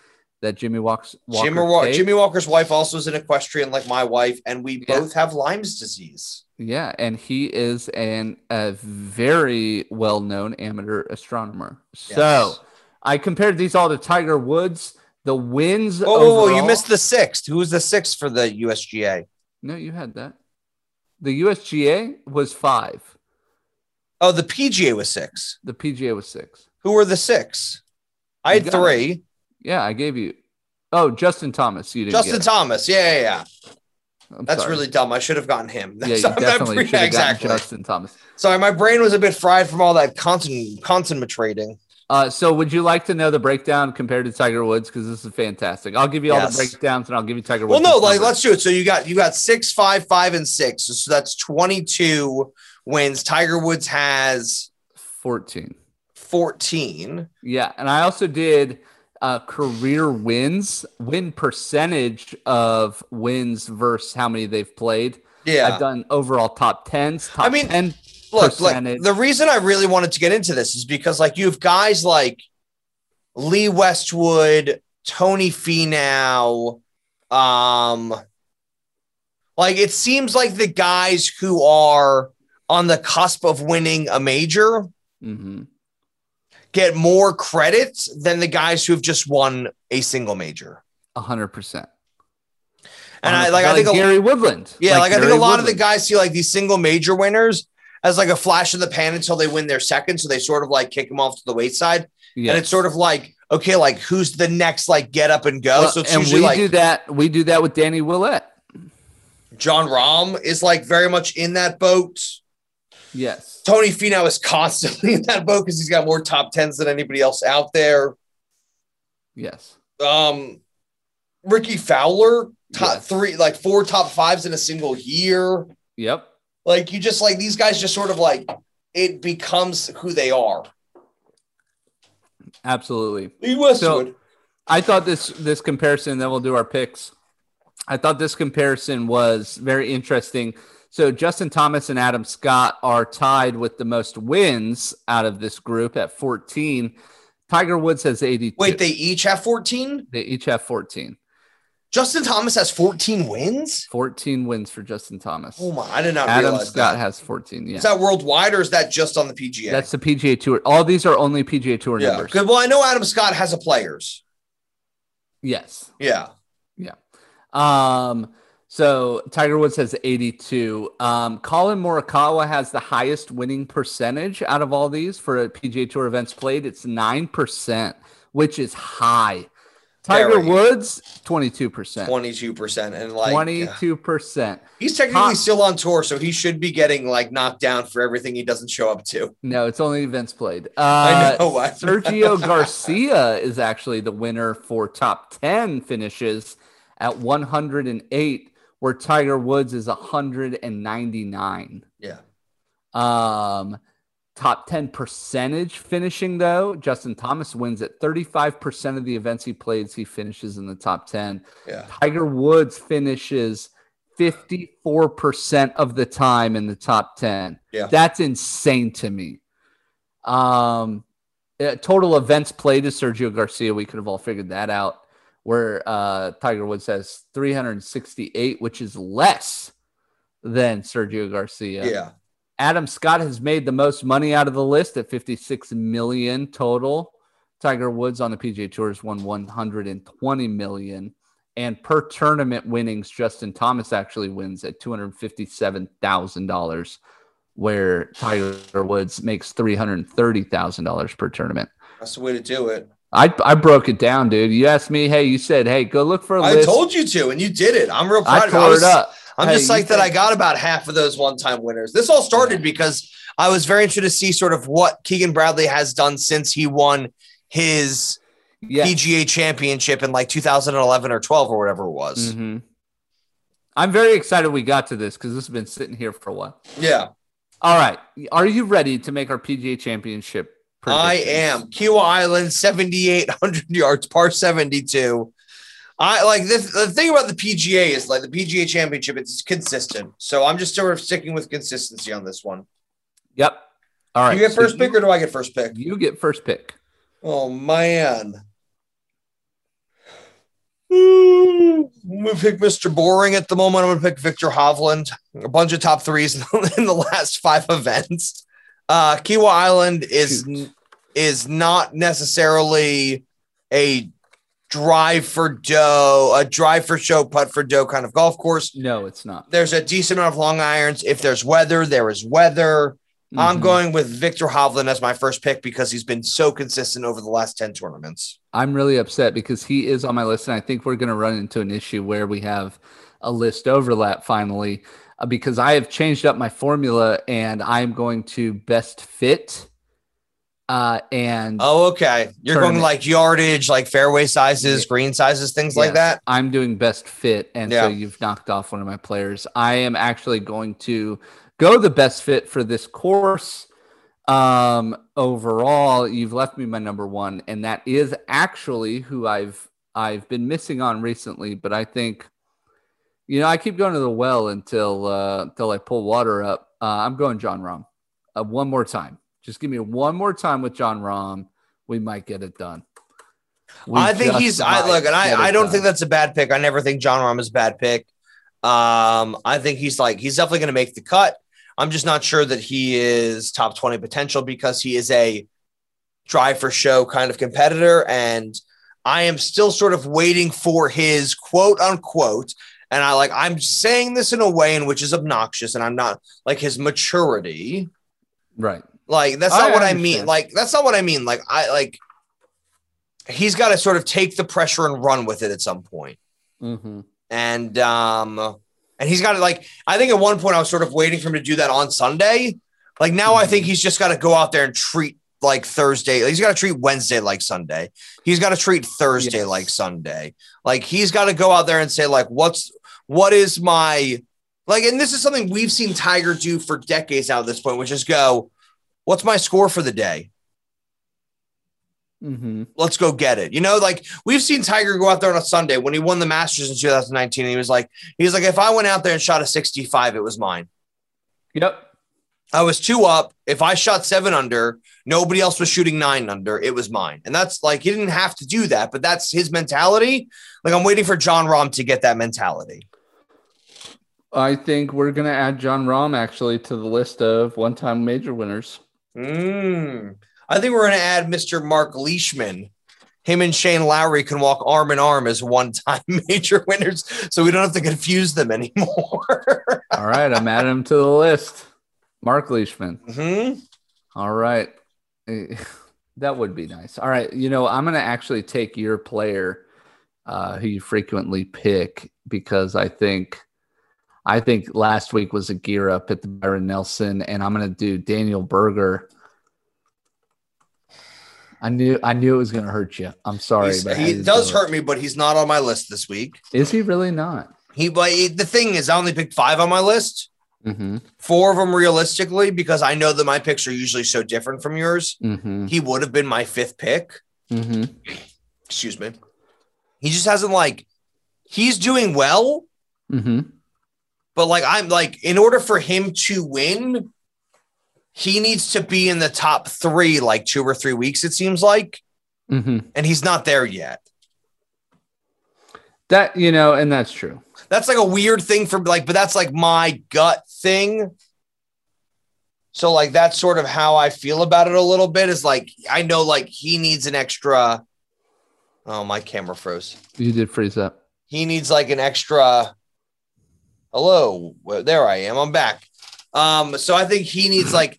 [SPEAKER 3] that Jimmy walks. Walker
[SPEAKER 2] Jimmy, Wa-
[SPEAKER 3] takes.
[SPEAKER 2] Jimmy Walker's wife also is an equestrian, like my wife, and we
[SPEAKER 3] Yeah.
[SPEAKER 2] both have Lyme's disease.
[SPEAKER 3] yeah, and he is an a very well known amateur astronomer. So
[SPEAKER 2] Yes.
[SPEAKER 3] I compared these all to Tiger Woods. The wins.
[SPEAKER 2] Whoa, whoa, whoa, you
[SPEAKER 3] overall-
[SPEAKER 2] missed the sixth. Who was the sixth for the USGA?
[SPEAKER 3] No, you had that. The USGA was five.
[SPEAKER 2] Oh, the PGA was six.
[SPEAKER 3] The PGA was six.
[SPEAKER 2] Who were the six? I
[SPEAKER 3] You
[SPEAKER 2] had
[SPEAKER 3] got it.
[SPEAKER 2] three.
[SPEAKER 3] Yeah, I gave you. Oh, Justin Thomas. You didn't.
[SPEAKER 2] Justin Thomas. Yeah, yeah, yeah.
[SPEAKER 3] Thomas.
[SPEAKER 2] That's really dumb. I should have gotten him.
[SPEAKER 3] Yeah, you
[SPEAKER 2] So I'm not
[SPEAKER 3] definitely
[SPEAKER 2] pre-
[SPEAKER 3] should have
[SPEAKER 2] exactly.
[SPEAKER 3] gotten Justin Thomas.
[SPEAKER 2] Sorry, my brain was a bit fried from all that consonant consonant trading.
[SPEAKER 3] Uh, so, would you like to know the breakdown compared to Tiger Woods? Because this is fantastic. I'll give you all
[SPEAKER 2] Yes.
[SPEAKER 3] the breakdowns, and I'll give you Tiger
[SPEAKER 2] Well,
[SPEAKER 3] Woods.
[SPEAKER 2] no, like let's do it. So you got you got six, five, five, and six. So that's twenty-two wins. Tiger Woods has
[SPEAKER 3] fourteen.
[SPEAKER 2] fourteen.
[SPEAKER 3] Yeah, and I also did uh, career wins, win percentage of wins versus how many they've played. I've
[SPEAKER 2] Yeah.
[SPEAKER 3] done overall top tens. Top
[SPEAKER 2] I mean,
[SPEAKER 3] 10.
[SPEAKER 2] Look, like
[SPEAKER 3] percentage.
[SPEAKER 2] the reason I really wanted to get into this is because like you have guys like Lee Westwood, Tony Finau, um, like it seems like the guys who are on the cusp of winning a major
[SPEAKER 3] hmm
[SPEAKER 2] get more credit than the guys who have just won a single major.
[SPEAKER 3] hundred percent.
[SPEAKER 2] And I like I think a,
[SPEAKER 3] Um, Gary Woodland.
[SPEAKER 2] yeah, like, I think a
[SPEAKER 3] Gary
[SPEAKER 2] lot of the
[SPEAKER 3] Woodland.
[SPEAKER 2] guys see like these single major winners as like a flash in the pan until they win their second, so they sort of like kick them off to the wayside. And it's
[SPEAKER 3] Yes.
[SPEAKER 2] sort of like, okay, like who's the next like get up and go?
[SPEAKER 3] Well,
[SPEAKER 2] Oh, so it's
[SPEAKER 3] Uh, and
[SPEAKER 2] usually
[SPEAKER 3] we
[SPEAKER 2] like
[SPEAKER 3] do that. We do that with Danny Willett.
[SPEAKER 2] John Rahm is like very much in that boat.
[SPEAKER 3] Yes.
[SPEAKER 2] Tony Finau is constantly in that boat because he's got more top tens than anybody else out there.
[SPEAKER 3] Yes.
[SPEAKER 2] Um, Ricky Fowler, top
[SPEAKER 3] Yes.
[SPEAKER 2] three, like four top fives in a single year.
[SPEAKER 3] Yep.
[SPEAKER 2] Like you just like these guys just sort of like it becomes who they are.
[SPEAKER 3] Absolutely.
[SPEAKER 2] Lee Westwood.
[SPEAKER 3] I thought this this comparison. Then we'll do our picks. I thought this comparison was very interesting. So Justin Thomas and Adam Scott are tied with the most wins out of this group at 14. Tiger Woods has 82.
[SPEAKER 2] Wait, they each have 14?
[SPEAKER 3] they each have 14.
[SPEAKER 2] Justin Thomas has 14 wins.
[SPEAKER 3] 14 wins for Justin Thomas.
[SPEAKER 2] Oh my! I did not
[SPEAKER 3] Adam
[SPEAKER 2] realize
[SPEAKER 3] Scott
[SPEAKER 2] that.
[SPEAKER 3] has 14. Yeah.
[SPEAKER 2] Is that worldwide or is that just on the PGA?
[SPEAKER 3] That's the PGA Tour. All these are only PGA Tour
[SPEAKER 2] yeah.
[SPEAKER 3] numbers.
[SPEAKER 2] Good. Well, I know Adam Scott has a players.
[SPEAKER 3] Yes.
[SPEAKER 2] Yeah.
[SPEAKER 3] Um, so Tiger Woods has 82. Um, Colin Morikawa has the highest winning percentage out of all these for a PGA Tour events played. It's 9%, which is high. Tiger
[SPEAKER 2] Very.
[SPEAKER 3] Woods, 22%.
[SPEAKER 2] 22% and like yeah.
[SPEAKER 3] 22%.
[SPEAKER 2] he's technically
[SPEAKER 3] Huh.
[SPEAKER 2] still on tour so he should be getting like knocked down for everything he doesn't show up to
[SPEAKER 3] No, it's only events played. Uh,
[SPEAKER 2] know, I-
[SPEAKER 3] Sergio Garcia is actually the winner for top 10 finishes at 108, where Tiger Woods is 199.
[SPEAKER 2] yeah
[SPEAKER 3] Um, top 10 percentage finishing, though, Justin Thomas wins at 35% of the events he plays, he finishes in the top 10.
[SPEAKER 2] yeah
[SPEAKER 3] Tiger Woods finishes 54% of the time in the top 10.
[SPEAKER 2] Yeah.
[SPEAKER 3] That's insane to me. Um, uh, total events played is Sergio Garcia. We could have all figured that out. Where uh, Tiger Woods has 368, which is less than Sergio Garcia.
[SPEAKER 2] yeah,
[SPEAKER 3] Adam Scott has made the most money out of the list at 56 million total. Tiger Woods on the PGA Tour has won 120 million. And per tournament winnings, Justin Thomas actually wins at $257,000, where Tiger Woods makes $330,000 per tournament.
[SPEAKER 2] that's the way to do it
[SPEAKER 3] I, I broke it down, dude. You asked me, hey, you said, hey, go look for a
[SPEAKER 2] i
[SPEAKER 3] list.
[SPEAKER 2] told you to and you did it i'm real proud
[SPEAKER 3] I
[SPEAKER 2] of you.
[SPEAKER 3] tore
[SPEAKER 2] was-
[SPEAKER 3] it up.
[SPEAKER 2] i'm
[SPEAKER 3] Hey,
[SPEAKER 2] just
[SPEAKER 3] you
[SPEAKER 2] like that
[SPEAKER 3] did.
[SPEAKER 2] i got about half of those one-time winners this all started because i was very interested to see sort of what keegan bradley has done since he won his
[SPEAKER 3] Yeah.
[SPEAKER 2] pga championship in like 2011 or 12 or whatever it was
[SPEAKER 3] Mhm. I'm very excited we got to this because this has been sitting here for a while.
[SPEAKER 2] yeah
[SPEAKER 3] All right. Are you ready to make our PGA championship?
[SPEAKER 2] I
[SPEAKER 3] predictions?
[SPEAKER 2] am Kiwa Island, seventy-eight hundred yards, par seventy-two. I like this. The thing about the PGA is like the PGA Championship; it's consistent. So I'm just sort of sticking with consistency on this one.
[SPEAKER 3] Yep. All right.
[SPEAKER 2] you get
[SPEAKER 3] so
[SPEAKER 2] first pick, or do I get first pick?
[SPEAKER 3] You get first pick.
[SPEAKER 2] Oh man, Ooh. I'm gonna pick Mr. Boring at the moment. I'm gonna pick Victor Hovland. A bunch of top threes in the last five events. Uh, Kiwa Island is
[SPEAKER 3] Shoot.
[SPEAKER 2] is not necessarily a drive for dough, a drive for show, putt for dough kind of golf course.
[SPEAKER 3] No, it's not.
[SPEAKER 2] There's a decent amount of long irons. If there's weather, there is weather. I'm
[SPEAKER 3] Mhm.
[SPEAKER 2] going with Victor Hovland as my first pick because he's been so consistent over the last 10 tournaments.
[SPEAKER 3] I'm really upset because he is on my list, and I think we're going to run into an issue where we have a list overlap finally, uh, because I have changed up my formula and I'm going to best fit. Uh, and
[SPEAKER 2] Oh, okay. You're going
[SPEAKER 3] Tournament.
[SPEAKER 2] like yardage, like fairway sizes,
[SPEAKER 3] Yeah.
[SPEAKER 2] green sizes, things like
[SPEAKER 3] Yes,
[SPEAKER 2] that.
[SPEAKER 3] I'm doing best fit, and
[SPEAKER 2] Yeah.
[SPEAKER 3] so you've knocked off one of my players. I am actually going to go the best fit for this course. Um, overall, you've left me my number one, and that is actually who I've I've been missing on recently. But I think, you know, I keep going to the well until uh, until I pull water up. Uh, I'm going John Rom uh, one more time. Just give me one more time with John Rom. We might get it done. We
[SPEAKER 2] I think
[SPEAKER 3] just
[SPEAKER 2] he's I
[SPEAKER 3] might
[SPEAKER 2] look and
[SPEAKER 3] get
[SPEAKER 2] I, I
[SPEAKER 3] it
[SPEAKER 2] don't
[SPEAKER 3] done.
[SPEAKER 2] think that's a bad pick. I never think John Rahm is a bad pick. Um, I think he's like he's definitely gonna make the cut. I'm just not sure that he is top 20 potential because he is a try for show kind of competitor. And I am still sort of waiting for his quote unquote. And I like I'm saying this in a way in which is obnoxious, and I'm not like his maturity.
[SPEAKER 3] right.
[SPEAKER 2] Like that's
[SPEAKER 3] I
[SPEAKER 2] not what I
[SPEAKER 3] understand.
[SPEAKER 2] mean. Like that's not what I mean. Like I like he's got to sort of take the pressure and run with it at some point.
[SPEAKER 3] Mm-hmm.
[SPEAKER 2] And um and he's got to like I think at one point I was sort of waiting for him to do that on Sunday. Like now I think he's just got to go out there and treat like Thursday. He's got to treat Wednesday like Sunday. He's got to treat Thursday
[SPEAKER 3] Yes.
[SPEAKER 2] like Sunday. Like he's got to go out there and say like what's what is my like and this is something we've seen Tiger do for decades now at this point which is go what's my score for the day?
[SPEAKER 3] Mm-hmm.
[SPEAKER 2] let's go get it. You know, like we've seen Tiger go out there on a Sunday when he won the Masters in 2019. And he was like, he's like, if I went out there and shot a 65, it was mine.
[SPEAKER 3] Yep.
[SPEAKER 2] I was two up. If I shot seven under, nobody else was shooting nine under. It was mine. And that's like, he didn't have to do that, but that's his mentality. Like, I'm waiting for John Rom to get that mentality.
[SPEAKER 3] I think we're gonna add John Rom actually to the list of one-time major winners.
[SPEAKER 2] Mm. I think we're going to add Mr. Mark Leishman. Him and Shane Lowry can walk arm in arm as one time major winners, so we don't have to confuse them anymore.
[SPEAKER 3] All right, I'm adding him to the list. Mark Leishman.
[SPEAKER 2] hmm
[SPEAKER 3] All right. Eh, That would be nice. All right. You know, I'm going to actually take your player uh, who you frequently pick because I think I think last week was a gear up at the Byron Nelson and I'm going to do Daniel Berger. I knew I knew it was going to hurt you. I'm sorry.
[SPEAKER 2] He's-
[SPEAKER 3] but I had
[SPEAKER 2] he
[SPEAKER 3] to
[SPEAKER 2] does
[SPEAKER 3] do it.
[SPEAKER 2] hurt me, but he's not on my list this week.
[SPEAKER 3] Is he really not?
[SPEAKER 2] He, but he- the thing is, I only picked five on my list.
[SPEAKER 3] Mhm.
[SPEAKER 2] Four of them realistically, because I know that my picks are usually so different from yours.
[SPEAKER 3] Mhm.
[SPEAKER 2] He would have been my fifth pick.
[SPEAKER 3] Mhm.
[SPEAKER 2] Excuse me. He just hasn't like. He's doing well,
[SPEAKER 3] Mhm.
[SPEAKER 2] But like I'm like, in order for him to win, he needs to be in the top three, like two or three weeks, it seems like.
[SPEAKER 3] Mhm.
[SPEAKER 2] And he's not there yet.
[SPEAKER 3] That, you know, and that's true.
[SPEAKER 2] That's like a weird thing for like, but that's like my gut thing. So like that's sort of how I feel about it a little bit. Is like I know like he needs an extra. Oh, my camera froze.
[SPEAKER 3] You did freeze up.
[SPEAKER 2] he needs like an extra hello well, there i am i'm back um so i think he needs like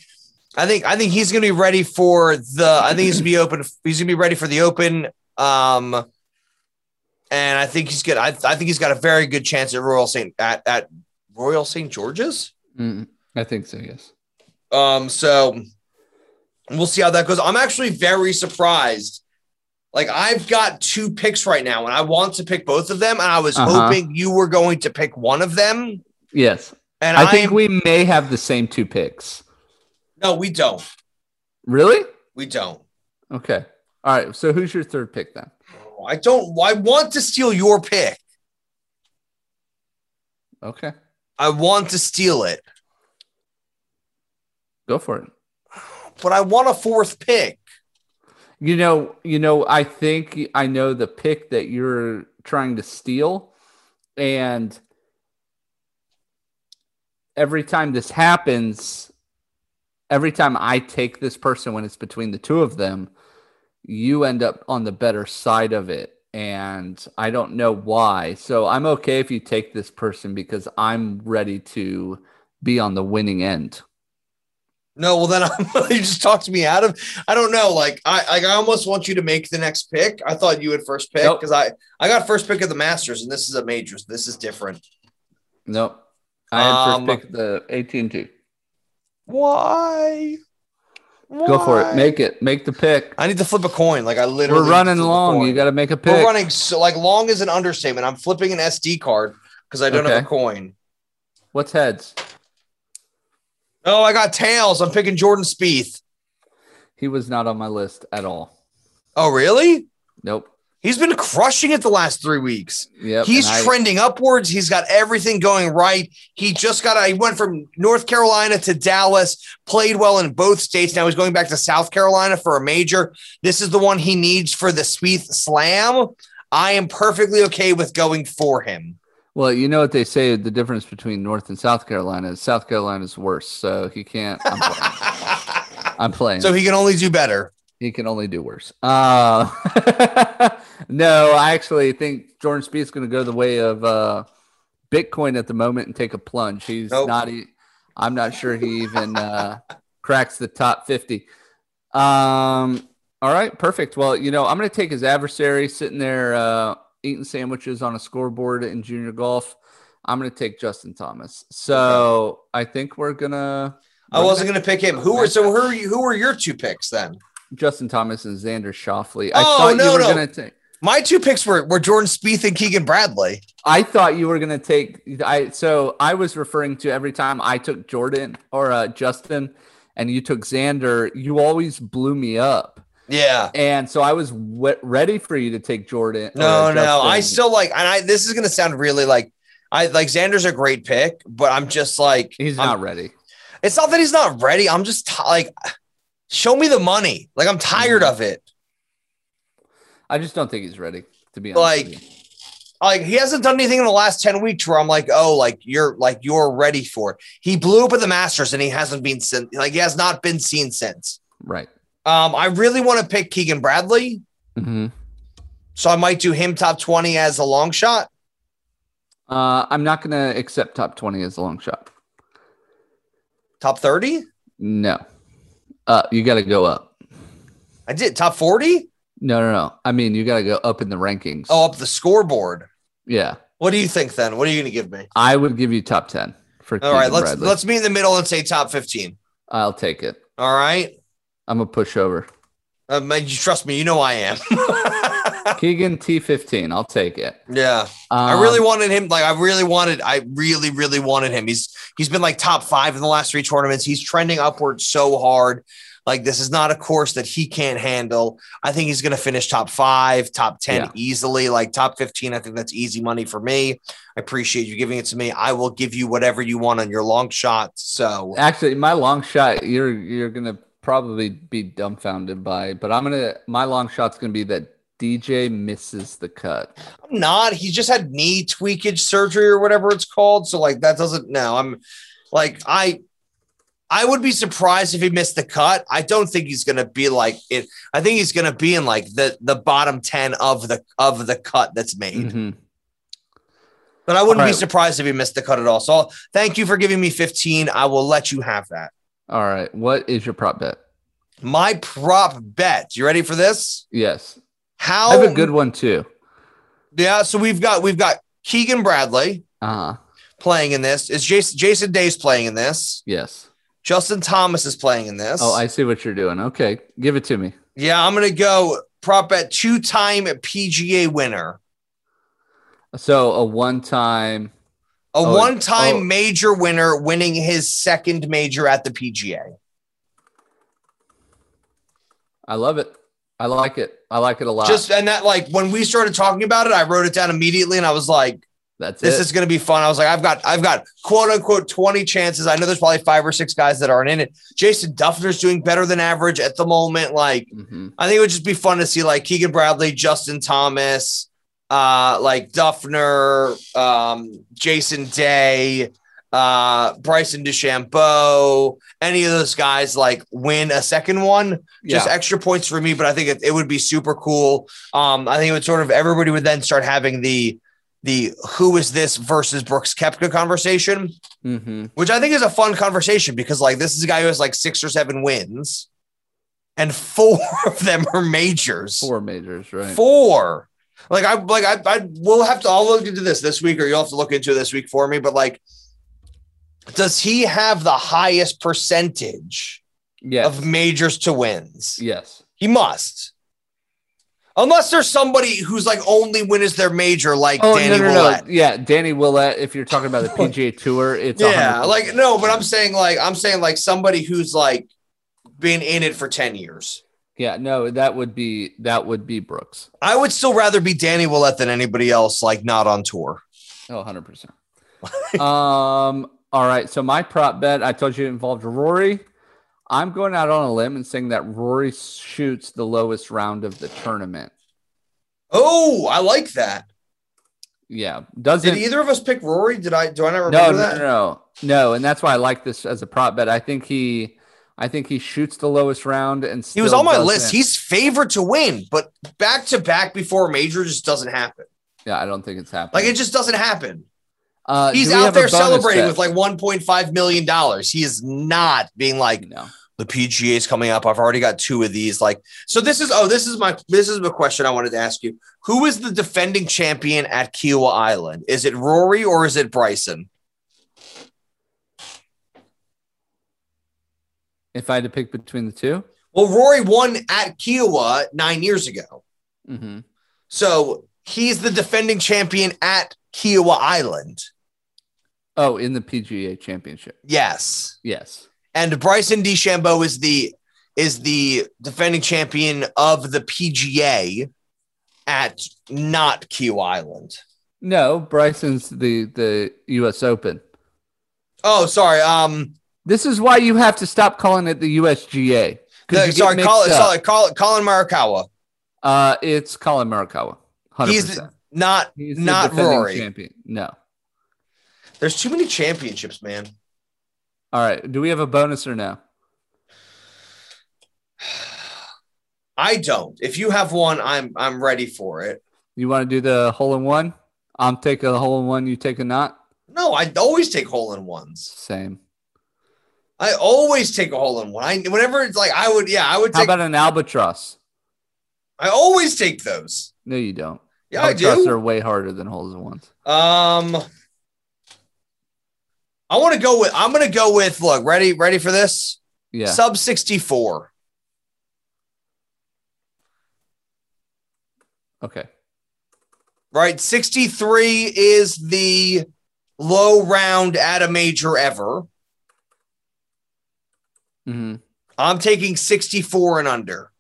[SPEAKER 2] i think i think he's gonna be ready for the i think he's gonna be open he's gonna be ready for the open um and i think he's good i, I think he's got a very good chance at royal saint at, at royal saint george's
[SPEAKER 3] Mm, I think so, yes.
[SPEAKER 2] um, so we'll see how that goes. I'm actually very surprised. Like I've got two picks right now, and I want to pick both of them. And I was
[SPEAKER 3] Uh-huh.
[SPEAKER 2] hoping you were going to pick one of them.
[SPEAKER 3] Yes.
[SPEAKER 2] And
[SPEAKER 3] I think
[SPEAKER 2] am-
[SPEAKER 3] we may have the same two picks.
[SPEAKER 2] no, we don't.
[SPEAKER 3] Really?
[SPEAKER 2] We don't.
[SPEAKER 3] Okay. All right. So who's your third pick then?
[SPEAKER 2] I don't. I want to steal your pick.
[SPEAKER 3] Okay.
[SPEAKER 2] I want to steal it,
[SPEAKER 3] Go for it.
[SPEAKER 2] but I want a fourth pick.
[SPEAKER 3] You know, you know, I think I know the pick that you're trying to steal. And every time this happens, every time I take this person when it's between the two of them, you end up on the better side of it. And I don't know why. So I'm okay if you take this person because I'm ready to be on the winning end.
[SPEAKER 2] No, well then I'm, you just talked me out of. I don't know. Like I, like I almost want you to make the next pick. I thought you had first pick
[SPEAKER 3] Nope.
[SPEAKER 2] because I, I got first pick of the Masters, and this is a major. so This is different.
[SPEAKER 3] Nope. I had
[SPEAKER 2] Um,
[SPEAKER 3] first pick the 18 2.
[SPEAKER 2] Why?
[SPEAKER 3] Go for
[SPEAKER 2] Why?
[SPEAKER 3] it. Make it. Make the pick.
[SPEAKER 2] I need to flip a coin. Like I literally.
[SPEAKER 3] We're running
[SPEAKER 2] flip a
[SPEAKER 3] long.
[SPEAKER 2] coin.
[SPEAKER 3] You got to make a pick.
[SPEAKER 2] We're running so like long is an understatement. I'm flipping an SD card because I don't have
[SPEAKER 3] Okay.
[SPEAKER 2] a coin.
[SPEAKER 3] What's heads?
[SPEAKER 2] Oh, I got tails. I'm picking Jordan Spieth.
[SPEAKER 3] He was not on my list at all.
[SPEAKER 2] Oh, really?
[SPEAKER 3] Nope.
[SPEAKER 2] He's been crushing it the last three weeks.
[SPEAKER 3] Yep.
[SPEAKER 2] He's
[SPEAKER 3] and I-
[SPEAKER 2] trending upwards. He's got everything going right. He just got. He went from North Carolina to Dallas. Played well in both states. Now he's going back to South Carolina for a major. This is the one he needs for the Sweet Slam. I am perfectly okay with going for him.
[SPEAKER 3] Well, you know what they say the difference between North and South Carolina is South Carolina's worse. So he can't. I'm playing. I'm playing.
[SPEAKER 2] so he can only do better.
[SPEAKER 3] he can only do worse. Uh, no, I actually think Jordan Spieth's going to go the way of uh, Bitcoin at the moment and take a plunge. He's
[SPEAKER 2] Nope.
[SPEAKER 3] not. E- I'm not sure he even uh, cracks the top fifty. Um, all right, perfect. Well, you know, I'm going to take his adversary sitting there uh, eating sandwiches on a scoreboard in junior golf. I'm going to take Justin Thomas. So I think we're gonna.
[SPEAKER 2] I wasn't going to pick him. Who were so? Who are you? Who were your two picks then?
[SPEAKER 3] Justin Thomas and Xander Shoffley. I
[SPEAKER 2] Oh,
[SPEAKER 3] thought
[SPEAKER 2] no,
[SPEAKER 3] you were
[SPEAKER 2] no.
[SPEAKER 3] going to take.
[SPEAKER 2] My two picks were were Jordan Spieth and Keegan Bradley.
[SPEAKER 3] I thought you were gonna take I so I was referring to every time I took Jordan or uh, Justin and you took Xander, you always blew me up.
[SPEAKER 2] Yeah.
[SPEAKER 3] And so I was w- ready for you to take Jordan. or uh,
[SPEAKER 2] No, no. I
[SPEAKER 3] Oh, Justin.
[SPEAKER 2] still like, and I this is gonna sound really like I like Xander's a great pick, but I'm just like
[SPEAKER 3] he's
[SPEAKER 2] I'm-
[SPEAKER 3] not ready.
[SPEAKER 2] It's not that he's not ready. I'm just ti- like, show me the money. Like I'm tired
[SPEAKER 3] Mm-hmm.
[SPEAKER 2] of it.
[SPEAKER 3] I just don't think he's ready to be honest. with
[SPEAKER 2] Like-
[SPEAKER 3] you.
[SPEAKER 2] Like he hasn't done anything in the last ten weeks where I'm like, oh, like you're like you're ready for it. He blew up at the Masters and he hasn't been sent. Like he has not been seen since.
[SPEAKER 3] right.
[SPEAKER 2] Um, I really want to pick Keegan Bradley,
[SPEAKER 3] Mm-hmm.
[SPEAKER 2] so I might do him top twenty as a long shot.
[SPEAKER 3] Uh, I'm not going to accept top 20 as a long shot.
[SPEAKER 2] Top thirty?
[SPEAKER 3] No. Uh, you got to go up.
[SPEAKER 2] I did top forty.
[SPEAKER 3] No, no, no. I mean, you got to go up in the rankings.
[SPEAKER 2] Oh, up the scoreboard.
[SPEAKER 3] yeah.
[SPEAKER 2] What do you think then? What are you going to give me?
[SPEAKER 3] I would give you top 10 for
[SPEAKER 2] All right,
[SPEAKER 3] Keegan
[SPEAKER 2] let's
[SPEAKER 3] Bradley.
[SPEAKER 2] let's meet in the middle and say top fifteen.
[SPEAKER 3] I'll take it.
[SPEAKER 2] All right,
[SPEAKER 3] I'm a pushover.
[SPEAKER 2] uh, man, you trust me. You know I am.
[SPEAKER 3] Keegan T15. I'll take it.
[SPEAKER 2] yeah, I
[SPEAKER 3] Um,
[SPEAKER 2] really wanted him. Like I really wanted. I really really wanted him. He's he's been like top five in the last three tournaments. He's trending upward so hard. Like this is not a course that he can't handle. I think he's going to finish top five, top ten
[SPEAKER 3] Yeah.
[SPEAKER 2] easily. Like top fifteen. I think that's easy money for me. I appreciate you giving it to me. I will give you whatever you want on your long shot. So
[SPEAKER 3] Actually, my long shot, you're you're gonna probably be dumbfounded by, but I'm gonna my long shot's gonna be that DJ misses the cut.
[SPEAKER 2] I'm not. He just had knee tweakage surgery or whatever it's called. So like that doesn't. No, I'm like I. I would be surprised if he missed the cut. I don't think he's going to be like it. I think he's going to be in like the the bottom ten of the of the cut that's made.
[SPEAKER 3] Mhm.
[SPEAKER 2] But I wouldn't
[SPEAKER 3] All
[SPEAKER 2] be
[SPEAKER 3] right.
[SPEAKER 2] surprised if he missed the cut at all. So thank you for giving me fifteen. I will let you have that.
[SPEAKER 3] All right, what is your prop bet?
[SPEAKER 2] My prop bet. You ready for this?
[SPEAKER 3] Yes,
[SPEAKER 2] How
[SPEAKER 3] I have a good one too.
[SPEAKER 2] Yeah. So we've got we've got Keegan Bradley
[SPEAKER 3] Uh huh.
[SPEAKER 2] playing in this. Is Jason Jason Day's playing in this?
[SPEAKER 3] Yes.
[SPEAKER 2] Justin Thomas is playing in this.
[SPEAKER 3] Oh, I see what you're doing. Okay, give it to me.
[SPEAKER 2] yeah, I'm gonna go prop at two time PGA winner,
[SPEAKER 3] So a one time.
[SPEAKER 2] a
[SPEAKER 3] Oh,
[SPEAKER 2] one time
[SPEAKER 3] oh.
[SPEAKER 2] major winner, winning his second major at the PGA.
[SPEAKER 3] I love it. I like it. I like it a lot.
[SPEAKER 2] Just and that, like when we started talking about it, I wrote it down immediately, and I was like,
[SPEAKER 3] that's
[SPEAKER 2] "This
[SPEAKER 3] it.
[SPEAKER 2] is gonna be fun." I was like, "I've got, I've got quote unquote twenty chances." I know there's probably five or six guys that aren't in it. Jason Duffner's doing better than average at the moment. Like
[SPEAKER 3] Mhm.
[SPEAKER 2] I think it would just be fun to see like Keegan Bradley, Justin Thomas, uh, like Duffner, um, Jason Day, uh, Bryson DeChambeau, any of those guys like win a second one. Just
[SPEAKER 3] yeah.
[SPEAKER 2] extra points for me, but I think it, it would be super cool. Um, I think it would sort of everybody would then start having the the who is this versus Brooks Kepka conversation,
[SPEAKER 3] hmm
[SPEAKER 2] which I think is a fun conversation because like this is a guy who has like six or seven wins, and four of them are majors.
[SPEAKER 3] Four majors, right?
[SPEAKER 2] Four. Like I like I I will have to I'll look into this this week, or you'll have to look into it this week for me. But like, does he have the highest percentage
[SPEAKER 3] Yes.
[SPEAKER 2] of majors to wins?
[SPEAKER 3] yes.
[SPEAKER 2] He must. Unless there's somebody who's like only win is their major, like
[SPEAKER 3] Oh
[SPEAKER 2] Danny
[SPEAKER 3] no, no, no.
[SPEAKER 2] Willett.
[SPEAKER 3] Yeah, Danny Willett. If you're talking about the PGA Tour, it's
[SPEAKER 2] Yeah,
[SPEAKER 3] 100%.
[SPEAKER 2] like no, but I'm saying like I'm saying like somebody who's like been in it for 10 years.
[SPEAKER 3] Yeah, no, that would be that would be Brooks.
[SPEAKER 2] I would still rather be Danny Willett than anybody else, like not on tour.
[SPEAKER 3] Oh, 100 percent. Um, all right. So my prop bet, I told you it involved Rory. I'm going out on a limb and saying that Rory shoots the lowest round of the tournament.
[SPEAKER 2] Oh, I like that.
[SPEAKER 3] Yeah,
[SPEAKER 2] Did
[SPEAKER 3] doesn't
[SPEAKER 2] either of us pick Rory? Did I do I not
[SPEAKER 3] no,
[SPEAKER 2] remember
[SPEAKER 3] no,
[SPEAKER 2] that?
[SPEAKER 3] no, no, no, and that's why I like this as a prop bet. I think he, I think he shoots the lowest round, and
[SPEAKER 2] He was
[SPEAKER 3] still
[SPEAKER 2] on my
[SPEAKER 3] doesn't-
[SPEAKER 2] list. He's favored to win, but back to back before a major just doesn't happen.
[SPEAKER 3] yeah, I don't think it's happening.
[SPEAKER 2] Like it just doesn't happen.
[SPEAKER 3] uh,
[SPEAKER 2] He's
[SPEAKER 3] do we
[SPEAKER 2] out
[SPEAKER 3] have a
[SPEAKER 2] there
[SPEAKER 3] bonus
[SPEAKER 2] celebrating
[SPEAKER 3] bet?
[SPEAKER 2] with like 1.5 million dollars. He is not being like
[SPEAKER 3] no.
[SPEAKER 2] the PGA is coming up. I've already got two of these. Like, so this is oh, this is my this is the question I wanted to ask you. Who is the defending champion at Kiowa Island? Is it Rory or is it Bryson?
[SPEAKER 3] If I had to pick between the 2
[SPEAKER 2] Well, Rory won at Kiowa nine years ago,
[SPEAKER 3] Mm-hmm.
[SPEAKER 2] so he's the defending champion at Kiowa Island.
[SPEAKER 3] Oh, in the PGA Championship.
[SPEAKER 2] Yes,
[SPEAKER 3] Yes.
[SPEAKER 2] and Bryson DeChambeau is the is the defending champion of the PGA at not Kiowa Island.
[SPEAKER 3] No, Bryson's the the U.S. Open.
[SPEAKER 2] Oh, sorry. Um,
[SPEAKER 3] This is why you have to stop calling it the USGA. 'cause you
[SPEAKER 2] The,
[SPEAKER 3] get
[SPEAKER 2] sorry,
[SPEAKER 3] mixed
[SPEAKER 2] call,
[SPEAKER 3] up.
[SPEAKER 2] sorry, call Colin Marikawa,
[SPEAKER 3] Uh, it's Colin Murakawa. 100%.
[SPEAKER 2] He's the- not
[SPEAKER 3] He's
[SPEAKER 2] not
[SPEAKER 3] defending
[SPEAKER 2] Rory.
[SPEAKER 3] Champion. No.
[SPEAKER 2] There's too many championships, man.
[SPEAKER 3] All right. Do we have a bonus or no?
[SPEAKER 2] I don't. If you have one, I'm I'm ready for it.
[SPEAKER 3] You want to do the hole in one? I'm taking a hole in one. You take a knot.
[SPEAKER 2] No, I always take hole in ones.
[SPEAKER 3] Same.
[SPEAKER 2] I always take a hole in one. I whenever it's like I would, yeah, I would
[SPEAKER 3] How
[SPEAKER 2] take.
[SPEAKER 3] about an albatross?
[SPEAKER 2] I always take those.
[SPEAKER 3] No, you don't.
[SPEAKER 2] Yeah, I
[SPEAKER 3] Albatross
[SPEAKER 2] do.
[SPEAKER 3] are way harder than holes in ones.
[SPEAKER 2] Um, I want to go with. I'm going to go with. Look, ready, ready for this?
[SPEAKER 3] Yeah.
[SPEAKER 2] Sub 64.
[SPEAKER 3] okay.
[SPEAKER 2] Right, 63 is the low round at a major ever.
[SPEAKER 3] hmm
[SPEAKER 2] I'm taking 64 and under.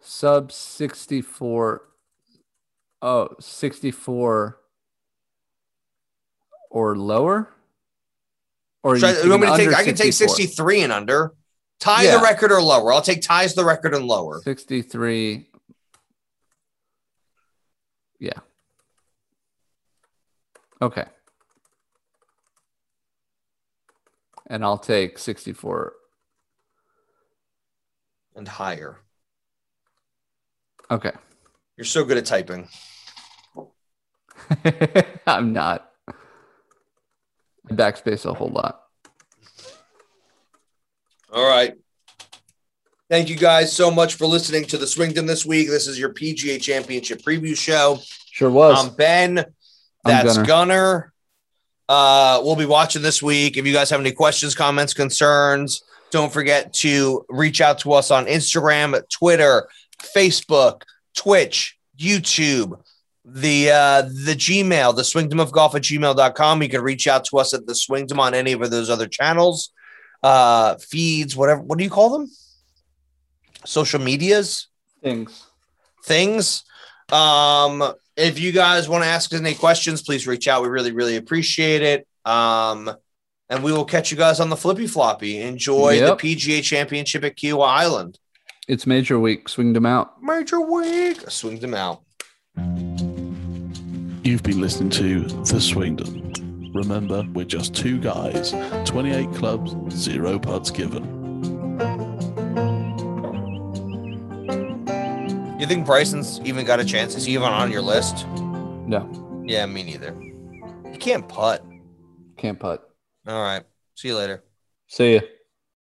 [SPEAKER 3] Sub 64. Oh, 64 or lower? Or
[SPEAKER 2] Should I, you want me to
[SPEAKER 3] taking
[SPEAKER 2] take? I can
[SPEAKER 3] under
[SPEAKER 2] take
[SPEAKER 3] 64?
[SPEAKER 2] 63 and under. Tie
[SPEAKER 3] Yeah.
[SPEAKER 2] the record or lower. I'll take ties the record and lower.
[SPEAKER 3] 63. Yeah. Okay. And I'll take 64.
[SPEAKER 2] and higher.
[SPEAKER 3] Okay.
[SPEAKER 2] You're so good at typing.
[SPEAKER 3] I'm not. I backspace a whole lot.
[SPEAKER 2] All right. Thank you guys so much for listening to the Swingdom this week. This is your PGA Championship preview show.
[SPEAKER 3] Sure was.
[SPEAKER 2] I'm Ben. That's
[SPEAKER 3] Gunnar.
[SPEAKER 2] Gunner. Uh, we'll be watching this week. If you guys have any questions, comments, concerns, don't forget to reach out to us on Instagram, Twitter, Facebook, Twitch, YouTube, the uh, the Gmail, the swingdom of golf at gmail.com. You can reach out to us at the swingdom on any of those other channels, uh, feeds, whatever. What do you call them? Social medias?
[SPEAKER 3] Thanks.
[SPEAKER 2] things. Um, if you guys want to ask us any questions, please reach out. We really, really appreciate it. Um, and we will catch you guys on the flippy floppy. Enjoy
[SPEAKER 3] Yep.
[SPEAKER 2] the PGA Championship at Kiowa Island.
[SPEAKER 3] It's major week. Swinged them out.
[SPEAKER 2] Major Wig swings them out.
[SPEAKER 1] You've been listening to The Swingdom. Remember, we're just two guys, 28 clubs, zero putts given.
[SPEAKER 2] You think Bryson's even got a chance? Is he even on your list?
[SPEAKER 3] No,
[SPEAKER 2] Yeah, me neither. He can't putt.
[SPEAKER 3] can't putt.
[SPEAKER 2] All right. See you later.
[SPEAKER 3] See ya.